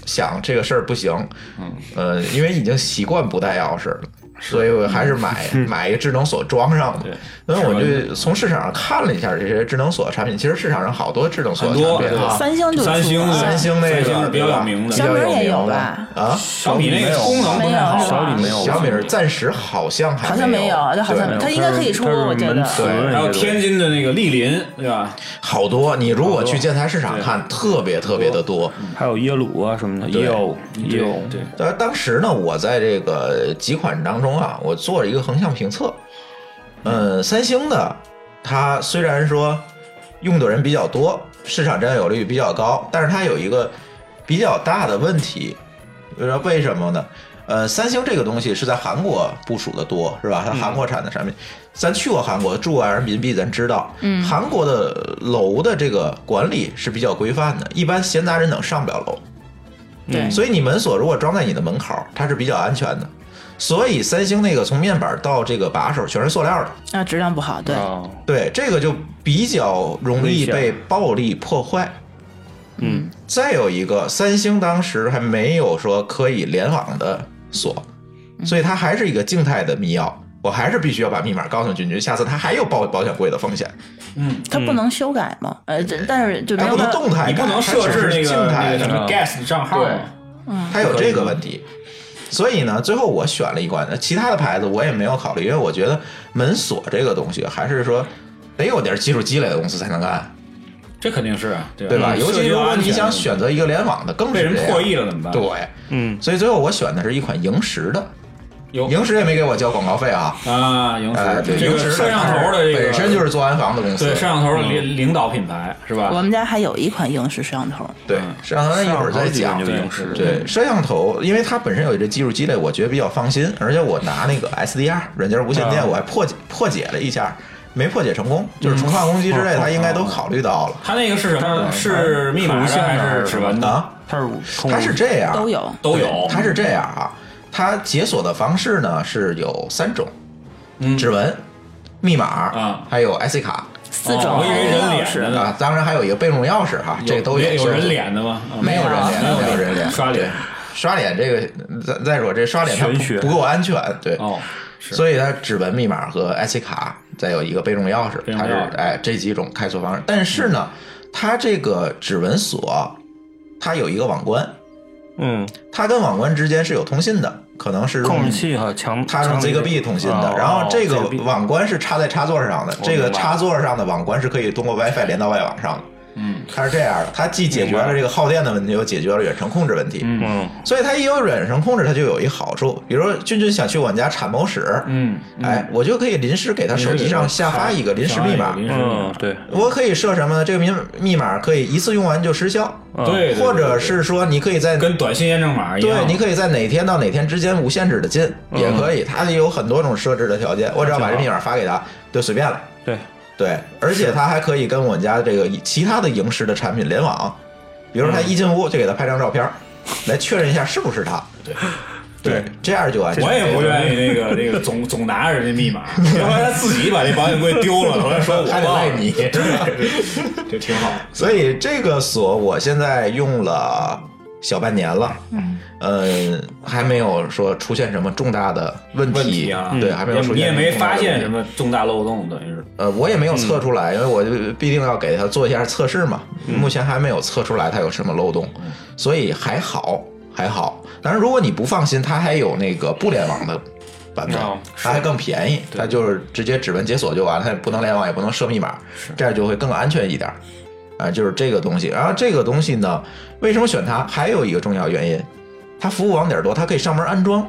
Speaker 6: 想这个事儿不行，嗯，呃，因为已经习惯不带钥匙了。所以我还是买买一个智能锁装上的，所以我就从市场上看了一下这些智能锁产品。其实市场上好多智能锁
Speaker 9: 很多
Speaker 6: 产品啊，
Speaker 7: 三星就
Speaker 9: 三星的
Speaker 6: 三星那个
Speaker 9: 三星是比较
Speaker 6: 对吧
Speaker 9: 有名的，
Speaker 7: 小米儿也有
Speaker 6: 的
Speaker 7: 吧？
Speaker 6: 啊，
Speaker 9: 小米那个功能不太
Speaker 7: 没有
Speaker 9: 好，啊
Speaker 7: 是吧小米
Speaker 8: 没有
Speaker 6: 小米儿暂时好像还
Speaker 7: 好像没有，这好像
Speaker 8: 哎
Speaker 6: 对
Speaker 7: 它应该可以出，
Speaker 8: 它是
Speaker 7: 我觉
Speaker 8: 门
Speaker 7: 得。
Speaker 8: 磁
Speaker 6: 对
Speaker 9: 还有天津的那个丽林，对吧？
Speaker 6: 好多。你如果去建材市场看，特别特别的多。
Speaker 8: 还有耶鲁啊什么的，也有也有，
Speaker 9: 嗯对，
Speaker 6: 呃，当时呢，我在这个几款当中啊，我做了一个横向评测。嗯，三星的，它虽然说用的人比较多，市场占有率比较高，但是它有一个比较大的问题，呃，为什么呢？呃，三星这个东西是在韩国部署的多，是吧？它韩国产的产品，咱去过韩国，住过人民币，咱知道，嗯，韩国的楼的这个管理是比较规范的，一般闲杂人等上不了楼，
Speaker 7: 对
Speaker 6: 所以你门锁如果装在你的门口，它是比较安全的。所以三星那个从面板到这个把手全是塑料的，
Speaker 7: 啊，质量不好，对，
Speaker 8: 啊，
Speaker 6: 对，这个就比较容易被暴力破坏。
Speaker 8: 嗯，
Speaker 6: 再有一个，三星当时还
Speaker 9: 嗯
Speaker 6: 没有说可以联网的锁，所以它还是一个静态的密钥。我还是必须要把密码告诉君君，下次他还有保保险柜的风险，嗯
Speaker 7: 它不能修改吗？呃，这但是就没
Speaker 6: 他
Speaker 7: 有
Speaker 6: 不能
Speaker 7: 办法
Speaker 6: 动态
Speaker 9: 嗯你
Speaker 6: 改，
Speaker 9: 不能设置
Speaker 6: 它只
Speaker 9: 那
Speaker 6: 是
Speaker 9: 个
Speaker 6: 静
Speaker 9: 那
Speaker 6: 态
Speaker 9: 个什
Speaker 6: 的，
Speaker 9: 么 guest 账号
Speaker 6: 对
Speaker 9: 吗？
Speaker 6: 它有这个问题。所以呢，最后我选了一款，其他的牌子我也没有考虑，因为我觉得门锁这个东西还是说得有点技术积累的公司才能干，
Speaker 9: 这肯定是啊
Speaker 6: 对吧？尤其如果你想
Speaker 9: 选
Speaker 6: 选择一个联网的，更
Speaker 9: 被
Speaker 6: 是
Speaker 9: 人
Speaker 6: 这样
Speaker 9: 破译了怎么办？
Speaker 6: 对，
Speaker 8: 嗯，
Speaker 6: 所以最后我选的是一款萤石的，
Speaker 9: 有
Speaker 6: 萤石也没给我交广告费啊。
Speaker 9: 啊，萤
Speaker 6: 呃，
Speaker 9: 石
Speaker 6: 对，
Speaker 9: 这
Speaker 6: 萤
Speaker 9: 个
Speaker 6: 石
Speaker 9: 摄像头的这个
Speaker 6: 本身就是嗯做安防的公司，
Speaker 9: 对摄像头的领领导品牌是吧？
Speaker 7: 我们家还有一款英式摄像头，
Speaker 6: 对
Speaker 9: 嗯
Speaker 6: 摄像头一会儿再讲。
Speaker 8: 就
Speaker 9: 对
Speaker 8: 影视，
Speaker 9: 嗯
Speaker 6: 对摄像头，因为它本身有这技术积累，我觉得比较放心。而且我拿那个 SDR 软件无线
Speaker 9: 嗯
Speaker 6: 电，我还破解破解了一下，没破解成功，就是
Speaker 9: 嗯
Speaker 6: 重
Speaker 9: <laughs>
Speaker 6: 创攻击之类，它应该都考虑到了。
Speaker 9: 它那个是什么？是密码
Speaker 8: 属
Speaker 9: 的
Speaker 8: 性
Speaker 9: 还
Speaker 8: 的
Speaker 9: 是指纹的？
Speaker 6: 啊，
Speaker 8: 它是空
Speaker 6: 它是这样，
Speaker 7: 都有。
Speaker 9: 嗯都有。
Speaker 6: 它是这样啊，它解锁的方式呢是有三种，
Speaker 9: 嗯
Speaker 6: 指纹、密码
Speaker 9: 啊
Speaker 6: 还有 IC 卡
Speaker 7: 四
Speaker 9: 哦
Speaker 7: 种
Speaker 9: 我以为人脸的呢，
Speaker 6: 啊，当然还有一个备用钥匙哈，这个都
Speaker 9: 有
Speaker 6: 有
Speaker 9: 人，脸的吗？啊
Speaker 6: 没有人脸，没有人脸，
Speaker 9: 刷脸
Speaker 6: 对。刷脸这个，再再说这刷脸它
Speaker 8: 玄学
Speaker 6: 不不够安全，对，
Speaker 9: 哦，是
Speaker 6: 所以它指纹、密码和 IC 卡，再有一个备用钥匙
Speaker 9: 备，用
Speaker 6: 它是
Speaker 9: 钥匙嗯
Speaker 6: 哎这几种开锁方式。但是呢，它这个指纹锁，它有一个网关，
Speaker 8: 嗯，
Speaker 6: 它跟网关之间是有通信的，可能是
Speaker 8: 控
Speaker 6: 用
Speaker 8: 制器哈，强啊
Speaker 6: 它是用 Zigbee 通信
Speaker 9: 哦
Speaker 6: 的，然后这个网关是插在插座上的，这个插座上的网关是可以通过 WiFi 连到外网上的。
Speaker 9: 嗯，
Speaker 6: 它是这样的，它既解决了这个耗电的问题，又解决了远程控制问题。嗯，
Speaker 8: 嗯
Speaker 6: 所以它一有远程控制，它就有一好处，比如说君君想去我们家铲某屎，
Speaker 9: 嗯，
Speaker 6: 哎，我就可以临时给他手机上下发一个临时密码
Speaker 9: 临，时密码
Speaker 8: 嗯，，对，
Speaker 6: 我可以设什么呢？这个密密码可以一次用完就失效，
Speaker 8: 嗯
Speaker 9: 嗯对，对
Speaker 6: 或者是说你可以在
Speaker 9: 跟短信验证码一样，嗯
Speaker 6: 对，你可以在哪天到哪天之间无限制的进，也可以，它有很多种设置的条件。我只要把这密码发给他，就随便了。
Speaker 8: 对，
Speaker 6: 对，而且它还可以跟我们家这个其他的萤石的产品联网，比如说
Speaker 9: 嗯
Speaker 6: 他一进屋就给他拍张照片，来确认一下是不是他。对，对，这样就安全。
Speaker 9: 我也不愿意
Speaker 6: <laughs>
Speaker 9: 那个那个总总拿着人家密码，要不然他自己把这保险柜丢了，回来说我
Speaker 6: 还得
Speaker 9: 忘
Speaker 6: 赖
Speaker 9: 了， <laughs>
Speaker 6: 你。
Speaker 9: 这挺好。
Speaker 6: 所以这个锁我现在用了小半年了，嗯，呃，还没有说出现什么重大的问题，
Speaker 9: 问题啊，
Speaker 6: 对，还没有出现。
Speaker 9: 你也没发现什？么重大漏洞，等于是
Speaker 6: 呃，我也没有测出来，因为我就必定要给它做一下测试嘛。
Speaker 9: 嗯
Speaker 6: 目前还没有测出来它有什么漏洞，所以还好，还好。当然，如果你不放心，它还有那个不联网的版本，
Speaker 8: 哦
Speaker 6: 它还更便宜，它就是直接指纹解锁就完了，它也不能联网，也不能设密码，这样就会更安全一点。啊，就是这个东西。然后这个东西呢，为什么选它？还有一个重要原因，它服务网点多，它可以上门安装。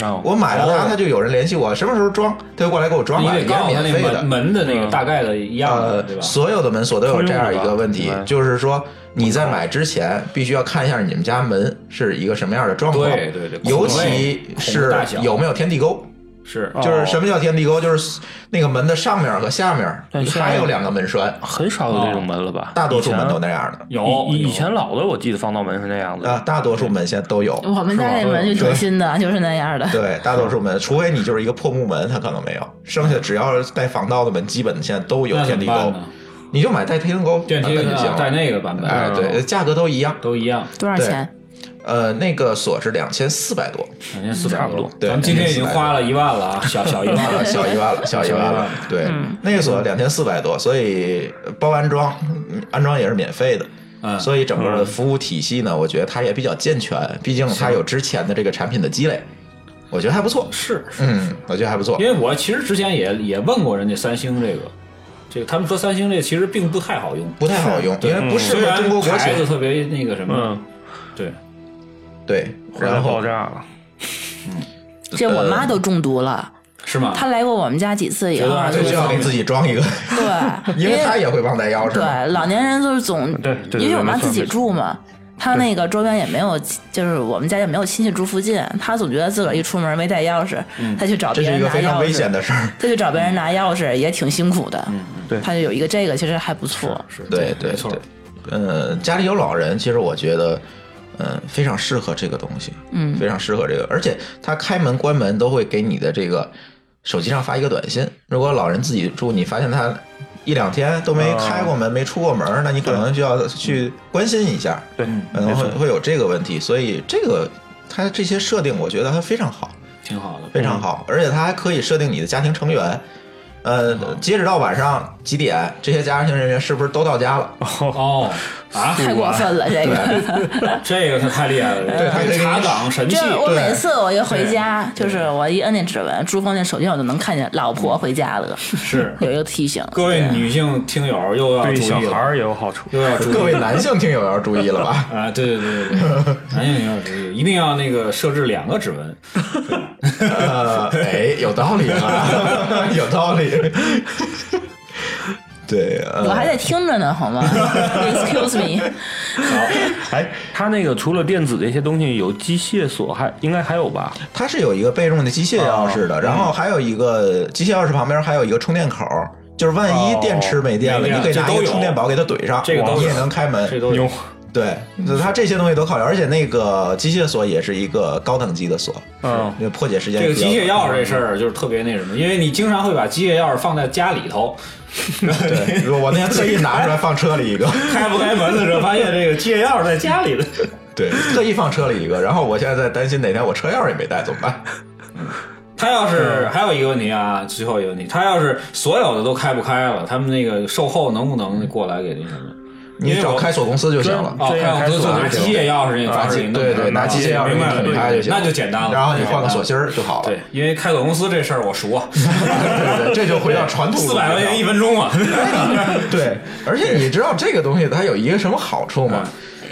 Speaker 8: 啊，
Speaker 6: 我买了
Speaker 9: 哦
Speaker 6: 它，它就有人联系我，什么时候装，它就过来给我装
Speaker 9: 你
Speaker 6: 了，
Speaker 9: 得
Speaker 6: 也是
Speaker 9: 告诉他那
Speaker 6: 免费的
Speaker 9: 门。门的那个
Speaker 8: 嗯
Speaker 9: 大概的一样的，
Speaker 6: 呃
Speaker 9: 对，吧？
Speaker 6: 所有的门锁都有这样一个问题
Speaker 8: 通用的吧，
Speaker 6: 就是说你在买之前必须要看一下你们家门是一个什么样的状况，
Speaker 9: 对对对
Speaker 6: 尤
Speaker 9: 孔位
Speaker 6: 其
Speaker 9: 孔
Speaker 6: 是
Speaker 9: 大小
Speaker 6: 有没有天地沟。
Speaker 9: 是
Speaker 6: 就是什么叫天地沟？就是那个门的上面和下面
Speaker 8: 但现在
Speaker 6: 还有两个门栓，
Speaker 8: 很少有这种门了吧？
Speaker 6: 大多数门都
Speaker 8: 以
Speaker 6: 那样的。
Speaker 8: 前
Speaker 9: 有
Speaker 8: 以以
Speaker 9: 有
Speaker 8: 前老的我记得防盗门是那样
Speaker 6: 啊，
Speaker 8: 的，
Speaker 6: 大多数门现在都
Speaker 9: 哦
Speaker 6: 有。
Speaker 7: 我们家那门就挺新的，就是那样的。
Speaker 6: 对，大多数门，除非你就是一个破木门，它可能没有。剩下只要是带防盗的门，基本现在都有
Speaker 9: 那
Speaker 6: 天地
Speaker 9: 怎么
Speaker 6: 沟
Speaker 9: 办呢。？
Speaker 6: 你就买带天地沟
Speaker 9: 电梯
Speaker 6: 版本就行
Speaker 9: 啊
Speaker 6: 了
Speaker 9: 带那个哦版本
Speaker 6: 哎，对，价格都一样。
Speaker 9: 都一样，
Speaker 7: 多少钱？
Speaker 6: 呃，那个锁是两千四百多，
Speaker 9: 两千四
Speaker 8: 差
Speaker 9: 百
Speaker 8: 不
Speaker 9: 多
Speaker 8: 多。
Speaker 6: 对
Speaker 9: 咱们今天已经花了一万了啊，小小一万
Speaker 6: 啊，
Speaker 9: 了。
Speaker 6: <laughs> 小一万了，小一万了。对，
Speaker 7: 嗯
Speaker 6: 那个锁两千四百多，所以包安装，嗯安装也是免费的。
Speaker 9: 嗯
Speaker 6: 所以整个的服务体系呢，我觉得它也比较健全，毕竟它有之前的这个产品的积累，我觉得还不错。
Speaker 9: 是，是
Speaker 6: 嗯，我觉得还不错
Speaker 9: 因。为我其实之前也也问过人家三星这个，这个他们说三星这其实并不太好用，嗯
Speaker 6: 不太好用，因为不适
Speaker 9: 虽
Speaker 6: 合
Speaker 9: 然
Speaker 6: 中国国
Speaker 9: 牌
Speaker 6: 情
Speaker 9: 子。特别那个什么
Speaker 8: 嗯，，
Speaker 9: 对，
Speaker 6: 对，
Speaker 8: 后来
Speaker 6: 然
Speaker 8: 爆
Speaker 6: 后
Speaker 8: 炸了，
Speaker 7: 这我妈都中毒了，
Speaker 9: 是吗？
Speaker 7: 她来过我们家几次以后
Speaker 9: 觉得还，是
Speaker 6: 这就要给自己装一个，<laughs>
Speaker 7: 对，
Speaker 6: 因为他也会忘带钥匙嘛。
Speaker 7: 对，老年人就是总
Speaker 6: 啊
Speaker 8: 对对对
Speaker 7: 因为我
Speaker 8: 没
Speaker 7: 妈
Speaker 8: 错
Speaker 7: 自己
Speaker 8: 没错
Speaker 7: 住嘛，她那个周边也没有亲，就是我们家也没有亲戚住附近，她总觉得自个儿一出门没带钥匙，她去找
Speaker 6: 嗯这
Speaker 7: 别
Speaker 6: 是一
Speaker 7: 人
Speaker 6: 个
Speaker 7: 拿
Speaker 6: 非常
Speaker 7: 钥
Speaker 6: 危险
Speaker 7: 匙，
Speaker 6: 的事嗯儿。
Speaker 7: 她去找别人拿钥匙也挺辛苦的。
Speaker 9: 嗯
Speaker 8: 对
Speaker 7: 她就有一个这个，其实还不错。
Speaker 6: 对对
Speaker 9: 没错
Speaker 6: 对，呃，家里有老人，其实我觉得，呃，非常适合这个东西，嗯，非常适合这个，而且他开门关门都会给你的这个手机上发一个短信。如果老人自己住，你发现他一两天都没开过门、没出过门，那你可能就要去关心一下，
Speaker 8: 对，
Speaker 6: 可能会会有这个问题。所以这个它这些设定，我觉得它非常好。
Speaker 9: 挺好的，嗯
Speaker 6: 非常好，而且它还可以设定你的家庭成员。呃，截止到晚上几点，这些家庭人员是不是都到家了？
Speaker 9: 哦啊，
Speaker 7: 太过分了，这 <laughs> 个。
Speaker 9: 这个他太厉害了，
Speaker 6: <laughs> 对他可以
Speaker 9: 查岗神器
Speaker 7: 这，我
Speaker 6: 对
Speaker 7: 每次我一回家，就是我一摁那指纹，珠峰那手机我就能看见老婆回家了，
Speaker 9: 是
Speaker 7: 有一个提醒。
Speaker 9: 各位女性听友又要注
Speaker 8: 对小
Speaker 9: 意
Speaker 8: 孩
Speaker 9: 了，
Speaker 8: 儿也有好处。
Speaker 9: 又要注意？
Speaker 6: 各位男性听友要注意了吧
Speaker 9: 啊，对对对对对，男性也要注意，一定要那个设置两个指纹，
Speaker 6: 呃，哎，有道理
Speaker 9: <laughs>
Speaker 6: 啊，有道理。对，
Speaker 7: 我
Speaker 6: 呃，
Speaker 7: 还在听着呢，
Speaker 6: <laughs>
Speaker 7: 好吗？Excuse me，
Speaker 8: 哎，它那个除了电子这些东西，有机械锁，还应该还有吧？
Speaker 6: 它是有一个备用的机械钥匙
Speaker 9: 哦嗯
Speaker 6: 的，然后还有一个机械钥匙旁边还有一个充电口，就是万一电池没电了，
Speaker 9: 哦没电
Speaker 6: 你可以拿
Speaker 9: 这
Speaker 6: 一
Speaker 9: 都
Speaker 6: 个
Speaker 9: 有
Speaker 6: 充电宝给它怼上，
Speaker 9: 这个都有
Speaker 6: 你也能开
Speaker 9: 这
Speaker 6: 门。
Speaker 9: 都嗯有
Speaker 8: 牛，
Speaker 6: 对，它这些东西都考虑，而且那个机械锁也是一个高等级的锁，
Speaker 8: 嗯，
Speaker 6: 那个破解时间
Speaker 9: 哦这个
Speaker 6: 比较
Speaker 9: 机械钥匙
Speaker 6: 短
Speaker 9: 这事儿就是特别那什么，因为你经常会把机械钥匙放在家里头，
Speaker 6: <laughs> 对，我那天特意拿出来放车里一个，
Speaker 9: 开不开门的时候，发现这个机械钥匙在家里了。
Speaker 6: 嗯对，特意放车里一个。然后我现在在担心哪天我车钥匙也没带怎么办？
Speaker 9: 他要是还有一个问题啊，最后一个问题，他要是所有的都开不开了，他们那个售后能不能过来给那什么？
Speaker 6: 你找开锁公司就行了。啊
Speaker 9: 哦，
Speaker 8: 这个
Speaker 9: 开
Speaker 8: 开
Speaker 9: 就
Speaker 8: 锁
Speaker 9: 就拿
Speaker 8: 就行
Speaker 9: 机械钥匙那个方式给你弄
Speaker 6: 对
Speaker 9: 明白
Speaker 6: 对，
Speaker 9: 了，
Speaker 6: 拿机械钥匙
Speaker 9: 啊明白了，
Speaker 6: 拧
Speaker 9: 明白
Speaker 6: 开
Speaker 9: 了
Speaker 6: 就行，
Speaker 9: 那就简单了。
Speaker 6: 然后你换个
Speaker 9: 那就简单
Speaker 6: 锁
Speaker 9: 了
Speaker 6: 芯儿就好了。
Speaker 9: 对，因为开锁公司这事儿我
Speaker 6: <laughs>
Speaker 9: 熟啊，
Speaker 6: 对对，这就回到传统
Speaker 9: <laughs> 四百块钱一
Speaker 6: 分。
Speaker 9: 分
Speaker 6: <laughs>
Speaker 9: 钟啊。 <laughs>
Speaker 6: 对，而且你知道这个东西它有一个什么好处吗？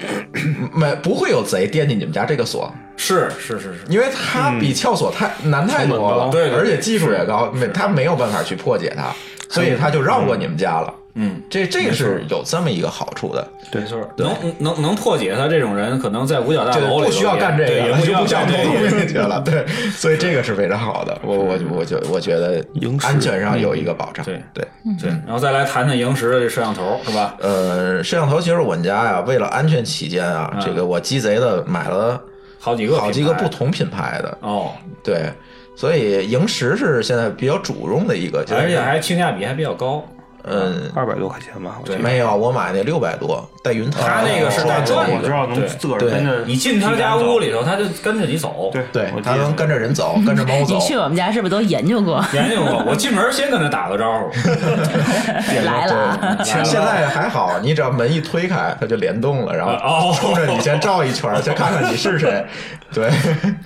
Speaker 9: 嗯
Speaker 6: 没不会有贼惦记你们家这个锁，
Speaker 9: 是是是是，
Speaker 6: 因为它
Speaker 9: 嗯
Speaker 6: 比撬锁太难太多了，
Speaker 9: 对对
Speaker 6: 而且技术也高，没它没有办法去破解它，所以它就绕过你们家了。
Speaker 9: 嗯，
Speaker 6: 这这个是有这么一个好处的，
Speaker 9: 没错，能能能破解他这种人，可能在五角大
Speaker 6: 就
Speaker 9: 楼里
Speaker 6: 不需要
Speaker 9: 头也
Speaker 6: 干这个
Speaker 9: 对也
Speaker 6: 了，
Speaker 9: 不
Speaker 6: 就
Speaker 9: 需要
Speaker 6: 不需要
Speaker 9: 干
Speaker 6: 偷
Speaker 9: 这
Speaker 6: 东
Speaker 9: 个。 <laughs>
Speaker 6: 西去了。对，所以这个是非常好的，我我我觉我觉得
Speaker 8: 影视
Speaker 6: 安全上有一个保障。
Speaker 9: 对
Speaker 6: 对，
Speaker 9: 对，然后再来谈谈萤石的这摄像头是吧？
Speaker 6: 呃，摄像头其实我们家呀，为了安全起见啊，这个我鸡贼的买了
Speaker 9: 好嗯几个
Speaker 6: 好几个
Speaker 9: 品牌
Speaker 6: 不同品牌的，
Speaker 9: 哦，
Speaker 6: 对，所以萤石是现在比较主用的一个，
Speaker 9: 而且还性价比还比较高。
Speaker 6: 嗯。
Speaker 8: 二百多块钱吧，我觉得。
Speaker 6: 没有，我买那六百多带云啊台，
Speaker 9: 它那个是带钻
Speaker 8: 我知道能
Speaker 9: 对
Speaker 8: 自个儿
Speaker 6: 对
Speaker 8: 跟着
Speaker 9: 你进他家屋里头，他就跟着你走。
Speaker 8: 对
Speaker 6: 对
Speaker 8: 我，记
Speaker 6: 它
Speaker 8: 得
Speaker 6: 能跟着人走，跟
Speaker 7: <laughs>
Speaker 6: 着猫走
Speaker 7: 你。去我们家是不是都研究过？
Speaker 9: 研究过，我进门先跟他打个招呼。
Speaker 7: 来了啊，
Speaker 9: <laughs>
Speaker 6: 对，现现在还好，你只要门一推开，它就联动了，然后
Speaker 9: 哦
Speaker 6: 冲着你先照一圈儿，先看看你是谁。对，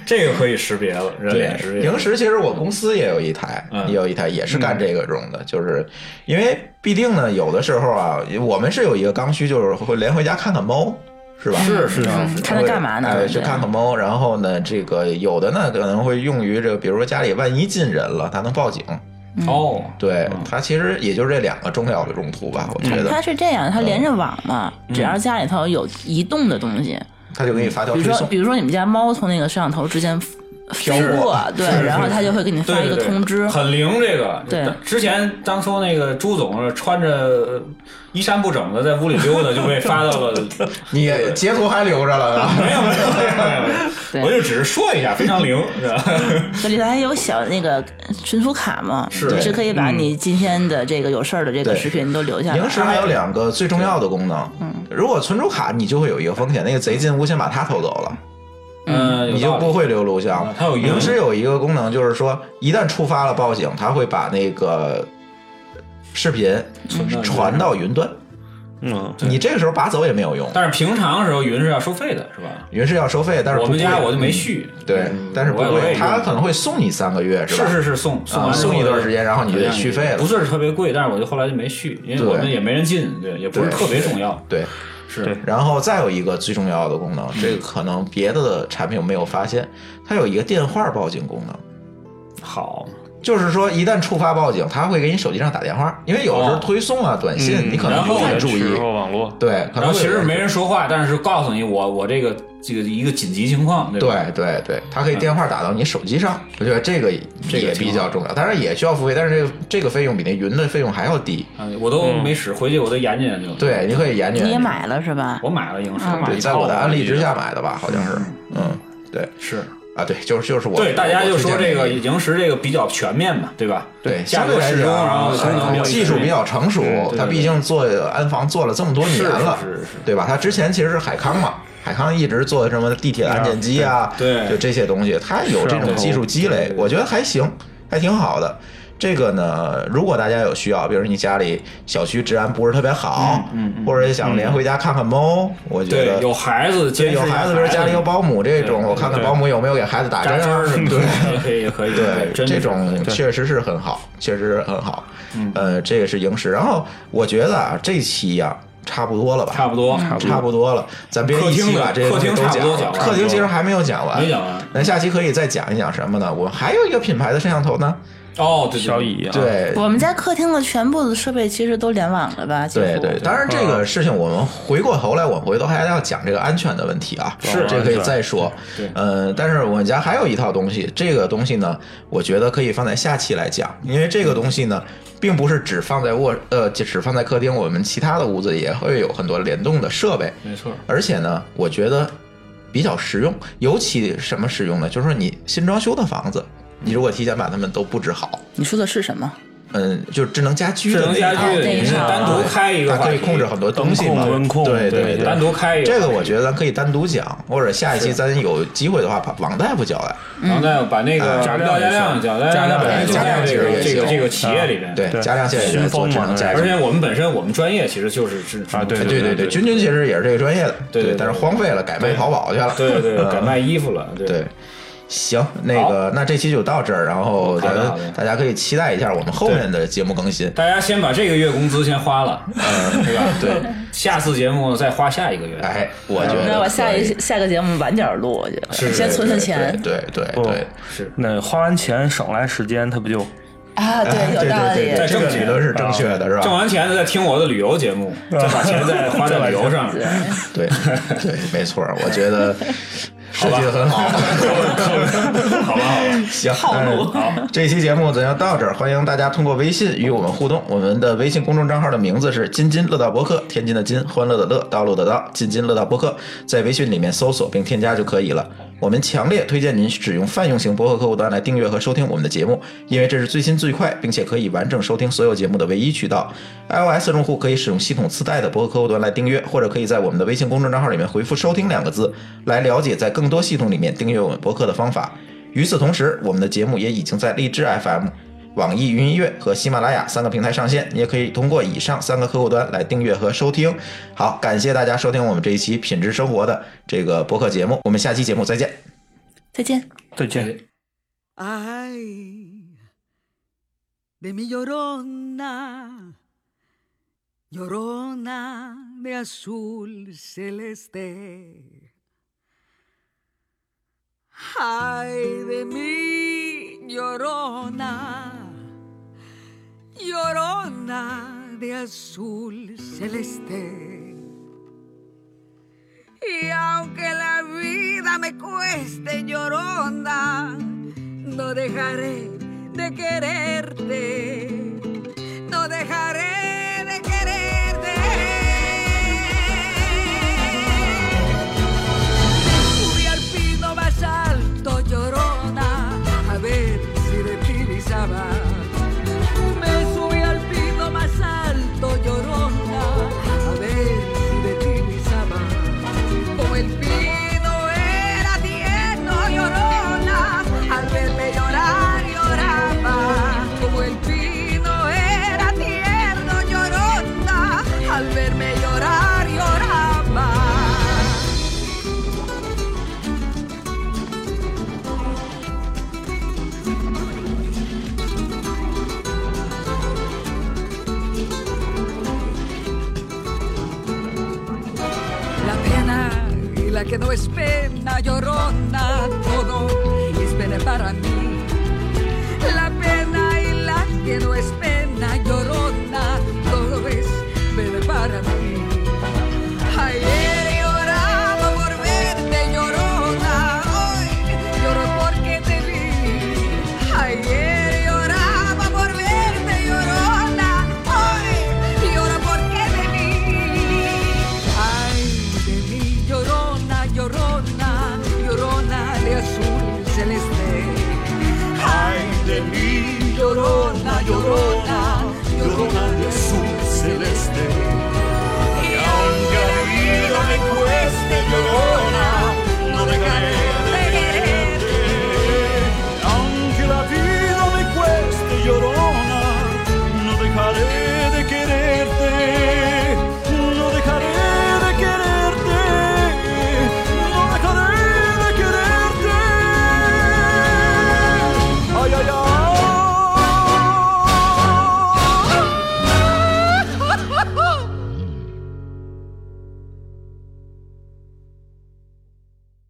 Speaker 9: 这个可以识别了，人脸识
Speaker 6: 对，
Speaker 9: 别。
Speaker 6: 萤石其实我公司也有一台，
Speaker 9: 嗯
Speaker 6: 也有一台也是干这个用的，就是因为必定呢，有的时候啊，我们是有一个刚需，就是会连回家看看猫。是吧？是是是
Speaker 7: 嗯看它干嘛呢
Speaker 6: 哎，
Speaker 7: 对
Speaker 6: 去看看猫。然后呢，这个有的呢可能会用于这个，比如说家里万一进人了，它能报警。
Speaker 9: 哦，
Speaker 6: 对，它其实也就是这两个重要的用途吧，我觉得
Speaker 7: 它是这样，它连着网嘛，
Speaker 6: 嗯
Speaker 7: 只要家里头有移动的东西，
Speaker 6: 它就给你发条
Speaker 7: 比
Speaker 6: 推
Speaker 7: 如说，
Speaker 6: 送。
Speaker 7: 比如说你们家猫从那个摄像头之间飘过，
Speaker 6: <laughs>
Speaker 7: 对，然后它就会给你发
Speaker 9: 对
Speaker 7: 一个
Speaker 9: 对对，
Speaker 7: 通知。
Speaker 9: 很灵这个。
Speaker 7: 对
Speaker 9: 之前当初那个朱总穿着呃衣衫不整的在屋里溜
Speaker 7: <laughs>
Speaker 9: 达，就被发到了。
Speaker 6: 你截图还留着了呢。
Speaker 9: <laughs> 没有没有没有没
Speaker 7: 对
Speaker 9: 有，我就只是说一下，非常
Speaker 7: <laughs>
Speaker 9: 灵，是吧？
Speaker 7: 这里头还有小那个存储卡嘛，
Speaker 9: 是
Speaker 7: 就是可以把你今天的这个有事儿的这个
Speaker 6: 嗯对
Speaker 7: 视频都留下来。
Speaker 6: 萤石还有两个最重要的功能，如果存储卡，你就会有一个风险，那个贼进屋先把它偷走了，
Speaker 9: 嗯，
Speaker 6: 你就不会留录像
Speaker 9: 啊。它有一个
Speaker 6: 萤石有一个功能，就是说一旦触发了报警，它会把那个视频
Speaker 9: 到云端
Speaker 6: 传到云端，
Speaker 8: 嗯，
Speaker 6: 你这个时候拔走也没有用。
Speaker 9: 但是平常时候云是要收费的，是吧？
Speaker 6: 云是要收费，但是
Speaker 9: 我
Speaker 6: 不
Speaker 9: 们
Speaker 6: 贵
Speaker 9: 家我就没续。嗯
Speaker 6: 对，但是不
Speaker 9: 我也我
Speaker 6: 贵，
Speaker 9: 也
Speaker 6: 它可能会送你三个月，
Speaker 9: 是
Speaker 6: 吧？
Speaker 9: 是是送送完
Speaker 6: 啊
Speaker 9: 之后
Speaker 6: 送一段时间然后你就得续费了
Speaker 9: 不是特别贵，但是我就后来就没续，因为
Speaker 6: 对
Speaker 9: 我们也没人进，对，也不是
Speaker 6: 对
Speaker 9: 特别重要，
Speaker 6: 对。
Speaker 9: 是
Speaker 6: 然后再有一个最重要的功
Speaker 9: 嗯
Speaker 6: 能，这个可能别的产品没有发现，它有一个电话报警功能。
Speaker 9: 好
Speaker 6: 就是说，一旦触发报警，他会给你手机上打电话，因为有时候
Speaker 9: 哦嗯
Speaker 6: 推送啊、短信，你可能
Speaker 9: 然后
Speaker 6: 不太注意
Speaker 8: 吃。过网络，
Speaker 6: 对，可
Speaker 9: 然
Speaker 6: 能
Speaker 9: 后
Speaker 6: 会
Speaker 9: 其
Speaker 6: 有
Speaker 9: 实
Speaker 6: 人
Speaker 9: 没人说话，但是告诉你我我这个这个一个紧急情况，对吧？
Speaker 6: 对对对，他可以电话打到你手机上，我觉得这个
Speaker 9: 嗯这个
Speaker 6: 也
Speaker 9: 挺
Speaker 6: 比较重要，当然也需要付费，但是这个这个费用比那云的费用还要低。
Speaker 9: 嗯，我都没使，回去我都研究研究。，
Speaker 6: 对，你可以研究。
Speaker 7: 你也？买了是吧？
Speaker 9: 我买了萤石，
Speaker 8: 买
Speaker 6: 对，
Speaker 8: 一
Speaker 6: 在
Speaker 8: 套
Speaker 6: 我的
Speaker 8: 吧
Speaker 6: 安利
Speaker 8: 我记
Speaker 6: 之
Speaker 8: 得
Speaker 6: 下买的吧，好像是。嗯，对
Speaker 9: 是
Speaker 6: 啊，对，就是就是我
Speaker 9: 对大家就说这
Speaker 6: 我
Speaker 9: 个
Speaker 6: 推荐
Speaker 9: 萤石这个比较全面嘛，对吧？
Speaker 6: 对，
Speaker 9: 价
Speaker 6: 相
Speaker 9: 格
Speaker 6: 对来
Speaker 9: 适中，
Speaker 6: 讲
Speaker 9: 然
Speaker 6: 啊，
Speaker 9: 后可能
Speaker 6: 技术比较成熟，它毕竟做安防做了这么多年了
Speaker 9: 是是是，
Speaker 6: 对吧？它之前其实是海康嘛，海康一直做什么地铁安检机啊，
Speaker 9: 对啊对
Speaker 6: 就这些东西，它有这种技术积累，我觉得还行，还挺好的。这个呢，如果大家有需要，比如你家里小区治安不是特别好，
Speaker 9: 嗯嗯嗯
Speaker 6: 或者想连回家看看猫，我觉
Speaker 9: 对
Speaker 6: 得，
Speaker 9: 有孩
Speaker 6: 对
Speaker 9: 子，监视
Speaker 6: 有孩子，比如家里有保姆这种，
Speaker 9: 对
Speaker 6: 我看看
Speaker 9: 对
Speaker 6: 保姆有没有给孩子打针
Speaker 9: 扎针
Speaker 6: 啊
Speaker 9: 儿什么的，也可以，也可以，
Speaker 6: 对，
Speaker 9: 真的
Speaker 6: 这
Speaker 9: 是嗯
Speaker 6: 种确实是很好，确实很好。呃，这个是萤石。然后我觉得啊，这期呀、差不多了吧？
Speaker 9: 差不多，
Speaker 6: 差不多，了。咱别一期把这些东西都
Speaker 9: 客厅的客厅差不多讲
Speaker 6: 了。
Speaker 9: 完
Speaker 6: 客厅其实还没有讲完，
Speaker 9: 没讲完
Speaker 6: 咱下期可以再讲一讲什么呢？我还有一个品牌的摄像头呢，
Speaker 9: 哦，对，对
Speaker 8: 小，乙啊，
Speaker 6: 对。
Speaker 7: 我们家客厅的全部的设备其实都联网了吧？几乎
Speaker 6: 对对，当然这个事情我们回过头来，我们回头还要讲这个安全的问题啊，
Speaker 9: 是
Speaker 6: 这可以再说。
Speaker 9: 对
Speaker 6: 呃，但是我们家还有一套东西，这个东西呢，我觉得可以放在下期来讲，因为这个东西呢，并不是只放在卧呃，只放在客厅，我们其他的屋子也会有很多联动的设备，
Speaker 9: 没错，
Speaker 6: 而且呢，我觉得比较实用，尤其什么实用呢？就是说你新装修的房子，你如果提前把它们都布置好，
Speaker 7: 你说的是什么？
Speaker 6: 嗯，就是智能家居
Speaker 9: 智
Speaker 6: 的那
Speaker 9: 能
Speaker 6: 一
Speaker 9: 家
Speaker 6: 套
Speaker 9: 居
Speaker 7: 那
Speaker 9: 的，
Speaker 7: 一
Speaker 9: 你是
Speaker 7: 套
Speaker 9: 单独开一个
Speaker 6: 它
Speaker 9: 话
Speaker 6: 可以
Speaker 9: 题，
Speaker 6: 控制很多东西嘛，
Speaker 8: 灯控温控
Speaker 6: 对对
Speaker 9: 对，单独开一
Speaker 6: 这
Speaker 9: 个
Speaker 6: 个
Speaker 9: 话
Speaker 6: 我
Speaker 9: 题。
Speaker 6: 觉得咱可以单独讲，或者下一期咱有机会的话，把王大夫叫来。
Speaker 9: 然后再把那个
Speaker 6: 啊
Speaker 9: 加料加量讲，加
Speaker 8: 加量
Speaker 9: 量本身就
Speaker 6: 加
Speaker 9: 在
Speaker 6: 量
Speaker 9: 这
Speaker 6: 其实
Speaker 9: 个
Speaker 6: 也
Speaker 9: 这个
Speaker 6: 行
Speaker 9: 这个企业里边，
Speaker 6: 啊对，
Speaker 8: 对
Speaker 6: 家亮现在也在做智能家居。
Speaker 9: 而且我们本身我们专业其实就是是
Speaker 8: 啊对
Speaker 6: 对对对，君君其实也是这个专业的，
Speaker 9: 对对对
Speaker 6: 但是荒废了，改卖淘宝去了。嗯
Speaker 9: 对对对，改卖衣服了，
Speaker 6: 啊对，行，那个那这期就到这儿，然后
Speaker 9: 好
Speaker 6: 咱
Speaker 9: 的好的
Speaker 6: 大家可以期待一下我们后面的节目更新。
Speaker 9: 大家先把这个月工资先花了，对吧？
Speaker 6: 嗯对，
Speaker 9: 下次节目再花下一个月。
Speaker 6: 哎，我觉得
Speaker 7: 那我下
Speaker 6: 可以
Speaker 7: 一下个节目晚点录，我觉得
Speaker 9: 是
Speaker 7: 先存存
Speaker 6: 对
Speaker 7: 钱
Speaker 6: 对对
Speaker 9: 哦
Speaker 6: 对对
Speaker 8: 那花完钱省来时间，他不就
Speaker 7: 啊，对，有
Speaker 6: 哎对
Speaker 7: 道
Speaker 6: 对
Speaker 7: 理
Speaker 6: 对，。这个
Speaker 9: 挣钱
Speaker 6: 理论是正确的，是吧？
Speaker 9: 挣完钱再听我的旅游节目，再把钱再花在旅游
Speaker 6: 啊
Speaker 9: <laughs> 上。
Speaker 6: 对对，没错儿，我觉得设计的很好。
Speaker 9: <laughs> 好吧，好吧，
Speaker 6: 行，套路好，这期节目咱就到这儿，欢迎大家通过微信与我们互动。我们的微信公众账号的名字是“津津乐道播客”，天津的津，欢乐的乐，道路的道，津津乐道播客，在微信里面搜索并添加就可以了。我们强烈推荐您使用泛用型播客客户端来订阅和收听我们的节目，因为这是最新最快，并且可以完整收听所有节目的唯一渠道。iOS 用户可以使用系统自带的播客客户端来订阅，或者可以在我们的微信公众账号里面回复“收听”两个字，来了解在更多系统里面订阅我们播客的方法。与此同时，我们的节目也已经在荔枝 FM、网易云音乐和喜马拉雅三个平台上线，你也可以通过以上三个客户端来订阅和收听。好，感谢大家收听我们这一期品质生活的这个播客节目，我们下期节目再见。
Speaker 7: 再见。
Speaker 8: 再见？
Speaker 10: Ay, de mi llorona, llorona de azul celeste. Ay, de mi llorona, llorona de azul celeste. Y aunque la vida me cueste lloronda, no dejaré de quererte. No dejaré de quererte. Subí al pino más alto, llorona, a ver si de ti brisaba. Me subí al pino más alto, llorona, a ver si de ti brisaba como el pino era tierno llorona, al verme llorar lloraba, como el pino era tierno llorona, al verme llorar lloraba. La pena y la que no es pena, llorona, todo es pena para mí. La pena y la que no es pena, llorona, todo es pena para mí. Ayer he llorado por verte, llorona, hoy lloro porque te vi. Ayer lloraba por verte, llorona, hoy lloro porque te vi. Ay, de mi llorona, llorona, llorona de azul celeste. Ay, de mi llorona, llorona, llorona de azul celeste. Y aunque la vida me cueste llorona,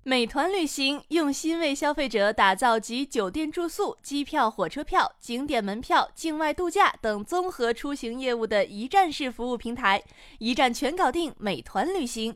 Speaker 1: 美团旅行用心为消费者打造集酒店住宿、机票、火车票、景点门票、境外度假等综合出行业务的一站式服务平台，一站全搞定。美团旅行。